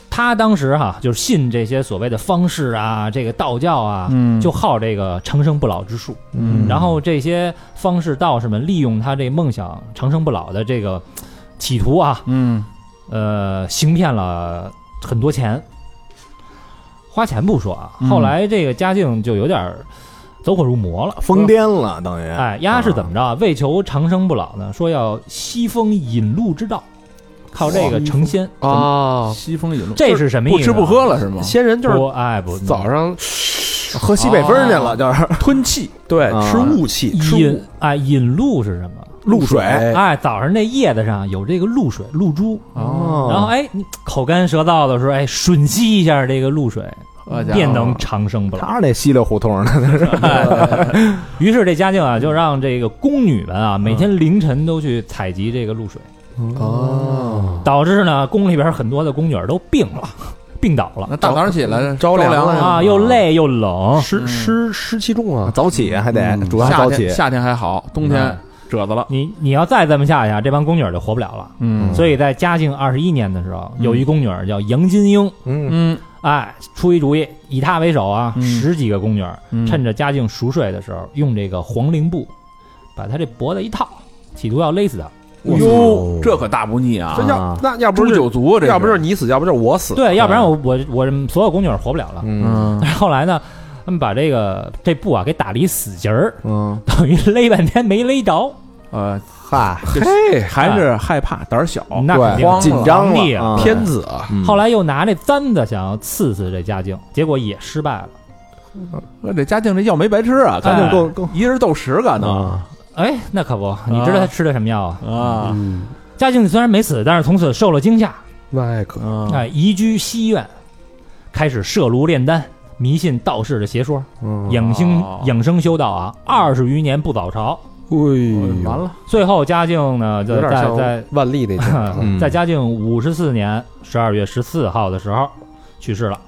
S2: 他当时哈、就是信这些所谓的方士啊，这个道教啊，
S6: 嗯
S2: 就好这个长生不老之术。
S6: 嗯
S2: 然后这些方士道士们利用他这梦想长生不老的这个企图啊，
S6: 嗯
S2: 呃，行骗了很多钱，花钱不说啊，
S6: 嗯
S2: 后来这个嘉靖就有点儿走火入魔了，
S7: 疯癫了，等于。
S2: 哎，丫是怎么着啊？为求长生不老呢，说要西风引路之道，靠这个成仙，
S5: 啊，
S6: 西风引路，
S2: 这是什么意
S6: 不
S2: 思？啊
S6: 吃不喝，了
S5: [laughs]
S6: 是吗？
S5: 仙人就是
S2: 不哎不
S5: 早上
S7: 啊喝西北风去了，就是
S6: 吞气，
S2: 哎
S5: 对
S7: 啊
S5: 吃雾气，吃雾
S2: 引哎引路是什么？
S7: 露水。
S2: 哎，早上那叶子上有这个露水露珠，
S7: 哦
S2: 然后哎，你口干舌燥的时候，哎，吮吸一下这个露水，
S6: 好啊家伙
S2: 便能长生不老。
S7: 他那稀里胡同的，
S2: 于是这嘉靖啊，就让这个宫女们啊，每天凌晨都去采集这个露水，
S5: 啊哦，
S2: 导致呢宫里边很多的宫女儿都病了，病倒了
S6: 那大早上起来
S5: 着凉
S6: 凉
S5: 了
S2: 啊，又累又冷。
S5: 湿湿湿气重啊，
S7: 早起还得主要
S6: 夏
S7: 早起
S6: 天。夏天还好，冬天
S2: 嗯
S6: 褶子了。
S2: 你你要再这么下去啊，这帮宫女儿就活不了了。
S6: 嗯
S2: 所以在嘉靖二十一年的时候，有一宫女儿叫杨金英，
S7: 嗯，
S6: 嗯
S2: 哎，出一主意，以她为首啊，
S6: 嗯
S2: 十几个宫女儿
S6: 嗯
S2: 趁着嘉靖熟睡的时候，用这个黄绫布把她这脖子一套，企图要勒死她。
S6: 哟，这可大不逆啊！
S5: 这要那要不
S6: 诛
S5: 是
S6: 九
S5: 就
S6: 族啊，这
S5: 要不就是你死，要不就是我死，
S2: 对，要不然我我我所有宫女儿活不了了。 [laughs]
S7: 嗯
S6: 嗯
S2: 后来呢，他们把这个这布啊给打了一死结儿，
S7: 嗯，
S2: 等于勒半天没勒着，
S6: 呃，
S7: 嗨，
S5: 嘿，
S6: 还是害怕，胆儿小。
S2: 那肯定
S6: 哦慌了
S7: 紧张
S2: 皇帝啊
S7: 了，
S5: 天子啊，
S7: 嗯。
S2: 后来又拿这簪子想要刺死这嘉靖，结果也失败了。
S6: 那哎这嘉靖这药没白吃啊，
S2: 哎
S6: 嘉靖
S7: 够够
S6: 一人斗十个呢
S7: 啊，
S2: 哎，那可不，你知道他吃的什么药啊？
S6: 啊！
S2: 嘉靖虽然没死，但是从此受了惊吓，
S5: 那可
S6: 嗯
S2: 哎，移居西苑，开始设炉炼丹，迷信道士的邪说，
S5: 啊嗯
S2: 养生
S6: 哦
S2: 养生修道啊，二十余年不早朝。
S5: 哎
S6: 完
S5: 呦，
S6: 了，
S2: 最后嘉靖呢，
S5: 有
S2: 在
S5: 点
S2: 在在
S5: 像万历
S6: [laughs]
S5: 那啊天，
S2: [laughs]
S7: 嗯
S2: 在嘉靖五十四年十二月十四号的时候去世了。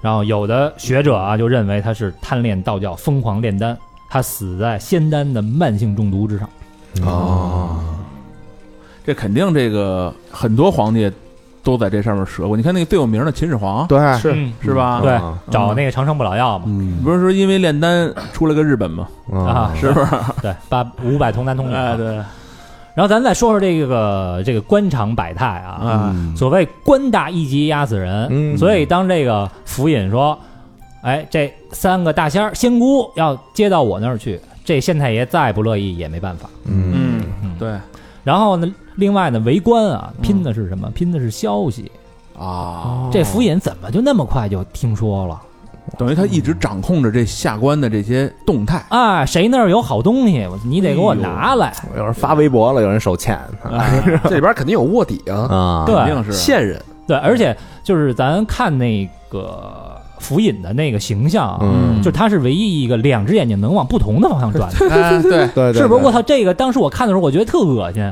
S2: 然后有的学者啊就认为他是贪恋道教，疯狂炼丹，他死在仙丹的慢性中毒之上。
S7: 哦，
S6: 这肯定这个很多皇帝都在这上面折过。你看那个最有名的秦始皇，
S7: 对，
S5: 是啊
S2: 嗯
S6: 是吧？
S2: 对
S7: 嗯，
S2: 找那个长生不老药嘛。
S5: 嗯，
S6: 不是说因为炼丹出了个日本吗？
S7: 嗯
S2: 啊，
S6: 是不是？
S2: 对，八五百童男童女啊。
S6: 哎，对
S2: 然后咱再说说这个这个官场百态啊，
S6: 啊，
S2: 所谓官大一级压死人，
S7: 嗯
S2: 所以当这个府尹说，哎，这三个大仙儿仙姑要接到我那儿去，这县太爷再不乐意也没办法。
S7: 嗯
S6: 嗯，对，
S2: 然后呢，另外呢，为官啊，拼的是什么？拼的是消息。哦
S6: 啊
S2: 这府尹怎么就那么快就听说了？
S6: 等于他一直掌控着这下关的这些动态。
S2: 啊，谁那儿有好东西，我你得
S6: 哎
S2: 给我拿来。
S7: 有人发微博了，有人手欠
S5: [laughs] 这里边肯定有卧底啊，
S7: 啊，
S2: 对，
S6: 肯定嗯是
S2: [laughs]
S5: 线人
S2: 对，而且就是咱看那个府尹的那个形象啊，
S7: 嗯
S2: 就他是唯一一个两只眼睛能往不同的方向转的，
S6: 哎对，
S7: 对，对
S2: 是不是？
S7: 对
S2: 我操，这个当时我看的时候，我觉得特恶心。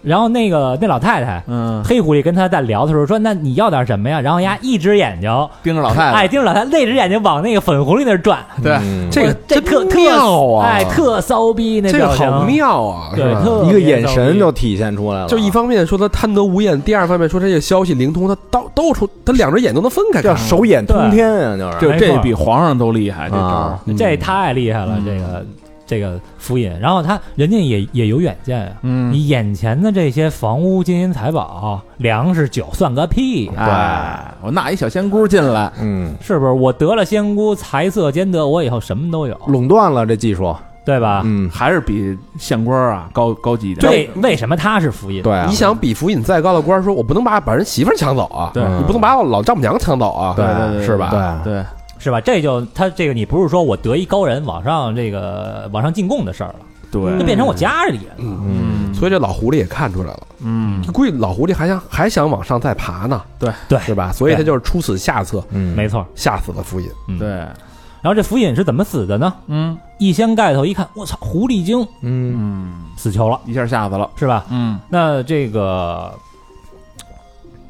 S2: 然后那个那老太太，
S6: 嗯，
S2: 黑狐狸跟他在聊的时候说：“那你要点什么呀？”然后丫一只眼睛，
S6: 盯着老太太，
S2: 哎，盯着老太太，那只眼睛往那个粉狐狸那儿转，
S6: 对，
S7: 嗯
S5: [laughs] 这个
S2: 我这特特
S5: 妙啊
S2: 哎，特骚逼那
S5: 这个
S2: 表情，
S5: 好妙啊，
S2: 对
S5: 是，吧？
S2: 特
S7: 一个
S2: 别
S7: 眼
S2: 骚
S7: 神
S2: 逼
S7: 就体现出来
S6: 啊
S7: 了，
S5: 就一方面说他贪得无厌，第二方面说他这个消息灵通，他到到处他两只眼都能分开
S7: 叫
S5: 看。
S7: 手眼通天啊，就是
S6: 就
S2: 没错
S6: 这比皇上都厉害，这招嗯
S7: 啊。
S2: 这太厉害
S7: 嗯
S2: 了，这个这个福尹。然后他人家也也有远见呀、
S6: 嗯
S2: 你眼前的这些房屋、金银财宝、粮食、酒算个屁
S7: 啊
S2: 呀、
S6: 哎，我纳一小仙姑进来，
S7: 嗯，
S2: 是不是？我得了仙姑，财色兼得，我以后什么都有，
S7: 垄断了这技术，
S2: 对吧？
S7: 嗯，
S6: 还是比县官啊高高级一点。
S2: 为为什么他是福尹？
S7: 对啊
S5: 你，想比府尹再高的官，说我不能把把人媳妇儿抢走啊，
S6: 对
S5: 你不能把我老丈母娘抢走啊，
S7: 对
S6: 嗯对对
S7: 是吧？对，
S6: 对，
S2: 是吧？这就他这个，你不是说我得一高人往上这个往上进贡的事儿了，
S6: 对
S2: 就变成我家里人了。
S7: 嗯，
S5: 所以这老狐狸也看出来了，
S6: 嗯，
S5: 估计老狐狸还想还想往上再爬呢，
S6: 对
S2: 对
S5: 是吧？所以他就是出此下策，
S7: 嗯，
S2: 没错。
S5: 吓死了府尹。
S2: 嗯。
S6: 对，
S2: 然后这福尹是怎么死的呢？
S6: 嗯
S2: 一掀盖头一看，我操，狐狸精
S7: 嗯，
S6: 嗯，
S2: 死囚了，
S6: 一下吓死了。
S2: 是吧？
S6: 嗯
S2: 那这个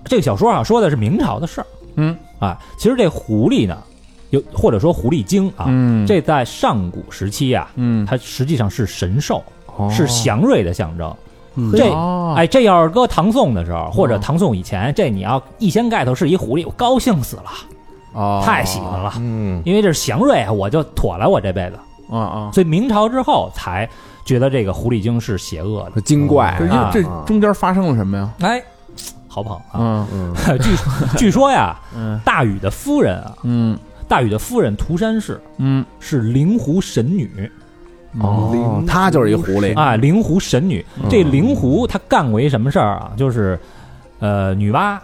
S2: 这个小说啊，说的是明朝的事儿
S6: 嗯
S2: 啊。其实这狐狸呢，有或者说狐狸精啊，
S6: 嗯
S2: 这在上古时期啊，
S6: 嗯
S2: 它实际上是神兽，是祥瑞的象征。
S5: 嗯
S2: 这
S6: 哦
S2: 哎，这要是搁唐宋的时候，或者唐宋以前，这你要一掀盖头是一狐狸，我高兴死了，
S6: 哦
S2: 太喜欢了，
S7: 嗯，
S2: 因为这是祥瑞啊，我就妥了，我这辈子。
S6: 啊啊！
S2: 所以明朝之后才觉得这个狐狸精是邪恶的，
S7: 这精怪
S6: 这
S7: 啊，
S6: 这中间发生了什么呀？
S2: 哎，好捧啊！
S6: 嗯
S7: 嗯，
S2: 据 [laughs] 据说呀，
S6: 嗯
S2: 大禹的夫人啊，
S6: 嗯
S2: 大禹的夫人涂山氏
S6: 嗯
S2: 是灵湖神女
S7: 哦，他就是一狐狸，
S2: 啊，灵湖神女。这灵湖她干过一什么事儿啊？就是，呃，女娲，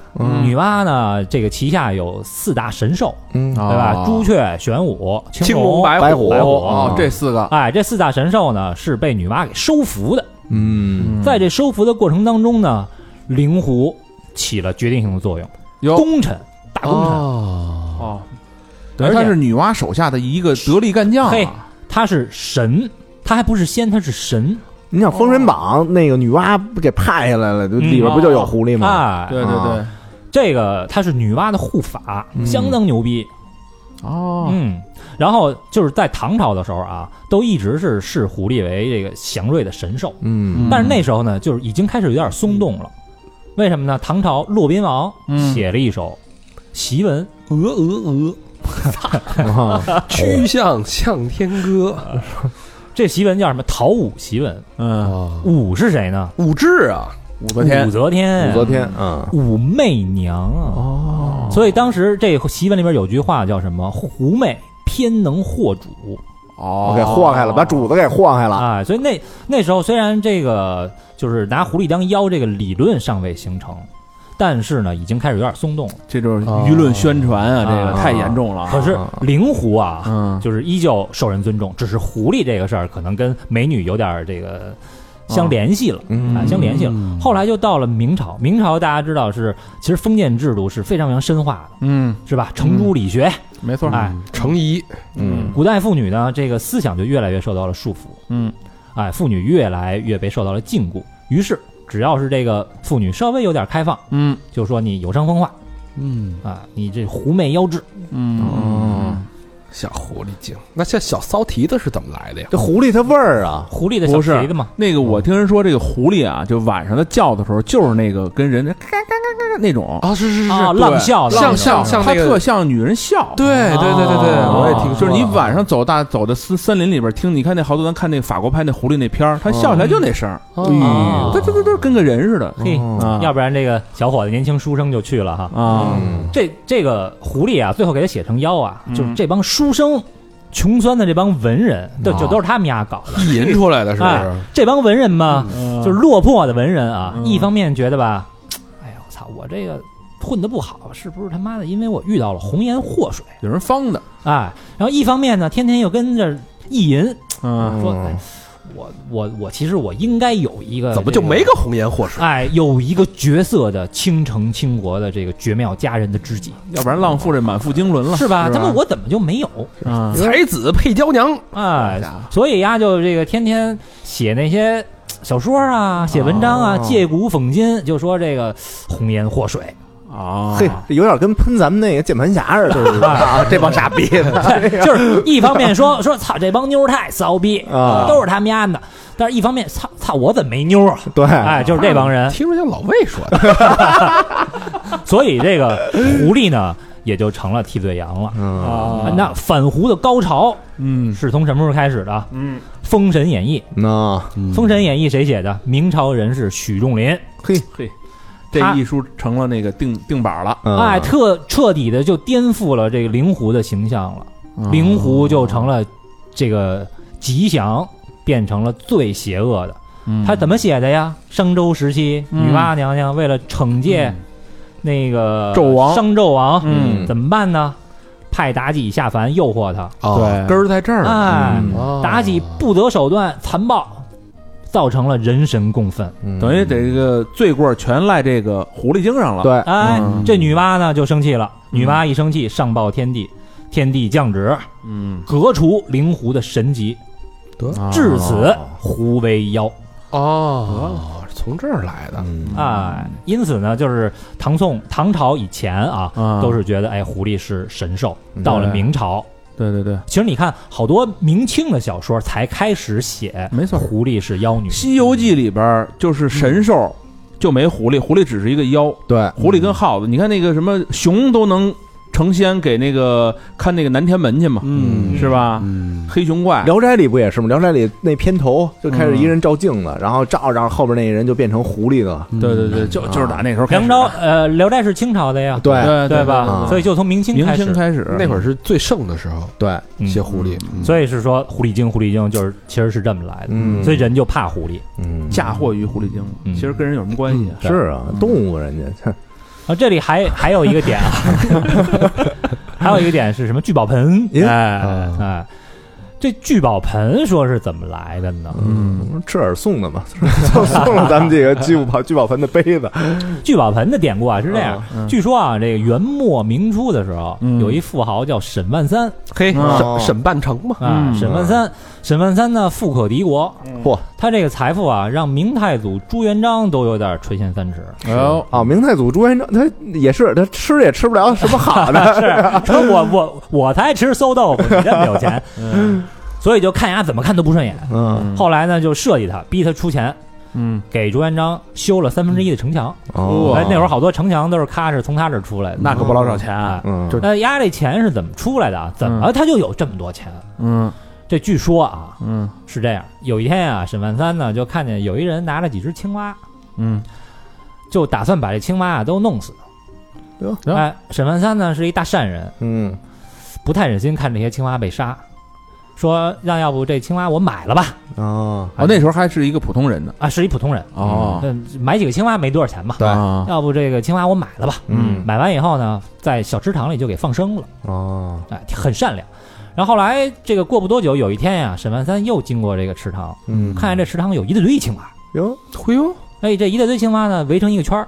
S2: 女娲呢，这个旗下有四大神兽，
S7: 嗯
S2: 对吧？
S6: 哦
S2: 朱雀、玄武、青
S5: 龙
S2: 白
S7: 白
S5: 虎
S7: 虎，
S2: 白虎
S6: 哦，这四个
S2: 哎，这四大神兽呢是被女娲给收服的。
S7: 嗯，
S2: 在这收服的过程当中呢，灵湖起了决定性的作用，
S6: 有
S2: 功臣，大功臣。
S5: 哦，
S6: 哦，
S2: 而
S6: 对，
S2: 且
S6: 他是女娲手下的一个得力干将啊，
S2: 嘿他是神，他还不是仙，他是神。
S7: 你想《封神榜》那个女娲不给派下来了，就里边不就有狐狸吗？
S2: 啊，
S6: 对对对，
S2: 嗯这个他是女娲的护法，
S7: 嗯
S2: 相当牛逼。
S6: 哦，
S2: 嗯，然后就是在唐朝的时候啊，都一直是视狐狸为这个祥瑞的神兽，
S7: 嗯，
S2: 但是那时候呢，就是已经开始有点松动了。为什么呢？唐朝骆宾王
S6: 嗯
S2: 写了一首檄文，
S5: 鹅鹅鹅，
S7: 啊
S5: 曲项向天歌
S2: 这檄文叫什么？陶武檄文。
S6: 嗯，
S5: 啊，
S2: 武是谁呢？
S5: 武志啊，
S6: 武则天
S2: 武，则天。
S7: 武则天，嗯，
S2: 武媚娘啊。哦，所以当时这檄文里边有句话叫什么？狐媚偏能惑主
S6: 哦
S7: 我给祸害了，把主子给祸害了，
S2: 啊。所以那那时候虽然这个就是拿狐狸当妖这个理论尚未形成，但是呢已经开始有点松动了。
S6: 这就是舆论宣传
S2: 哦
S6: 啊，这个太严重了。
S2: 可是灵狐啊，
S6: 嗯，
S2: 就是依旧受人尊重，只是狐狸这个事儿可能跟美女有点这个。相联系了，
S7: 嗯
S2: 啊，相联系了。后来就到了明朝，明朝大家知道是，其实封建制度是非常非常深化的，
S6: 嗯，
S2: 是吧？程朱理学，
S6: 没错，
S2: 哎，
S5: 程颐
S7: 嗯，
S2: 古代妇女呢，这个思想就越来越受到了束缚，
S6: 嗯，
S2: 哎，妇女越来越被受到了禁锢。于是，只要是这个妇女稍微有点开放，
S6: 嗯
S2: 就说你有伤风化
S5: 嗯，
S2: 啊，你这狐媚妖志。
S6: 嗯，
S5: 小狐狸精。那像小骚蹄子是怎么来的呀？
S7: 这狐狸它味儿啊，
S2: 狐狸的小
S6: 不是
S2: 蹄子嘛，
S6: 那个，我听人说这个狐狸啊，就晚上它叫的时候，就是那个跟人家嘎嘎嘎嘎嘎那种，
S5: 啊，是是
S2: 啊，浪
S6: 哦
S2: 笑的那
S5: 像
S2: 种
S5: 像像
S6: 它
S5: 那个
S6: 特像女人笑。
S5: 对对对对对，
S2: 哦
S5: 我也听
S6: 就
S5: 说
S6: 是
S5: 了，
S6: 你晚上走大走的森森林里边听，你看那好多咱看那法国拍那狐狸那片儿，它笑起来就那声儿，嗯
S2: 哦
S6: 它它它它跟个人似的
S2: 嘿，
S6: 啊
S2: 要不然这个小伙子年轻书生就去了哈。
S6: 啊，
S2: 这这个狐狸啊，最后给他写成妖啊，
S6: 嗯
S2: 就是这帮书生。穷酸的这帮文人，就就都是他们家搞的。
S5: [laughs] 嗯哦意淫出来的是不嗯
S2: 哎
S5: 是？，
S2: 这帮文人嘛，就是落魄的文人啊，
S5: 嗯
S2: 一方面觉得吧，哎呀，我操，我这个混的不好，是不是他妈的因为我遇到了红颜祸水？
S6: 有人方的，
S2: 哎，然后一方面呢，天天又跟着意淫，
S6: 嗯
S2: 说，哎我我我，其实我应该有一个、
S5: 怎么就没个红颜祸水？
S2: 哎，有一个绝色的倾城倾国的这个绝妙佳人的知己，
S6: 要不然浪妇这满腹经纶了，
S2: 是吧？
S6: 吧？
S2: 他妈我怎么就没有？
S6: 啊，
S5: 才子配娇娘，
S2: 哎，所以呀，就这个天天写那些小说啊，写文章啊，借古讽今，就说这个红颜祸水。
S6: 啊，
S7: 嗯嘿，这有点跟喷咱们那个键盘侠似的啊， [laughs] 这帮傻逼的，
S2: 就是一方面说 [laughs] 说操这帮妞儿太骚逼
S7: 啊
S2: 都是他们家的，但是一方面操操我怎么没妞儿啊？
S7: 对，
S2: 哎，就是这帮人，
S5: 听着像老魏说的。
S2: [laughs] 所以这个狐狸呢也就成了替罪羊了。
S7: 嗯，
S6: 啊
S2: 那反狐的高潮
S6: 嗯
S2: 是从什么时候开始的？
S6: 嗯，
S2: 《封神演义》
S7: 那
S2: 《封神演义》谁写的？明朝人士许仲林，
S7: 嘿，
S6: 这啊
S2: 他
S6: 一书成了那个定定板了，
S7: 嗯
S2: 哎，特彻底的就颠覆了这个灵狐的形象了。
S6: 啊
S2: 灵狐就成了这个吉祥，变成了最邪恶的。他怎么写的呀？商周时期，
S6: 嗯
S2: 女娲娘娘为了惩戒那个
S6: 纣王
S2: 商纣王，
S6: 嗯
S2: 怎么办呢？派妲己下凡诱惑他，
S5: 哦根儿在这儿呢。
S2: 哎，
S6: 嗯
S5: 哦
S2: 妲己不择手段，残暴，造成了人神共愤。
S7: 嗯
S6: 等于这个罪过全赖这个狐狸精上了，，
S7: 对，
S2: 哎，
S6: 嗯
S2: 这女娲呢就生气了，
S6: 嗯
S2: 女娲一生气，上报天帝，天帝降旨，
S6: 嗯，
S2: 革除灵狐的神籍，
S6: 啊
S2: 至此狐为妖。
S5: 啊哦，是从这儿来的。
S7: 嗯
S2: 哎，因此呢，就是唐宋唐朝以前啊，
S6: 啊
S2: 都是觉得哎，狐狸是神兽。到了
S6: 对
S2: 明朝，
S6: 嗯对对对，
S2: 其实你看，好多明清的小说才开始写
S6: 没错，
S2: 狐狸是妖女
S6: 《。西游记》里边儿就是神兽就没狐狸，狐狸只是一个妖，
S7: 对，
S6: 狐狸跟耗子，你看那个什么熊都能成仙给那个看那个南天门去嘛，
S7: 嗯
S6: 是吧？
S7: 嗯。
S6: 黑熊怪
S7: 《聊斋》里不也是吗？《聊斋》里那片头就开始一人照镜子，然后照着照着后边那人就变成狐狸了。
S6: 对对对，就就是打那时候开
S2: 梁
S6: 始
S2: 朝
S6: 的，
S2: 呃，聊斋是清朝的呀，
S7: 对
S6: 对
S2: 对
S7: 啊
S2: 吧？所以就从明清
S6: 明
S2: 开
S6: 清
S2: 始，
S6: 开始
S5: 那会儿是最盛的时候，
S7: 对，
S2: 嗯
S5: 写狐狸。
S2: 所以是说狐狸精，狐狸精就是其实是这么来的，
S7: 嗯
S2: 所以人就怕狐狸。
S7: 嗯，
S6: 嫁祸于狐狸精，
S2: 嗯
S6: 其实跟人有什么关系啊？
S7: 是啊，动物人家， [laughs]
S2: 啊，这里还还有一个点啊，还有一个点是什么？聚宝盆，
S7: 咦
S2: 哎哎，这聚宝盆说是怎么来的呢？
S7: 嗯，赤耳送的嘛， [laughs] 就送了咱们这个聚宝聚宝盆的杯子。
S2: 聚宝盆的典故啊是这样，据说啊，这个元末明初的时候，
S6: 嗯
S2: 有一富豪叫沈万三
S5: 嘿，
S7: 哦
S5: 沈沈半城嘛，
S2: 啊，
S6: 嗯
S2: 沈万三，沈万三呢富可敌国，
S7: 嚯，
S2: 他这个财富啊，让明太祖朱元璋都有点垂涎三尺，
S6: 哎呦，
S7: 啊，明太祖朱元璋他也是，他吃也吃不了什么好的。
S2: [laughs] 是，说我我我才吃馊豆腐，你这么有钱，所以就看牙怎么看都不顺眼。
S7: 嗯，
S2: 后来呢，就设计他，逼他出钱，
S6: 嗯，
S2: 给朱元璋修了三分之一的城墙。
S7: 哦
S2: 哎，那会儿好多城墙都是咔是从他这儿出来的，
S6: 那可不老少钱啊
S2: 啊。
S7: 嗯，
S5: 就
S2: 那丫这钱是怎么出来的啊？怎么他就有这么多钱？
S6: 嗯
S2: 这据说啊
S6: 嗯
S2: 是这样，有一天啊，沈万三呢就看见有一人拿了几只青蛙，
S6: 嗯，
S2: 就打算把这青蛙啊都弄死
S7: 哟。
S2: 哎，沈万三呢是一大善人，
S7: 嗯，
S2: 不太忍心看这些青蛙被杀，说让要不这青蛙我买了吧？
S7: 哦，
S6: 哦，那时候还是一个普通人呢，
S2: 啊，是一普通人，
S6: 哦，
S2: 嗯，买几个青蛙没多少钱嘛。
S7: 啊对
S6: 啊
S2: 要不这个青蛙我买了吧？
S7: 嗯，
S2: 买完以后呢，在小池塘里就给放生了，
S7: 哦，
S2: 哎，很善良。然后后来这个过不多久，有一天呀、沈万三又经过这个池塘，
S7: 嗯，
S2: 看见这池塘有一大堆青蛙，
S7: 哟，
S5: 嘿呦，
S2: 哎，这一大堆青蛙呢围成一个圈儿，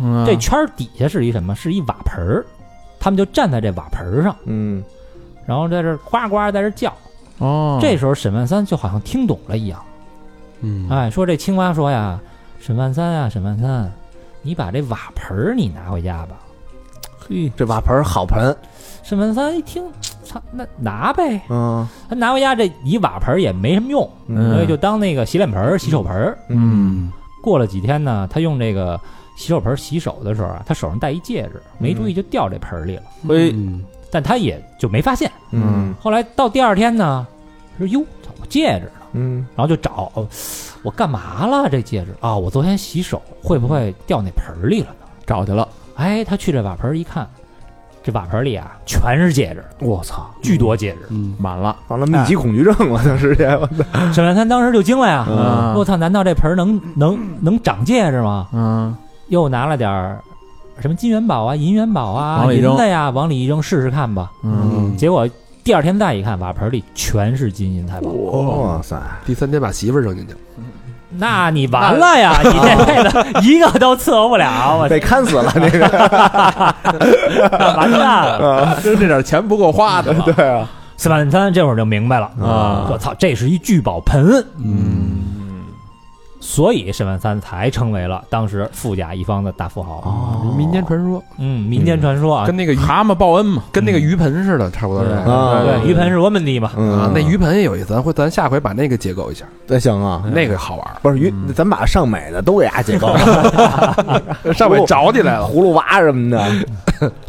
S6: 嗯
S2: 这圈儿底下是一什么？是一瓦盆儿，他们就站在这瓦盆儿上，
S7: 嗯，
S2: 然后在这儿呱呱在这儿叫。
S6: 哦，
S2: 这时候沈万三就好像听懂了一样，
S5: 嗯，
S2: 哎，说这青蛙说呀，沈万三啊，沈万三，你把这瓦盆儿你拿回家吧。
S6: 嘿，
S7: 这瓦盆儿好盆，
S2: 沈万三一听，操，那拿呗，
S7: 嗯
S2: 他拿回家这一瓦盆儿也没什么用，
S7: 嗯
S2: 哎所以就当那个洗脸盆儿、洗手盆儿。
S6: 嗯
S2: 过了几天呢，他用这个洗手盆儿洗手的时候啊，他手上戴一戒指，没
S7: 嗯
S2: 注意就掉这盆儿里了，
S6: 嘿，
S2: 但他也就没发现。
S7: 嗯
S2: 后来到第二天呢，说哟，操我戒指呢？
S7: 嗯，
S2: 然后就找哦我干嘛了这戒指啊、我昨天洗手会不会掉那盆儿里了呢？
S6: 找去了，
S2: 哎，他去这瓦盆儿一看，这瓦盆里啊全是戒指，
S7: 我操，
S2: 巨多戒
S7: [laughs]
S2: 指，
S6: 嗯，
S2: 满了。
S7: 完了密集恐惧症了，当时这，我操
S2: 沈万三当时就惊了呀
S6: 嗯！
S2: 我操，难道这盆儿能能能长戒指吗？
S6: 嗯，
S2: 又拿了点儿什么金元宝啊、银元宝啊、
S6: 往里
S2: 银
S6: 扔
S2: 的呀，往里一扔试试看吧。
S6: 嗯
S2: 结果第二天再一看，瓦盆里全是金银财宝，
S6: 嗯
S7: 哇塞，
S5: 第三天把媳妇儿扔进去了，
S2: 那你完了
S6: [laughs]
S2: 呀！你这辈子一个都伺候不了，我
S7: [laughs] 被看死了那个，
S2: 完蛋了！
S6: 就 [laughs] 这点钱不够花的，对，
S2: 斯万三这会儿就明白了
S6: 啊
S2: 我操，这是一聚宝盆，
S6: 嗯
S2: 所以沈万三才成为了当时富甲一方的大富豪。
S6: 哦
S5: 哦民间传说，
S2: 嗯，民间传说啊，
S5: 跟那个鱼
S6: 蛤蟆报恩嘛，
S5: 跟那个鱼盆似的，差不多是。
S2: 对
S7: 啊
S2: 对，鱼盆是我们的嘛，
S5: 啊
S7: 嗯，，
S5: 那鱼盆也有意思，咱会咱下回把那个解构一下，
S7: 那行啊，
S5: 那个好玩儿。
S7: 不是鱼，咱把上美的都给它解构了， [laughs]
S5: 上面找你来了，
S7: 葫芦娃什么的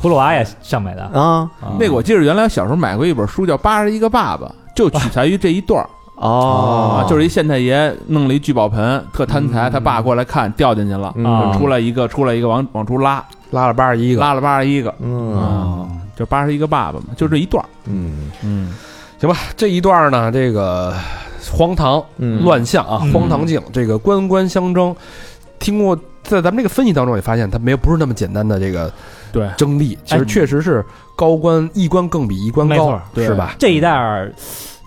S2: 葫芦娃也上美的。
S7: 啊，
S6: 那个我记得原来小时候买过一本书叫《八十一个爸爸》，就取材于这一段儿
S7: 哦
S6: 啊，就是一县太爷弄了一聚宝盆，特贪财，他爸过来看掉进去了，
S2: 啊
S7: 嗯，
S6: 出来一个，出来一个，往往出拉，
S5: 拉了八十一个。
S6: 拉了八十一个，
S7: 嗯
S6: 啊，就八十一个爸爸嘛，就这一段儿，
S7: 嗯
S6: 嗯
S5: 行吧，这一段呢，这个荒唐
S7: 嗯
S5: 乱象啊，
S2: 嗯
S5: 荒唐镜，这个官官相争，听过在咱们这个分析当中也发现，它没有不是那么简单的这个
S6: 对
S5: 争利，其实确实是高官一官更比一官
S2: 没
S5: 高
S2: 错，
S6: 对
S5: 是吧？
S2: 嗯这一代儿，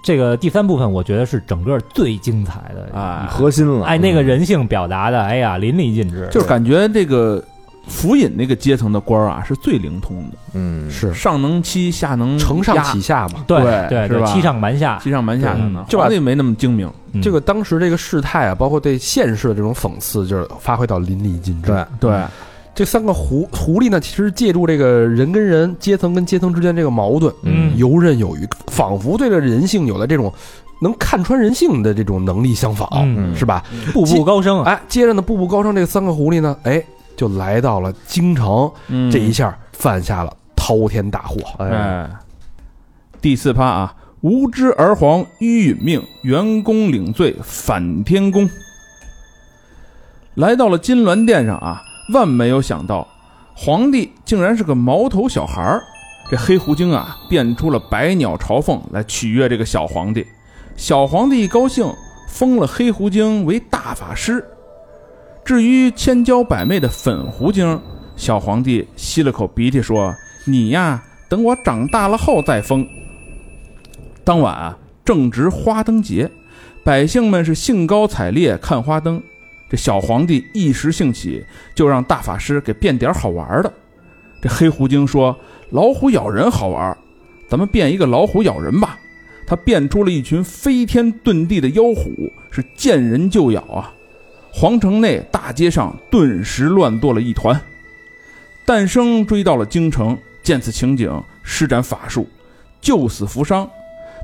S2: 这个第三部分，我觉得是整个最精彩
S5: 嗯
S2: 的。
S6: 啊，
S7: 核心了，
S2: 哎，那个人性表达的，哎呀，淋漓尽致。
S6: 就是感觉这个府尹那个阶层的官儿啊是最灵通的，
S7: 嗯
S5: 是
S6: 上能欺，下能
S5: 承上
S6: 压
S5: 启下嘛。
S2: 对
S6: 对
S2: 对
S6: 是
S2: 对，
S6: 吧
S2: 欺上瞒下，
S6: 欺上瞒下的
S2: 嗯
S6: 呢，
S5: 就把
S6: 皇帝没那么精明，
S2: 嗯
S5: 这个当时这个事态啊，包括对现世的这种讽刺，就是发挥到淋漓尽致。
S7: 对，
S2: 嗯
S6: 对，
S5: 这三个狐狐狸呢，其实借助这个人跟人、阶层跟阶层之间这个矛盾，
S2: 嗯
S5: 游刃有余，仿佛对这人性有了这种能看穿人性的这种能力相仿，
S2: 嗯
S5: 是吧？
S2: 步步高升啊，
S5: 啊哎，接着呢，步步高升这三个狐狸呢，哎，就来到了京城，
S6: 嗯
S5: 这一下犯下了滔天大祸。
S6: 哎，第四趴啊，无知而皇，迂允命，员工领罪，反天宫。来到了金銮殿上啊，万没有想到，皇帝竟然是个毛头小孩儿。这黑狐精啊，变出了百鸟朝凤来取悦这个小皇帝。小皇帝一高兴，封了黑狐精为大法师。至于千娇百媚的粉狐精，小皇帝吸了口鼻涕说：“你呀，等我长大了后再封。”当晚啊，正值花灯节，百姓们是兴高采烈看花灯。这小皇帝一时兴起，就让大法师给变点好玩的。这黑狐精说：“老虎咬人好玩，咱们变一个老虎咬人吧。”他变出了一群飞天遁地的妖虎，是见人就咬啊！皇城内大街上顿时乱作了一团。诞生追到了京城，见此情景，施展法术，救死扶伤。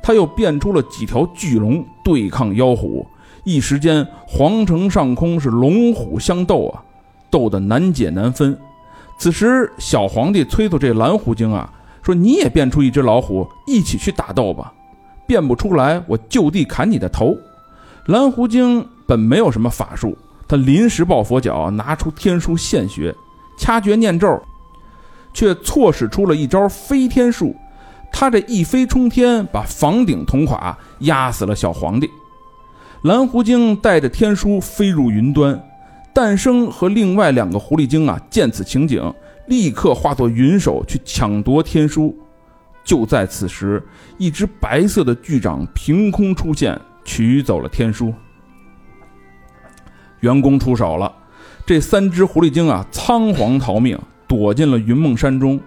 S6: 他又变出了几条巨龙对抗妖虎，一时间皇城上空是龙虎相斗啊，斗得难解难分。此时，小皇帝催促这蓝狐精啊，说：“你也变出一只老虎，一起去打斗吧。变不出来，我就地砍你的头。”蓝狐精本没有什么法术，他临时抱佛脚，拿出天书现学，掐诀念咒，却错使出了一招飞天术。他这一飞冲天，把房顶捅垮，压死了小皇帝。蓝狐精带着天书飞入云端，诞生和另外两个狐狸精啊，见此情景，立刻化作云手去抢夺天书。就在此时，一只白色的巨掌凭空出现，取走了天书。员工出手了，这三只狐狸精啊，仓皇逃命，躲进了云梦山中。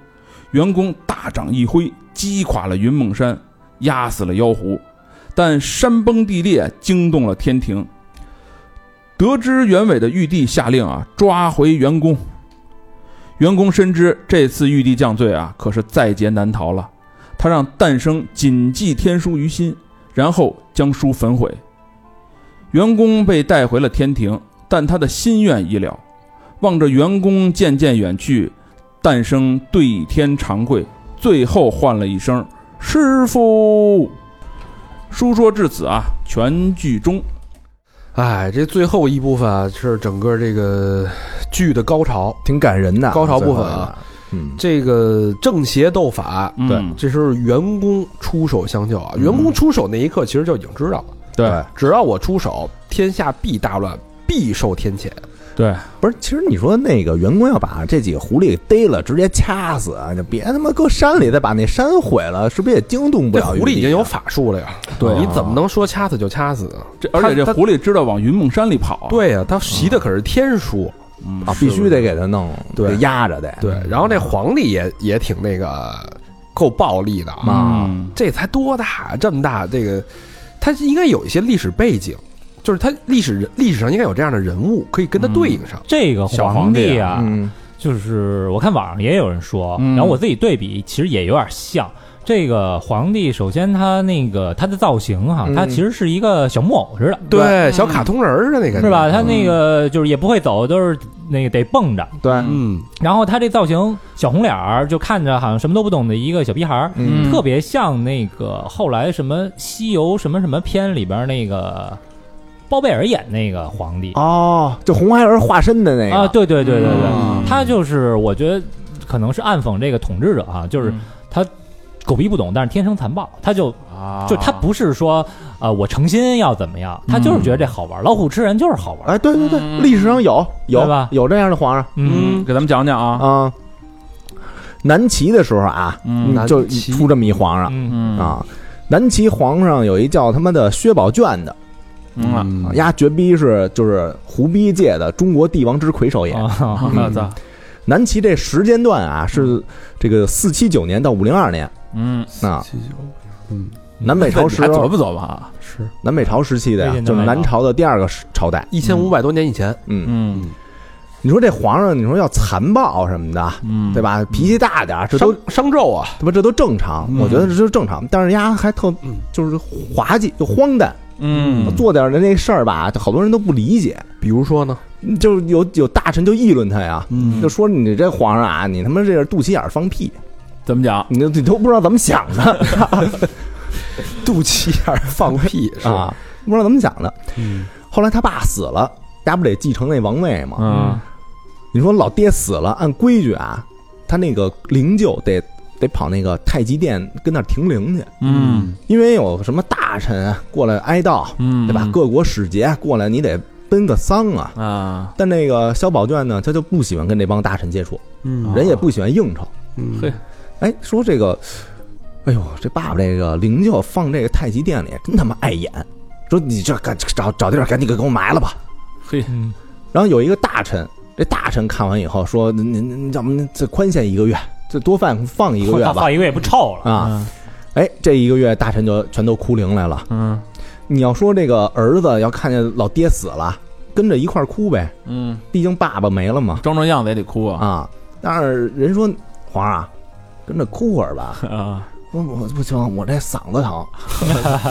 S6: 员工大掌一挥，击垮了云梦山，压死了妖狐。但山崩地裂，惊动了天庭。得知原委的玉帝下令啊，抓回员工。员工深知这次玉帝降罪啊，可是在劫难逃了。他让诞生谨记天书于心，然后将书焚毁。员工被带回了天庭，但他的心愿已了。望着员工渐渐远去，诞生对天长跪，最后唤了一声“师傅”。书说至此啊，全剧终。
S5: 哎，这最后一部分啊，是整个这个剧的高潮。
S7: 挺感人的，
S5: 高潮部分
S7: 最后一
S5: 啊
S7: 个，嗯，
S5: 这个正邪斗法，
S6: 嗯对
S5: 这是员工出手相救啊。员工出手那一刻，其实就已经知道了，
S6: 对
S5: 只要我出手，天下必大乱，必受天谴。
S6: 对，
S7: 不是，其实你说那个员工要把这几个狐狸给逮了，直接掐死，啊就别他妈搁山里再把那山毁了，是不是也惊动不
S5: 这
S7: 了？
S5: 狐狸已经有，法术了呀，
S6: 对啊
S5: 你怎么能说掐死就掐死呢？
S6: 这而且
S5: 他
S6: 这狐狸知道往云梦山里跑，啊
S5: 对呀、他习的可是天书，
S6: 嗯
S7: 啊，必须得给他弄，
S5: 对
S7: 得压着得。
S5: 对。然后那皇帝也也挺那个够暴力的啊，
S6: 嗯
S5: 这才多大这么大这个，他应该有一些历史背景，就是他历史历史上应该有这样的人物可以跟他
S6: 嗯
S5: 对应上。
S2: 这个
S6: 小皇帝
S2: 帝啊，
S7: 嗯，
S2: 就是我看网上也有人说，
S6: 嗯
S2: 然后我自己对比，其实也有点像。这个皇帝，首先他那个他的造型哈、
S7: 嗯
S2: 他其实是一个小木偶似的，
S5: 对，小卡通人儿的那个嗯
S2: 是吧？？他那个就是也不会走，都是那个得蹦着。
S7: 对，
S5: 嗯，
S2: 然后他这造型，小红脸儿，就看着好像什么都不懂的一个小逼孩儿，
S7: 嗯
S2: 特别像那个后来什么《西游》什么什么片里边那个包贝尔演那个皇帝
S7: 哦，就红孩儿化身的那个
S2: 啊，对对对对对，
S6: 嗯
S2: 他就是我觉得可能是暗讽这个统治者啊，就是
S7: 嗯
S2: 他狗逼不懂，但是天生残暴，他就
S6: 啊
S2: 就他不是说呃我诚心要怎么样，他就是觉得这好玩，老虎吃人就是好玩，
S7: 哎，对对对，历史上有有
S2: 对吧
S7: 有这样的皇上
S2: 嗯，
S6: 给咱们讲讲啊，
S7: 啊。南齐的时候啊，
S6: 嗯
S5: 南
S7: 就
S5: 齐
S7: 出这么一皇上
S2: 嗯
S6: 嗯
S7: 啊。南齐皇上有一叫他妈的薛宝卷的，
S6: 嗯啊，
S7: 啊丫绝逼是就是胡逼界的中国帝王之魁首也。
S2: 啊，
S6: 那咋？
S7: 南齐这时间段啊，是这个四七九年到五零二年
S6: 嗯，
S7: 啊，
S5: 嗯，
S7: 南北
S1: [laughs]
S7: 朝时
S6: 还琢磨琢磨啊，
S5: 是
S7: 南北朝时期的
S2: 魏
S7: 呀，
S2: 晋南
S7: 就是
S2: 北
S7: 南
S2: 朝
S7: 朝的第二个时朝代。
S5: 一千五百多年以前，
S7: 嗯，
S6: 嗯
S7: 你说这皇上，你说要残暴什么的，
S6: 嗯，
S7: 对？吧？脾气大点儿，这都
S5: 商商纣啊，
S7: 他妈这都正常，我觉得这都正常。但是丫还特
S5: 嗯
S7: 就是滑稽，就荒诞，
S6: 嗯，
S7: 做点儿的那事儿吧，就好多人都不理解，
S5: 比如说呢，
S7: 就是有有大臣就议论他呀。
S6: 嗯
S7: 就，说你这皇上啊，你他妈这是肚脐眼儿放屁，
S6: 怎么讲？
S7: 你都你都不知道怎么想的 [laughs]
S5: 肚脐眼儿放屁是吧？
S7: 啊，不知道怎么想的。
S5: 嗯
S7: 后来他爸死了，家不得继承那王位吗？
S6: 嗯
S7: 你说老爹死了，按规矩啊，他那个灵柩得得跑那个太极殿跟那儿停灵去，
S6: 嗯
S7: 因为有什么大臣啊过来哀悼，
S6: 嗯，
S7: 对吧？各国使节过来，你得奔个丧啊。
S6: 啊，
S7: 但那个萧宝卷呢，他就不喜欢跟这帮大臣接触，
S6: 哦
S5: 嗯
S7: 人也不喜欢应酬。
S5: 嗯
S6: 嘿
S7: 哎，说这个，哎呦，这爸爸这个灵柩放这个太极殿里，真他妈碍眼。说你这赶找找地儿赶紧给给我埋了吧。
S6: 嘿，
S2: 嗯
S7: 然后有一个大臣，这大臣看完以后说：“您您您要不您再宽限一个月，这多放放一个月
S2: 放
S7: 吧。
S2: 放一个月不臭”了，
S7: 啊，哎，这一个月大臣就全都哭灵来了。
S6: 嗯
S7: 你要说这个儿子要看见老爹死了，跟着一块儿哭呗，
S6: 嗯，
S7: 毕竟爸爸没了嘛。
S6: 装装样子也得哭啊
S7: 啊，但是人说皇上啊，跟着哭会儿吧。
S6: 啊，
S7: 我我不行，我这嗓子疼，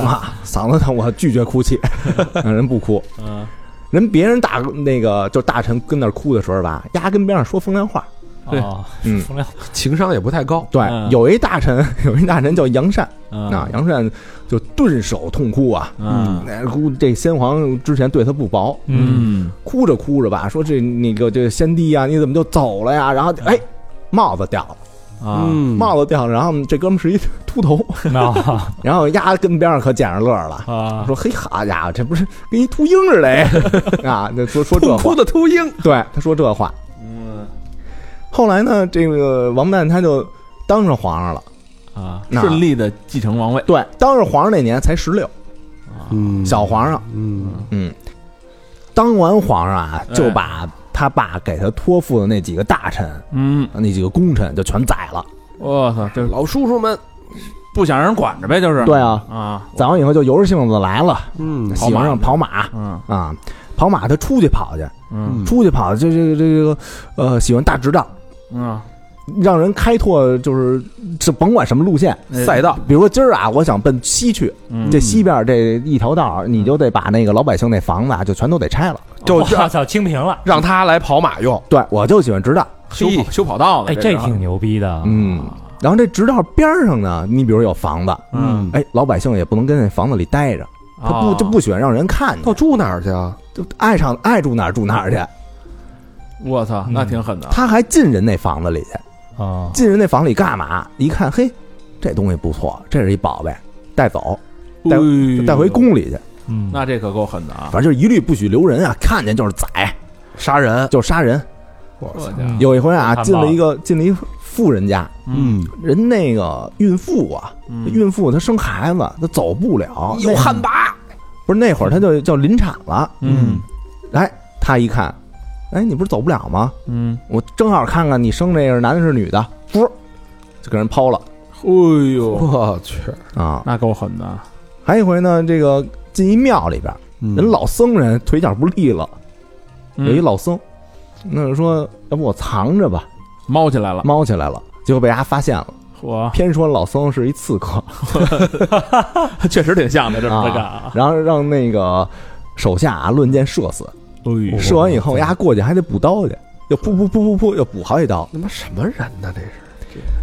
S7: 妈，嗓子疼，我拒绝哭泣。 [laughs] 人不哭，
S6: 嗯
S7: 人别人大那个就大臣跟那儿哭的时候吧，丫跟边上说风凉话。
S6: 对
S2: 啊
S7: 嗯
S2: 风凉
S5: 情商也不太高，
S7: 对，
S6: 嗯
S7: 有一大臣，有一大臣叫杨善啊
S6: 啊，，
S7: 杨善就顿首痛哭啊，
S6: 嗯
S7: 那哭这先皇之前对他不薄，
S2: 嗯
S6: 嗯
S7: 哭着哭着吧，说这那个这先帝啊，你怎么就走了呀？然
S6: 嗯
S7: 后哎，帽子掉了，
S2: 嗯
S6: 啊，
S7: 帽子掉了，然后这哥们是一秃头，
S2: 啊
S7: 然后丫跟边上可捡着乐儿了。
S2: 啊，
S7: 说嘿好家伙，这不是跟一秃鹰似的 [laughs] 哎啊！那说说这
S5: 痛
S7: 话
S5: 哭，的秃鹰，嗯
S7: 对他说这话。后来呢，这个王八蛋他就当上皇上了。
S6: 啊，
S7: 那
S6: 顺利的继承王位，
S7: 对，当上皇上那年才十六，
S5: 嗯
S7: 小皇上。
S5: 嗯哎
S7: 嗯，当完皇上啊，就把他爸给他托付的那几个大臣、
S6: 嗯，
S7: 那几个功臣就全宰了。
S6: 我操，这
S5: 老叔叔们，
S6: 不想让人管着呗，就是，
S7: 对啊，
S6: 啊，
S7: 宰完以后就由着性子来了，
S5: 嗯
S7: 喜欢上跑马
S6: 嗯
S7: 啊，跑马他出去跑去，
S6: 嗯
S7: 出去跑这这个这个呃，喜欢大直道，
S6: 嗯，
S7: 让人开拓就是这甭管什么路线。
S5: 嗯赛道，
S7: 比如说今儿啊，我想奔西去，
S6: 嗯
S7: 这西边这一条道儿，你就得把那个老百姓那房子啊，就全都得拆了。
S5: 就
S2: 我操，清平了，
S5: 让他来跑马用，
S7: 对，我就喜欢直道，
S6: 修
S5: 嘿
S6: 跑修跑道的，
S2: 哎，
S6: 这
S2: 这
S6: 是
S2: 挺牛逼的，
S7: 啊嗯，然后这直道边儿上呢，你比如有房子，
S6: 嗯，
S7: 哎，老百姓也不能跟那房子里待着，他不
S6: 啊
S7: 就不喜欢让人看
S5: 要
S7: 见，
S5: 住哪儿去啊？
S7: 就爱上
S6: 啊
S7: 爱住哪儿住哪儿去，
S6: 嗯我操，那挺狠的，
S7: 他还进人那房子里去，
S2: 啊，
S7: 进人那房里干嘛？一看，嘿，这东西不错，这是一宝贝，带走，带
S6: 哎呦
S7: 带回宫里去。
S2: 嗯，
S6: 那这可够狠的啊！
S7: 反正就是一律不许留人啊，看见就是宰，
S5: 杀人，
S7: 就是杀人。
S6: 我
S2: 嗯
S7: 有一回啊，
S2: 看
S7: 进
S2: 报
S7: 了一个进了一富人家，
S6: 嗯，
S7: 人那个孕妇啊，
S5: 嗯
S7: 孕妇她生孩子，她走不了，
S5: 有旱魃，
S7: 不是那会儿她就叫临产了。
S6: 嗯
S7: 哎，她一看，哎，你不是走不了吗？
S6: 嗯，
S7: 我正好看看你生这个是男的是女的，不，就给人抛了
S6: 哎呦，
S5: 我去，
S7: 啊。
S6: 那够狠的，
S7: 还有一回呢，这个进一庙里边，
S6: 嗯
S7: 人老僧人腿脚不利了，有一老僧，那就说要不我藏着吧，
S6: 猫起来了，
S7: 猫起来了，结果被家发现了，
S6: 我
S7: 偏说老僧是一刺客，
S6: [laughs]
S7: [laughs]
S6: 确实挺像的，这
S7: 啊
S6: 么干啊，
S7: 然后让那个手下啊论剑射死，
S6: 哎呦
S7: 射完以后丫过去还得补刀去，又噗噗噗噗噗又补好几刀，
S5: 他妈什么人呢？这是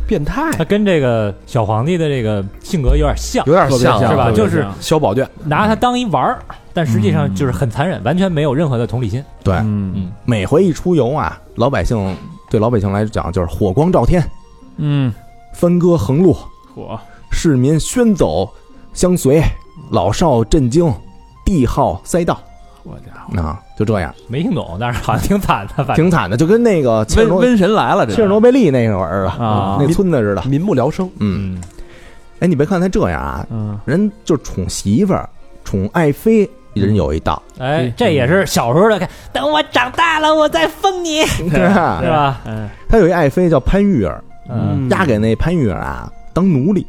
S5: 变态，
S2: 他跟这个小皇帝的这个性格有点像，
S5: 有点像啊
S2: 是吧
S6: 特别
S2: 就是
S6: 像啊
S5: 小宝卷，
S2: 拿他当一玩儿，但实际
S7: 嗯
S2: 上就是很残忍，完全没有任何的同理心。
S7: 对，
S6: 嗯
S7: 每回一出游啊，老百姓对老百姓来讲就是火光照天，
S6: 嗯，
S7: 分割横路，
S6: 我
S7: 市民喧走相随，老少震惊，帝号塞道
S6: 我家伙，哎
S7: 啊，就这样，
S2: 没听懂，但是好像挺惨的，反正
S7: 挺 [laughs] 惨的，就跟那个切尔
S6: 瘟
S7: 诺
S6: 瘟神来了，这
S7: 切尔诺贝利那会儿似的
S6: 啊
S7: 那村子似的，
S5: 民不聊生，
S7: 嗯，
S2: 嗯
S7: 哎，你别看他这样啊，
S6: 嗯，
S7: 人就宠媳妇儿，宠爱妃，人有一道，
S2: 哎，这也是小时候的看。等我长大了，我再封你，是
S7: 是吧？
S2: 吧？
S7: 他有一爱妃叫潘玉儿，
S2: 嗯，
S7: 压给那潘玉儿啊当奴隶，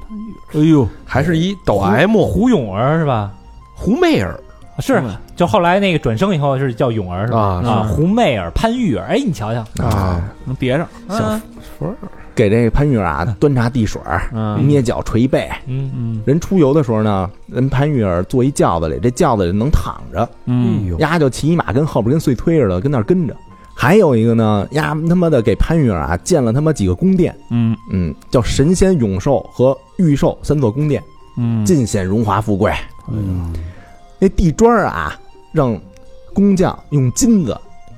S6: 哎呦，
S5: 还是一抖 M
S2: 胡咏儿是吧？
S5: 胡媚儿
S2: 是，就后来那个转生以后是叫咏儿是吧？
S5: 啊
S2: 啊，胡媚儿、潘玉儿，哎，你瞧瞧，
S5: 啊，
S6: 能叠上，
S2: 嗯
S7: 给这潘玉儿啊端茶递水儿，
S6: 嗯
S7: 捏脚捶背。
S2: 嗯，
S6: 嗯
S7: 人出游的时候呢，人潘玉儿坐一轿子里，这轿子里能躺着，
S5: 哎
S6: 嗯，
S7: 丫就骑一马跟后边跟碎推似的跟那儿跟着。还有一个呢，丫他妈的给潘玉儿啊建了他妈几个宫殿，
S6: 嗯
S7: 嗯，叫神仙永寿和御寿三座宫殿，
S6: 嗯，
S7: 尽显荣华富贵。那地砖儿啊，让工匠用金子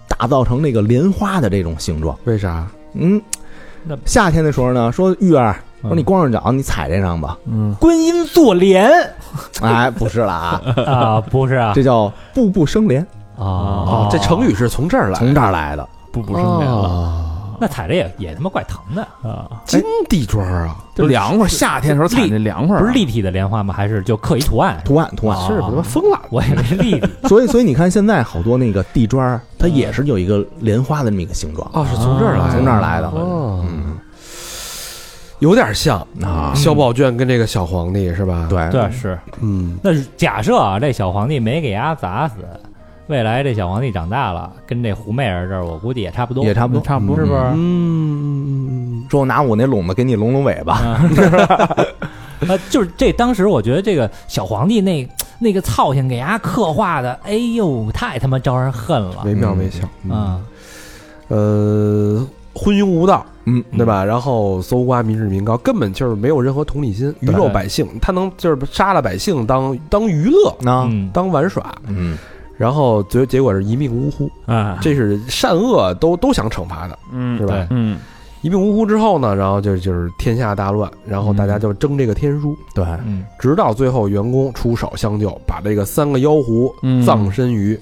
S7: 打造成那个莲花的这种形状。
S5: 为啥？
S7: 嗯
S2: 那，
S7: 夏天的时候呢，说玉儿，
S2: 嗯
S7: 说你光着脚，你踩这上吧。
S6: 嗯
S2: 观音坐莲
S7: 哎，不是
S2: [laughs]
S7: 了啊，
S2: 啊，不是啊
S7: 这叫步步生莲，
S2: 啊
S5: 这成语是从这儿来的，
S7: 从这儿来的。
S6: 步步生莲了
S2: 那踩着也也他妈怪疼的啊，
S5: 金地砖啊，
S6: 哎就凉快，夏天时候踩那凉快，啊
S2: 不是立体的莲花吗？还是就刻一图案？啊
S7: 图案图
S2: 哦
S7: 案
S5: 是他妈疯了，
S2: 我以为是立体，
S7: [laughs] 所以所以你看现在好多那个地砖儿，它也是有一个莲花的那么一个形状，
S5: 哦，是从这儿来的，
S7: 从这儿来的。
S5: 哦，
S7: 嗯
S5: 有点像
S6: 嗯
S7: 啊，
S5: 小宝卷跟这个小皇帝是吧？，
S7: 对
S2: 对，是。
S5: 嗯，
S2: 那是假设啊，这小皇帝没给丫砸死，未来这小皇帝长大了，跟这胡媚儿这儿，我估计也差不多，
S7: 也差不多，
S6: 差不多
S7: 嗯
S2: 是不是？
S5: 嗯，
S7: 说我拿我那笼子给你拢拢尾巴，
S2: 啊，就是这当时我觉得这个小皇帝那那个操性给丫刻画的，哎呦，太他妈招人恨了
S5: 惟妙惟肖。
S2: 啊！
S5: 呃，昏庸无道，
S7: 嗯，
S5: 对吧？然后搜刮民脂民膏，根本就是没有任何同理心，鱼肉百姓，他能就是杀了百姓当当娱乐，
S7: 那
S2: 嗯
S5: 当玩耍，
S7: 嗯
S5: 然后结结果是一命呜呼，
S2: 啊，
S5: 这是善恶都都想惩罚的，
S6: 嗯
S5: 是吧？
S6: 嗯，
S5: 一命呜呼之后呢，然后就就是天下大乱，然后大
S6: 嗯
S5: 家就争这个天书，
S7: 对，
S2: 嗯
S5: 直到最后员工出手相救，把这个三个妖狐
S6: 嗯
S5: 葬身于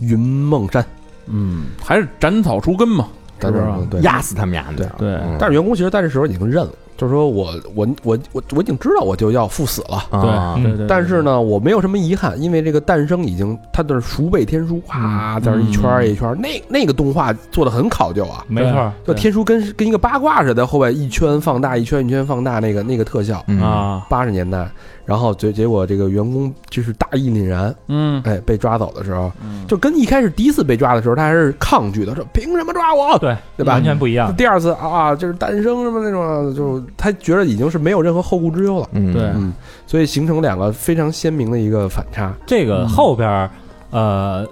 S5: 云梦山。
S6: 嗯，还是斩草除根嘛，
S5: 咱
S6: 是
S5: 这
S6: 不是啊
S5: 对
S7: 压死他们俩
S5: 对
S7: 的。
S6: 对
S7: 嗯
S5: 但是员工其实在这时候已经认了，就是说我我我我我已经知道我就要赴死了，
S7: 啊
S2: 嗯
S6: 对对，
S5: 但是呢，我没有什么遗憾，因为这个诞生已经他的熟背天书，
S6: 嗯
S5: 哇，在这一圈儿一圈儿，那那个动画做的很考究
S6: 嗯
S5: 啊，
S2: 没错，
S5: 就天书跟跟一个八卦似的，在后边一圈放大一圈一圈放大那个那个特效，
S7: 嗯
S6: 啊，
S5: 八十年代，然后结结果这个员工就是大义凛然，
S6: 嗯
S5: 哎，被抓走的时候，就跟一开始第一次被抓的时候，他还是抗拒的，说凭什么抓我？
S2: 对
S5: 对吧
S2: 完全不一样。
S5: 第二次啊，就是诞生什么那种，就是他觉得已经是没有任何后顾之忧了，
S7: 嗯
S6: 对
S5: 嗯，所以形成两个非常鲜明的一个反差。
S2: 这个后边儿，呃，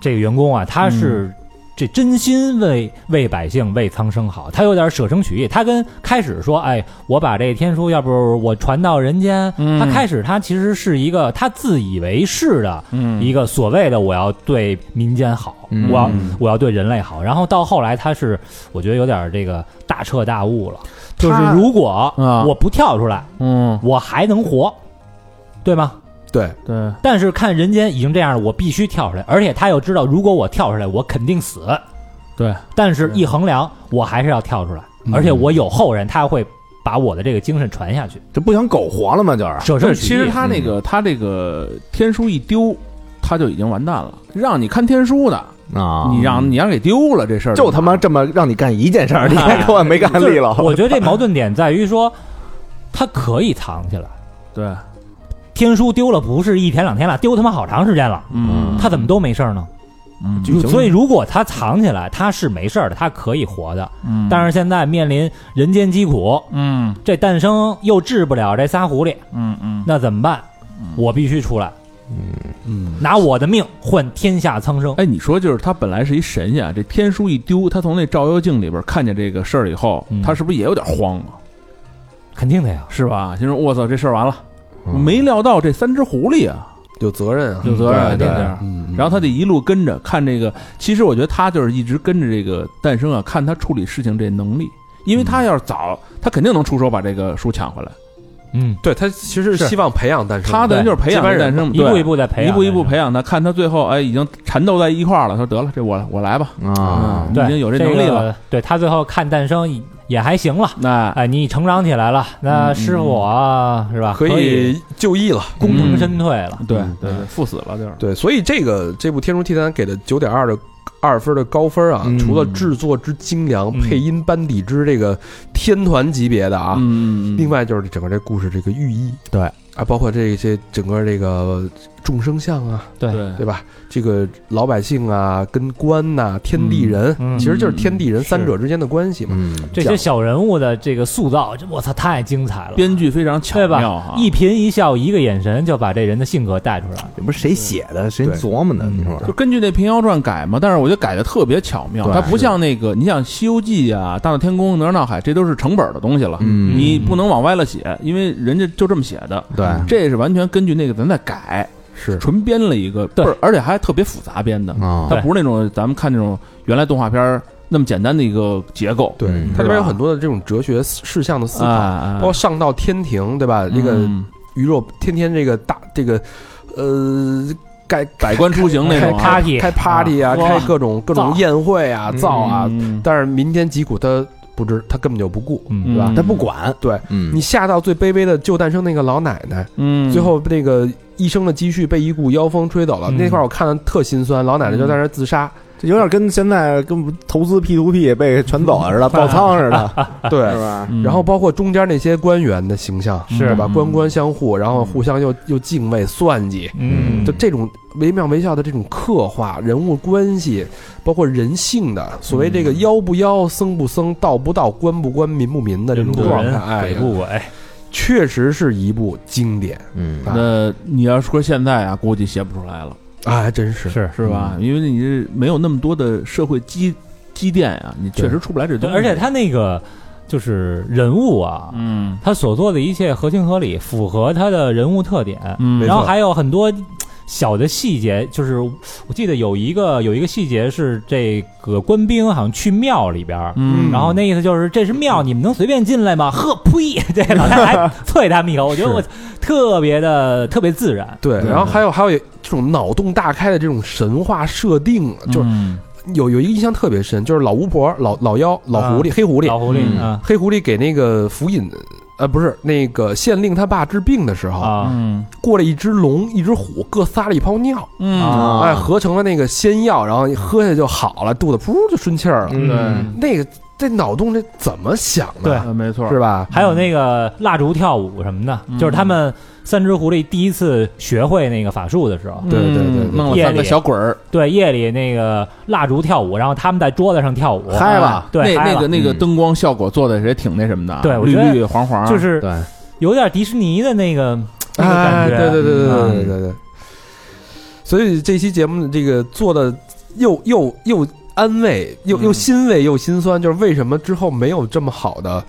S2: 这个员工啊，他是这真心为为百姓为苍生好，他有点舍生取义。他跟开始说，哎，我把这天书，要不我传到人间。他开始他其实是一个他自以为是的一个所谓的我要对民间好，我要我要对人类好。然后到后来他是我觉得有点这个大彻大悟了，就是如果我不跳出来，
S6: 啊嗯，
S2: 我还能活，对吗？
S5: 对，
S6: 对，
S2: 但是看人间已经这样了，我必须跳出来，而且他又知道，如果我跳出来，我肯定死。
S6: 对，
S2: 但是一衡量，我还是要跳出来，而且我有后人，他会把我的这个精神传下去。
S7: 这不想苟活了吗？就是
S2: 舍
S6: 但
S2: 身
S6: 是嗯其实他那个他这个天书一丢，他就已经完蛋了。让你看天书的，
S7: 啊，
S6: 你让你让给丢了这事儿，
S7: 就他妈这么让你干一件事 [laughs] 儿，你还给我没干
S2: 就是
S7: 力了。
S2: 我觉得这矛盾点在于说，他可以藏起来，
S6: [laughs] 对，
S2: 天书丢了不是一天两天了，丢他妈好长时间了，
S6: 嗯
S2: 他怎么都没事儿呢？
S6: 嗯
S7: 就
S2: 所以如果他藏起来，他是没事儿的，他可以活的。
S6: 嗯
S2: 但是现在面临人间疾苦，
S6: 嗯
S2: 这诞生又治不了这仨狐狸，
S6: 嗯嗯，
S2: 那怎么办？我必须出来，
S5: 嗯，
S2: 拿我的命换天下苍生。
S6: 哎，你说就是他本来是一神仙啊，这天书一丢，他从那照妖镜里边看见这个事儿以后，
S2: 嗯
S6: 他是不是也有点慌啊？
S2: 肯定的呀，
S6: 是吧？心说我操，这事儿完了，
S7: 嗯
S6: 没料到这三只狐狸啊，
S5: 有责任啊，
S6: 有责任啊，
S7: 对
S6: 这点儿
S5: 嗯，
S6: 然后他得一路跟着看这个，其实我觉得他就是一直跟着这个诞生啊，看他处理事情这能力，因为他要是早，他肯定能出手把这个书抢回来。
S2: 嗯，
S5: 对他其实
S6: 是
S5: 是希望培养诞生，
S6: 他等于就是培养
S5: 接班
S6: 诞
S5: 人
S6: 生，
S2: 一步
S6: 嗯对
S2: 一步再培
S6: 一
S2: 养，
S6: 步一步培养他，看他最后哎已经缠斗在一块儿了，他说得了，这我我来吧，嗯，
S7: 啊
S6: 已
S2: 对，
S6: 经有
S2: 这
S6: 能力
S2: 个
S6: 了，。
S2: 对他最后看诞生也还行了，
S6: 那
S2: 哎，你成长起来了，那
S6: 嗯
S2: 师傅我啊是吧？
S5: 可
S2: 以
S5: 以就义了。
S2: 功成身退了。
S6: 嗯对
S5: 嗯
S6: 对对，赴死了就是。
S5: 对，所以这个这部《天书奇谭》给的九点二的二分的高分啊，
S7: 嗯
S5: 除了制作之精良、
S2: 嗯
S5: 配音班底之这个天团级别的啊，
S6: 嗯，嗯嗯
S5: 另外就是整个这故事这个寓意，
S7: 对
S5: 啊，包括这些整个这个众生相啊，
S2: 对
S6: 对
S5: 对吧？这个老百姓啊，跟官呐、天地人，
S2: 嗯嗯
S5: 其实就是天地人
S2: 是
S5: 三者之间的关系嘛。
S7: 嗯，
S2: 这些小人物的这个塑造，这我操太精彩了，
S6: 编剧非常巧
S2: 对
S6: 妙
S2: 吧
S6: 哈？，
S2: 一颦一笑，一个眼神就把这人的性格带出来了。
S7: 这不是谁写的，谁琢磨的？
S2: 对
S7: 你说
S6: 就根据那《平遥传》改嘛，但是我觉得改的特别巧妙，
S7: 对
S6: 它不像那个，你像《西游记》啊，《大闹天宫》《哪吒闹海》，这都是成本的东西了，
S7: 嗯
S6: 你不能往歪了写，因为人家就这么写的，
S7: 对
S6: 这是完全根据那个咱再改，
S5: 是
S6: 纯编了一个，
S2: 对
S6: 不是，而且还特别复杂编的，
S7: 啊
S6: 它不是那种咱们看那种原来动画片儿那么简单的一个结构，
S5: 对
S7: 嗯，
S5: 它里边有很多的这种哲学事项的思考，
S6: 啊，
S5: 包括上到天庭，对吧？这个
S6: 嗯
S5: 鱼肉天天这个大这个，呃，盖
S6: 百官出行那
S5: 开
S6: 种啊
S2: party
S5: 开 party 啊，
S6: 哇
S5: 开各种各种
S2: 造
S5: 宴会啊，造啊。
S6: 嗯
S5: 但是民间疾苦他不知，他根本就不顾。
S2: 嗯，
S6: 吧
S7: 他不，管，
S5: 对
S7: 嗯，
S5: 你下到最卑微的就诞生那个老奶奶，
S6: 嗯，
S5: 最后那个一生的积蓄被一股妖风吹走了，
S2: 嗯
S5: 那块儿我看了特心酸，
S6: 嗯
S5: 老奶奶就在那儿自杀。
S7: 这有点跟现在跟投资 P to P 被全走 [laughs] 似的，爆仓似的， [laughs] 是
S5: 对，
S7: 吧？
S6: 嗯，
S5: 然后包括中间那些官员的形象，
S2: 是
S5: 对吧？
S6: 嗯
S5: 官官相护，然后互相又又敬畏算计，
S2: 嗯，
S5: 就这种惟妙惟肖的这种刻画人物关系，包括人性的所谓
S2: 嗯
S5: 这个妖不妖、僧不僧、道不道、官不官、民不民的这种
S2: 人不
S5: 状态，
S2: 人，
S5: 哎
S2: 鬼，不鬼，
S5: 确实是一部经典
S7: 嗯
S5: 啊
S6: 那你要说现在啊，估计写不出来了。
S5: 啊，还真是。
S2: 是
S6: 是吧？因为你是没有那么多的社会积积淀啊，你确实出不来这东
S2: 对，
S6: 西。
S2: 而且，他那个就是人物啊，
S6: 嗯
S2: 他所做的一切合情合理，符合他的人物特点，
S6: 嗯，
S2: 然后
S5: 错
S2: 还有很多。小的细节就是，我记得有一个有一个细节是这个官兵好像去庙里边儿，
S6: 嗯，
S2: 然后那意思就是这是庙，你们能随便进来吗？呵，呸！ [laughs] 这老太太还啐他们一口，我觉得我特别的特别自然，
S5: 对，然后还有还有这种脑洞大开的这种神话设定，就是
S6: 嗯
S5: 有有一个印象特别深，就是老巫婆、老老妖、老狐狸、黑狐狸
S2: 老、狐狸啊
S5: 黑狐狸给那个府尹，呃，不是那个县令他爸治病的时候，
S2: 啊
S6: 嗯
S5: 过来一只龙、一只虎，各撒了一泡尿，
S6: 嗯，
S7: 啊
S5: 哎，合成了那个仙药，然后一喝下就好了，肚子噗就顺气儿了。
S7: 嗯，
S5: 那个这脑洞这怎么想
S2: 对
S5: 的？
S6: 呃没错，
S5: 是吧？
S2: 还有那个蜡烛跳舞什么的，
S6: 嗯
S2: 就是他们三只狐狸第一次学会那个法术的时候，
S5: 对对对对
S6: 弄了三个小鬼儿，
S2: 对夜里那个蜡烛跳舞，然后他们在桌子上跳舞，啊
S7: 嗨了，
S2: 对，
S6: 那
S2: 嗨
S6: 那个
S2: 了
S6: 那个
S7: 嗯
S6: 灯光效果做的也挺那什么的啊，
S2: 对我
S6: 绿
S2: 觉得
S6: 绿黄黄，
S2: 就是
S7: 对，
S2: 有点迪士尼的那个那个
S5: 哎，
S2: 感觉，
S5: 对对对对对对
S7: 嗯
S5: 对对。所以这期节目这个做的又又又安慰，又又欣慰又心酸，就是为什么之后没有这么好的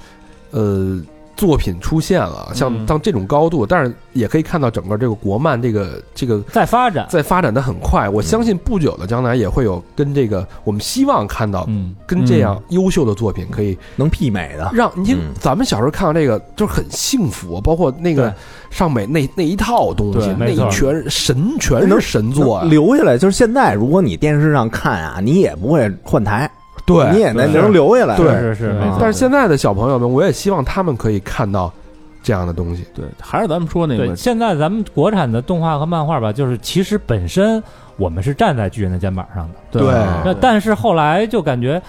S5: 呃作品出现了，像
S2: 嗯
S5: 像这种高度，但是也可以看到整个这个国漫这个这个
S2: 在发展，
S5: 在发展的很快，我相信不久的将来也会有跟这个我们希望看到
S2: 嗯，
S5: 跟这样优秀的作品可以
S7: 嗯
S10: 能媲美的，
S5: 让你听
S10: 嗯，
S5: 咱们小时候看到这个就是很幸福，包括那个
S2: 对
S5: 上美那那一套东
S2: 对，
S5: 西那
S2: 没错
S5: 一全神全是神作啊
S10: 能！留下来。就是现在，如果你电视上看啊，你也不会换台，你
S5: 对，
S10: 也能
S2: 对
S10: 能留下来。
S5: 对
S2: 是是没
S10: 啊
S2: 错。
S5: 但是现在的小朋友们，我也希望他们可以看到这样的东西。
S6: 对，还是咱们说那
S2: 对，
S6: 个，
S2: 现在咱们国产的动画和漫画吧，就是其实本身我们是站在巨人的肩膀上的，
S6: 对
S5: 对
S2: 那但是后来就感觉，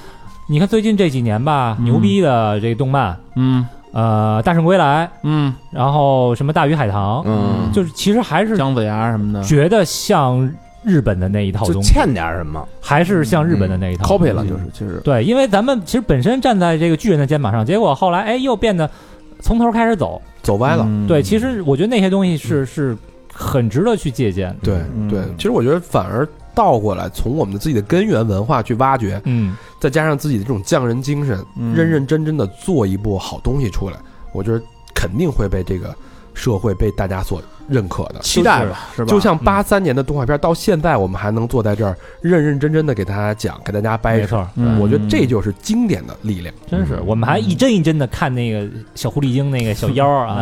S2: 你看最近这几年吧，
S6: 嗯
S2: 牛逼的这个动漫，
S6: 嗯
S2: 呃，《大圣归来》，
S6: 嗯，
S2: 然后什么《大鱼海棠》，
S10: 嗯，
S2: 就是其实还是
S6: 姜子牙什么的，
S2: 觉得像日本的那一套
S10: 就
S2: 东西，
S10: 欠点什么。
S2: 还是像日本
S5: 嗯
S2: 的那一套
S6: copy
S2: 东
S6: 了
S2: 西
S6: 就是，其实
S2: 对，因为咱们其实本身站在这个巨人的肩膀上，结果后来哎又变得从头开始走。
S5: 走歪了，
S6: 嗯
S2: 对，其实我觉得那些东西是是很值得去借鉴。
S5: 对
S6: 嗯
S5: 对。其实我觉得反而倒过来，从我们的自己的根源文化去挖掘，
S2: 嗯，
S5: 再加上自己的这种匠人精神，
S6: 嗯
S5: 认认真真的做一部好东西出来，我觉得肯定会被这个社会被大家所认可的。
S6: 期待吧，是吧？
S5: 就
S2: 嗯
S5: 像八三年的动画片，到现在我们还能坐在这儿认认真真的给大家讲，给大家掰
S2: 没
S5: 扯。
S2: 错，
S6: 嗯
S5: 我觉得这就是经典的力量。
S2: 真是，我们还一针一针的看那个小狐狸精那个小腰儿啊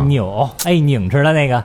S10: 啊，
S2: 扭，哎，拧着的那个，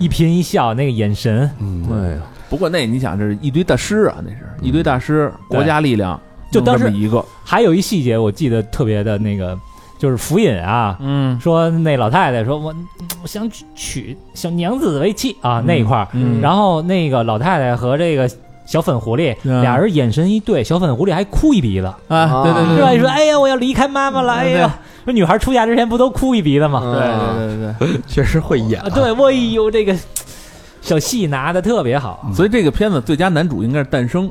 S2: 一颦一笑那个眼神，
S5: 嗯，
S10: 呀，
S6: 不过那你想，这是一堆大师啊，那是一堆大师，
S2: 对
S6: 国家力量，
S2: 就当时
S6: 弄这么一个，
S2: 还有一细节我记得特别的那个，就是福尹啊，
S6: 嗯
S2: 说那老太太说我我想娶小娘子为妻啊那一块儿，
S6: 嗯
S2: 然后那个老太太和这个小粉狐狸
S6: 嗯
S2: 俩人眼神一对，小粉狐狸还哭一鼻子。
S6: 啊，对对对
S2: 是
S6: 对
S2: 吧？你说，哎呀，我要离开妈妈
S6: 嗯
S2: 了，哎呀，说女孩出嫁之前不都哭一鼻子吗？
S10: 啊
S6: 对对对对
S5: 确实会演
S2: 啊，对，我呦，这个小戏拿的特别好，
S6: 对，所以这个片子最佳男主应该是诞生，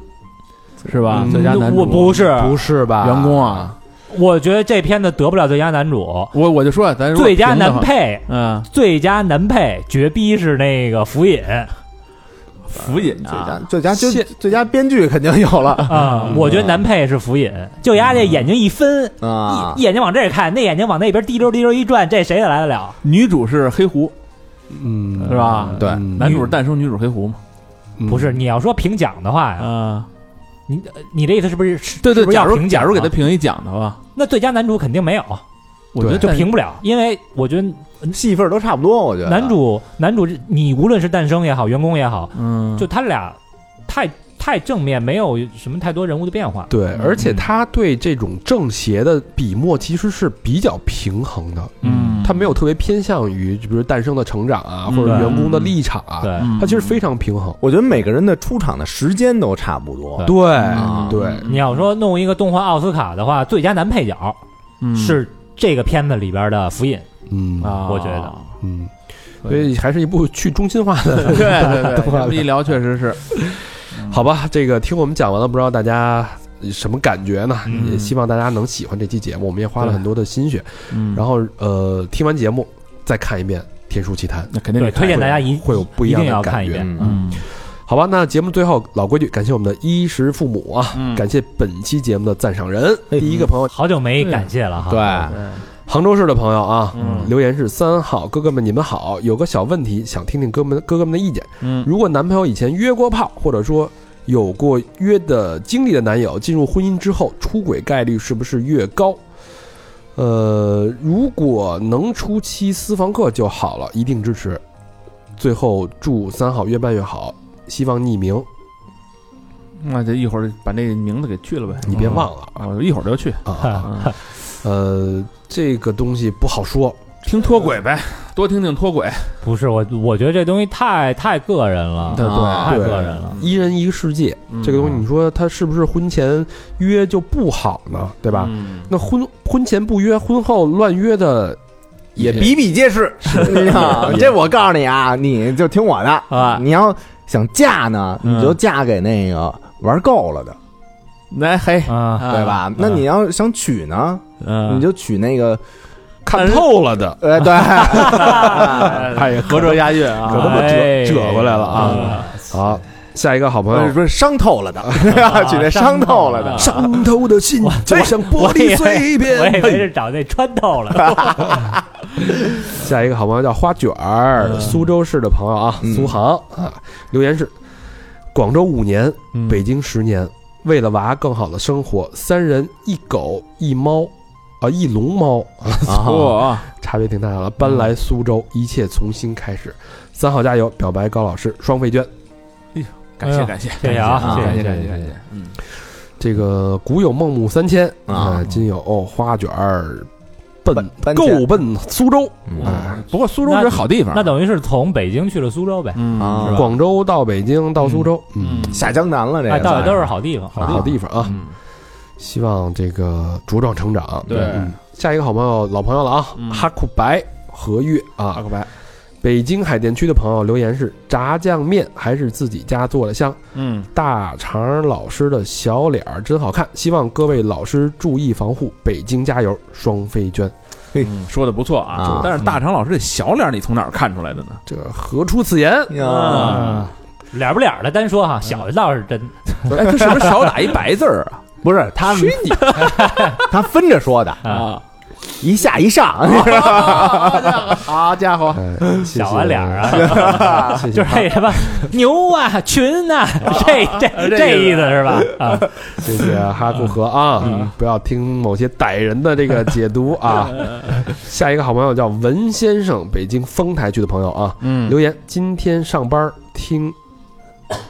S6: 是吧？
S5: 嗯
S6: 最佳男主
S2: 我不是，
S5: 不是啊吧？
S6: 员工，啊，
S2: 我觉得这片子得不了最佳男主，
S6: 我我就说啊咱如果
S2: 最佳
S6: 评的
S2: 男
S6: 话，
S2: 配，
S6: 嗯，
S2: 最佳男配绝逼是那个福尹
S6: 福尹
S10: 最佳
S6: 啊，
S10: 最佳最
S5: 现
S10: 最佳编剧肯定有
S2: [laughs]
S10: 了
S2: 啊，
S6: 嗯
S2: 我觉得男配是福尹，就丫这眼睛一分。
S10: 啊
S2: 一，一眼睛往这儿看，那眼睛往那边滴溜滴溜一转，这谁也来得了？
S6: 女主是黑狐
S5: 嗯
S6: 是吧？
S10: 对
S5: 嗯
S6: 男主是诞生，女主黑狐嘛？
S2: 不是，你要说评奖的话
S5: 嗯
S2: 呀，
S6: 啊，
S2: 你你的意思是不是？
S6: 对对
S2: 是，不是
S6: 假
S2: 要
S6: 如
S2: 评奖
S6: 假如给
S2: 啊
S6: 他评一奖的话，
S2: 那最佳男主肯定没有，
S6: 我觉得
S2: 就
S6: 诞
S2: 评不了，因为我觉得
S10: 戏份都差不多，我
S5: 啊
S10: 觉得
S2: 男主男主你无论是诞生也好，员工也好，
S6: 嗯，
S2: 就他俩太太正面，没有什么太多人物的变化。
S5: 对，而
S2: 嗯
S5: 且他对这种正邪的笔墨其实是比较平衡的，
S6: 嗯，
S5: 他没有特别偏向于，就比如诞生的成长啊，或者
S2: 嗯
S5: 员工的立场啊，
S2: 对，
S6: 嗯，
S5: 他其实非常平衡。
S10: 我觉得每个人的出场的时间都差不多，
S2: 对
S5: 对对，
S6: 嗯
S2: 你要说弄一个动画奥斯卡的话，最佳男配角
S6: 嗯
S2: 是这个片子里边的福尹，
S5: 嗯
S6: 啊，
S2: 我觉得
S5: 嗯，所以还是一部去中心化的
S6: [laughs] 对对对，这么一聊确实是，
S5: 好吧，这个听我们讲完了，不知道大家什么感觉呢？
S2: 嗯
S5: 也希望大家能喜欢这期节目，我们也花了
S6: 对
S5: 很多的心血。
S6: 嗯，
S5: 然后呃，听完节目再看一遍《天书奇谭》，
S6: 那肯定
S2: 对，
S6: 得看
S2: 推荐大家一
S5: 会有不一
S2: 一
S5: 样的
S2: 定要
S5: 感
S2: 看一
S5: 觉
S2: 遍。
S10: 嗯，
S6: 嗯
S5: 好吧？那节目最后老规矩，感谢我们的衣食父母啊，
S6: 嗯
S5: 感谢本期节目的赞赏人，第一个朋友，
S2: 好久没感谢了哈，
S10: 对，
S5: 杭州市的朋友啊。
S6: 嗯
S5: 留言是三号哥哥们，你们好，有个小问题想听听哥们哥哥们的意见。
S6: 嗯
S5: 如果男朋友以前约过炮，或者说有过约的经历的男友，进入婚姻之后，出轨概率是不是越高？呃，如果能出期私房课就好了，一定支持。最后祝三好越办越好，希望匿名，
S6: 那就一会儿把那名字给去了呗，
S5: 你别忘了
S6: 啊，我一会儿就去。
S5: 啊。
S6: 嗯
S5: 呃，这个东西不好说，
S6: 听脱轨呗，多听听脱轨。
S5: 啊
S2: 不是我，我觉得这东西太太个人了，啊
S6: 对对
S2: 太
S5: 对
S2: 个人了。
S5: 一人一个世界，
S6: 嗯
S5: 这个东西你说他是不是婚前约就不好呢？对
S6: 对
S5: 吧？？那婚婚前不约，婚后乱约的
S10: 也比比皆是。是啊这我告诉你啊，你就听我的
S6: 啊
S10: 你要想嫁呢，
S6: 嗯
S10: 你就嫁给那个玩够了的，
S6: 来嘿，
S2: 啊，呃
S10: 对吧？那你要想娶呢，
S6: 嗯
S10: 你就娶那个，
S5: 看透了的，
S10: 呃，对，
S6: 哎，合辙押韵啊
S5: 可能我折
S2: 哎
S5: 折过来了啊。好，下一个好朋
S7: 我
S5: 友
S7: 是说伤透了的，举那伤透了的，啊
S2: 伤
S7: 透的心就像玻璃碎
S2: 我以
S7: 片。
S5: 哎
S2: 为是找那穿透了，
S5: 下一个好朋友叫花卷儿，苏州市的朋友啊，苏杭啊，留言是：广州五年，
S2: 嗯
S5: 北京十年，为了娃更好的生活，三人一狗一猫啊，一龙猫啊，
S6: 哇，
S5: 差别挺大的了。搬来苏州，一切从新开始。三好加油！表白高老师，双费券。
S6: 感
S2: 哎
S6: 谢
S2: 呦
S6: 感谢
S2: 谢谢啊
S6: 感谢
S5: 谢谢
S6: 感谢感
S5: 谢
S6: 谢
S5: 谢，
S6: 嗯，
S5: 这个古有孟母三迁
S7: 啊
S5: 啊，今有花卷儿奔
S7: 奔
S5: 够奔苏州
S7: 嗯
S5: 啊。
S6: 不过苏州是好地方，
S2: 那等于是从北京去了苏州呗。
S6: 嗯
S7: 啊
S6: 是吧
S5: 广州到北京到苏州，嗯，
S6: 嗯
S7: 下江南了，这
S2: 哎，
S7: 个
S2: 到底都是好地方，
S5: 好地方啊。
S6: 嗯
S5: 希望这个茁壮成长。
S6: 对
S5: 嗯下一个好朋友，老朋友了啊，
S6: 嗯
S5: 哈库白和月
S6: 阿
S5: 啊，
S6: 克白，
S5: 北京海淀区的朋友留言是：炸酱面还是自己家做的香？
S6: 嗯
S5: 大肠老师的小脸儿真好看，希望各位老师注意防护，北京加油，双飞娟。
S6: 说的不错啊
S7: 啊，
S5: 嗯
S6: 但是大长老师这小脸你从哪儿看出来的呢？
S5: 这何出此言？
S7: [laughs] 呀，
S2: 啊，脸不脸的单说哈，小的倒是真
S6: 哎，他是不是少打一白字儿啊？
S7: 不是他们，他分着说的，
S2: 啊，
S7: 一下
S2: [laughs]
S7: 一上， [laughs] 好家伙，
S5: 哎谢谢
S2: 小完脸儿啊，
S5: [laughs] 谢谢
S2: 就是这什么牛啊、群啊，这这这意思是吧？啊，
S5: 谢谢哈库河啊，不要听某些歹人的这个解读啊。下一个好朋友叫文先生，北京丰台区的朋友啊，
S6: 嗯
S5: 留言今天上班听《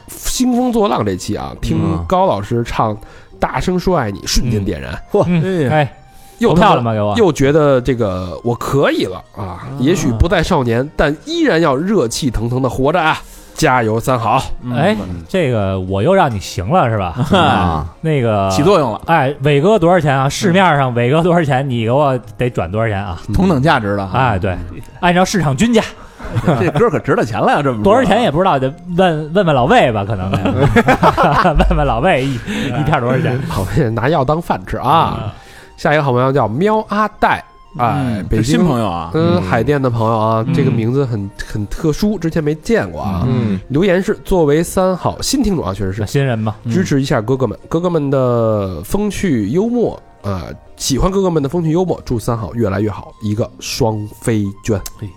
S5: 兴风作浪》这期啊，听
S7: 嗯
S5: 高老师唱《大声说爱你》，瞬间点燃，
S2: 嗯，哎，
S5: 又
S2: 投
S5: 他
S2: 票
S5: 妈
S2: 了吗？给我
S5: 又觉得这个我可以了啊！也许不再少年，但依然要热气腾腾的活着啊！加油，三好！
S2: 哎，这个我又让你行了是吧？嗯
S7: 啊，
S2: 那个
S6: 起作用了，
S2: 哎，伟哥多少钱啊？市面上伟哥多少钱？你给我得转多少钱啊？
S6: 同等价值
S1: 嗯
S6: 了哈。
S2: 哎，对，按照市场均价
S6: [laughs] 这歌可值了钱了呀，这
S1: 嗯
S6: 么说
S2: 多少钱也不知道，得问问问老魏吧，可能得 [laughs] 问问老魏一一片多少钱？
S5: 好， [laughs] 拿药当饭吃啊！下一个好朋友叫喵阿黛，哎
S6: 嗯，是
S5: 北京
S6: 新朋友啊，
S5: 跟海淀的朋友啊，
S2: 嗯
S5: 这个名字很很特殊，之前没见过啊。
S7: 嗯，
S5: 留言是作为三好新听众啊，确实是
S2: 是新人嘛？
S6: 嗯
S5: 支持一下哥哥们，哥哥们的风趣幽默，呃，喜欢哥哥们的风趣幽默，祝三好越来越好，一个双飞娟。嗯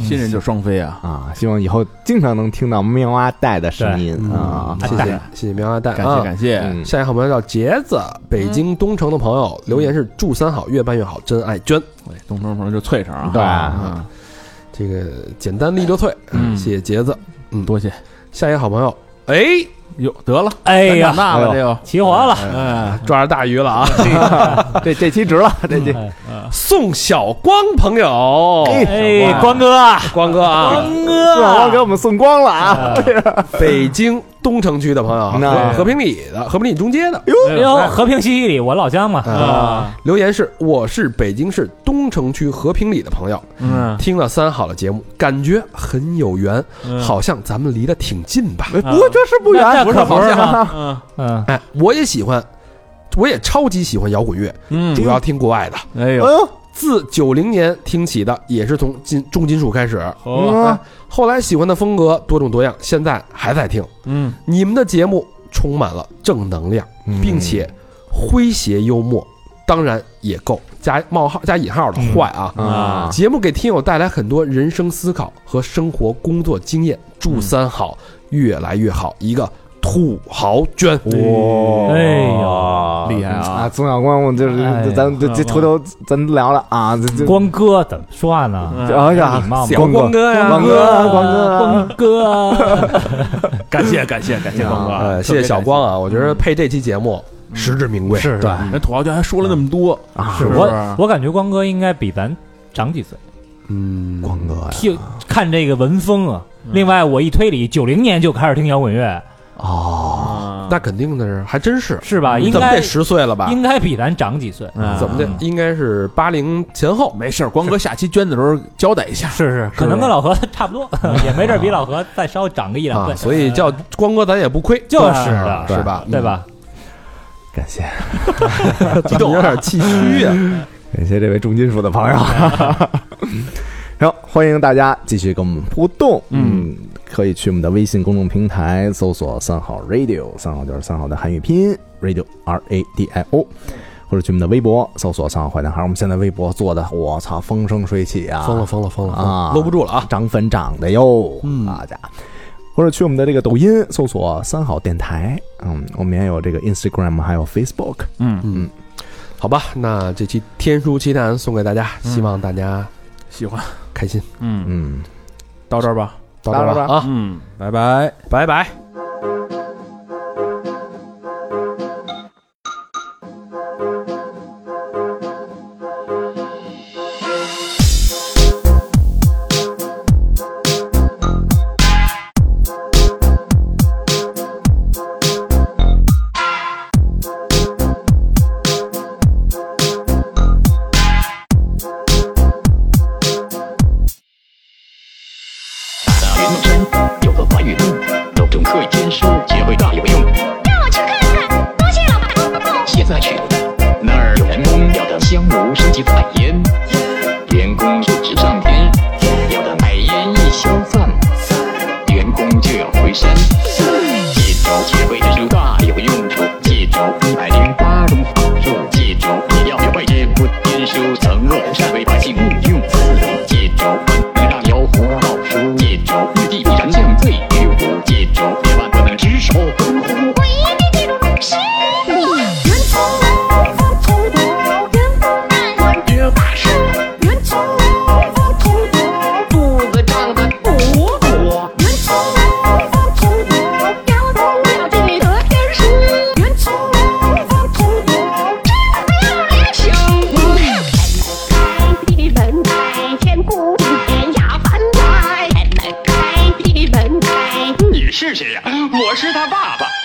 S6: 新人就双飞啊，
S7: 啊，希望以后经常能听到喵啊带的声音
S5: 嗯
S7: 啊，
S5: 谢谢谢谢喵阿黛
S6: 感
S5: 啊
S6: 谢。感谢，
S7: 嗯
S5: 下一个好朋友叫杰子，北京东城的朋友
S6: 嗯
S5: 留言是祝三好越办越好，真爱娟。
S6: 哎东城朋友就脆成啊，
S7: 对
S6: 啊，
S5: 这个简单利落脆，
S6: 嗯
S5: 谢谢杰子。嗯
S6: 多谢。
S5: 下一个好朋友，哎，
S6: 哟，得了，
S2: 哎
S6: 咱
S2: 呀
S6: 长，大了这又，
S2: 齐活了。
S6: 哎，
S5: 抓着大鱼了啊！
S6: 嗯
S7: 这这期值了，这期
S2: 哎
S5: 宋晓光朋友，
S2: 哎，光哥，
S5: 光哥啊，
S7: 四老王给我们送光了
S2: 嗯
S7: 啊！
S5: 北京东城区的朋友
S7: 那
S5: 啊，和和平里的和平里中街的
S2: 哎呦，和平西西里，我老乡嘛。
S5: 啊，留言是我是北京市东城区和平里的朋友，
S6: 嗯，
S5: 听了三好的节目，感觉很有缘，
S6: 嗯
S5: 好像咱们离得挺近吧？
S7: 哎不过这是不
S2: 那
S7: 远，
S2: 那可不是吗？
S6: 嗯
S2: 嗯，
S5: 哎，我也喜欢，我也超级喜欢摇滚乐，
S6: 嗯，
S5: 主要听国外的。
S6: 哎
S7: 哎
S6: 呦，
S7: 呦，
S5: 自九零年听起的，也是从金重金属开始，
S6: 哦
S5: 啊后来喜欢的风格多种多样，现在还在听。
S6: 嗯，
S5: 你们的节目充满了正能量，
S7: 嗯
S5: 并且诙谐幽默，当然也够加冒号加引号的坏啊。
S7: 啊，
S5: 节目给听友带来很多人生思考和生活工作经验，祝三好越来越好，一个土豪捐。
S7: 哦
S2: 嗯
S7: 哇
S2: 哎呦，
S6: 厉害
S7: 啊，
S6: 啊，
S7: 宋晓光，我就是
S2: 哎呀
S7: 咱这这
S6: 嗯
S7: 回头咱聊聊啊，这这
S2: 光哥怎么说话呢？
S6: 嗯
S2: 有
S7: 哎呀
S2: 礼貌，吗
S7: 光光哥呀，光哥，啊嗯光哥，
S2: 光哥，啊
S6: 感谢感谢感谢光哥 [laughs] 啊，
S1: 哎
S5: 呃，谢谢小光啊，我觉得
S6: 嗯
S5: 配这期节目实至名归。
S2: 是对，
S6: 人土豪圈还说了那么多，嗯啊是不是
S2: 我我感觉光哥应该比咱长几岁，
S5: 嗯，
S7: 光哥呀，
S2: 听看这个文风啊。另外，我一推理，九零年就开始听摇滚乐，
S7: 哦，
S6: 啊
S5: 那肯定的是，还真是，嗯
S2: 是吧？应
S5: 怎么
S2: 该
S5: 得十岁了吧？
S2: 应该比咱长几岁，
S6: 嗯
S5: 怎么的？应该是八零前后。啊
S6: 没事儿，光哥下期捐的时候交代一下，
S2: 是是，可能跟老何差不多， [laughs] 也没准比老何再稍长个一两
S5: 啊，
S2: 岁。
S5: 所以叫光哥，咱也不亏，
S2: 就是
S6: 啊
S2: 的，
S5: 是吧？嗯
S2: 对吧？
S7: 感谢
S5: 激动，有点气虚啊呀。
S6: 啊
S7: 感谢这位重金属的 [laughs] 朋友。行，欢迎大家继续跟我们互动。嗯，可以去我们的微信公众平台搜索“三好 radio”，三好就是三好的汉语拼音 radio r a d i o，或者去我们的微博搜索“三好坏男孩”。我们现在微博做的，我操，风生水起啊！
S5: 疯了疯了疯了疯了
S7: 啊，
S5: 搂不住了啊！嗯
S7: 涨粉涨的哟，大家。或者去我们的这个抖音搜索“三好电台”，嗯，我们也有这个 Instagram，还有 Facebook。
S6: 嗯
S5: 嗯，好吧，那这期《天书奇谈》送给大家，希望大家
S6: 嗯喜欢，
S5: 开心。
S6: 嗯，
S7: 嗯，
S6: 到这儿吧，
S5: 到这儿了啊，
S6: 嗯，拜拜，
S5: 拜拜。
S3: 云真有个华语洞，洞中刻天书，结会大有用。
S4: 让我去看看，多谢老爸。
S3: 现在去那儿有员工要的香炉升级版烟，员工入职上天，要的买烟一消散，员工就要回山。记住学会的书大有用处，记住一百零八种好处，记住你要学会这部天书，承诺善为百姓勿用自如，记住不能让妖狐老鼠，记住玉帝必然降罪于吾，记住千万不能只手空空。
S4: 我一定记住老师。圆葱能否同流？圆滚蛋，我是大师。圆葱能否同流？肚子胀得鼓鼓。圆葱能否同流？摇头了这里得天书。圆葱能否同流？真的要人想我。开的门开，千古一点呀翻来。开的门开，
S3: 你是谁呀、我是他爸爸。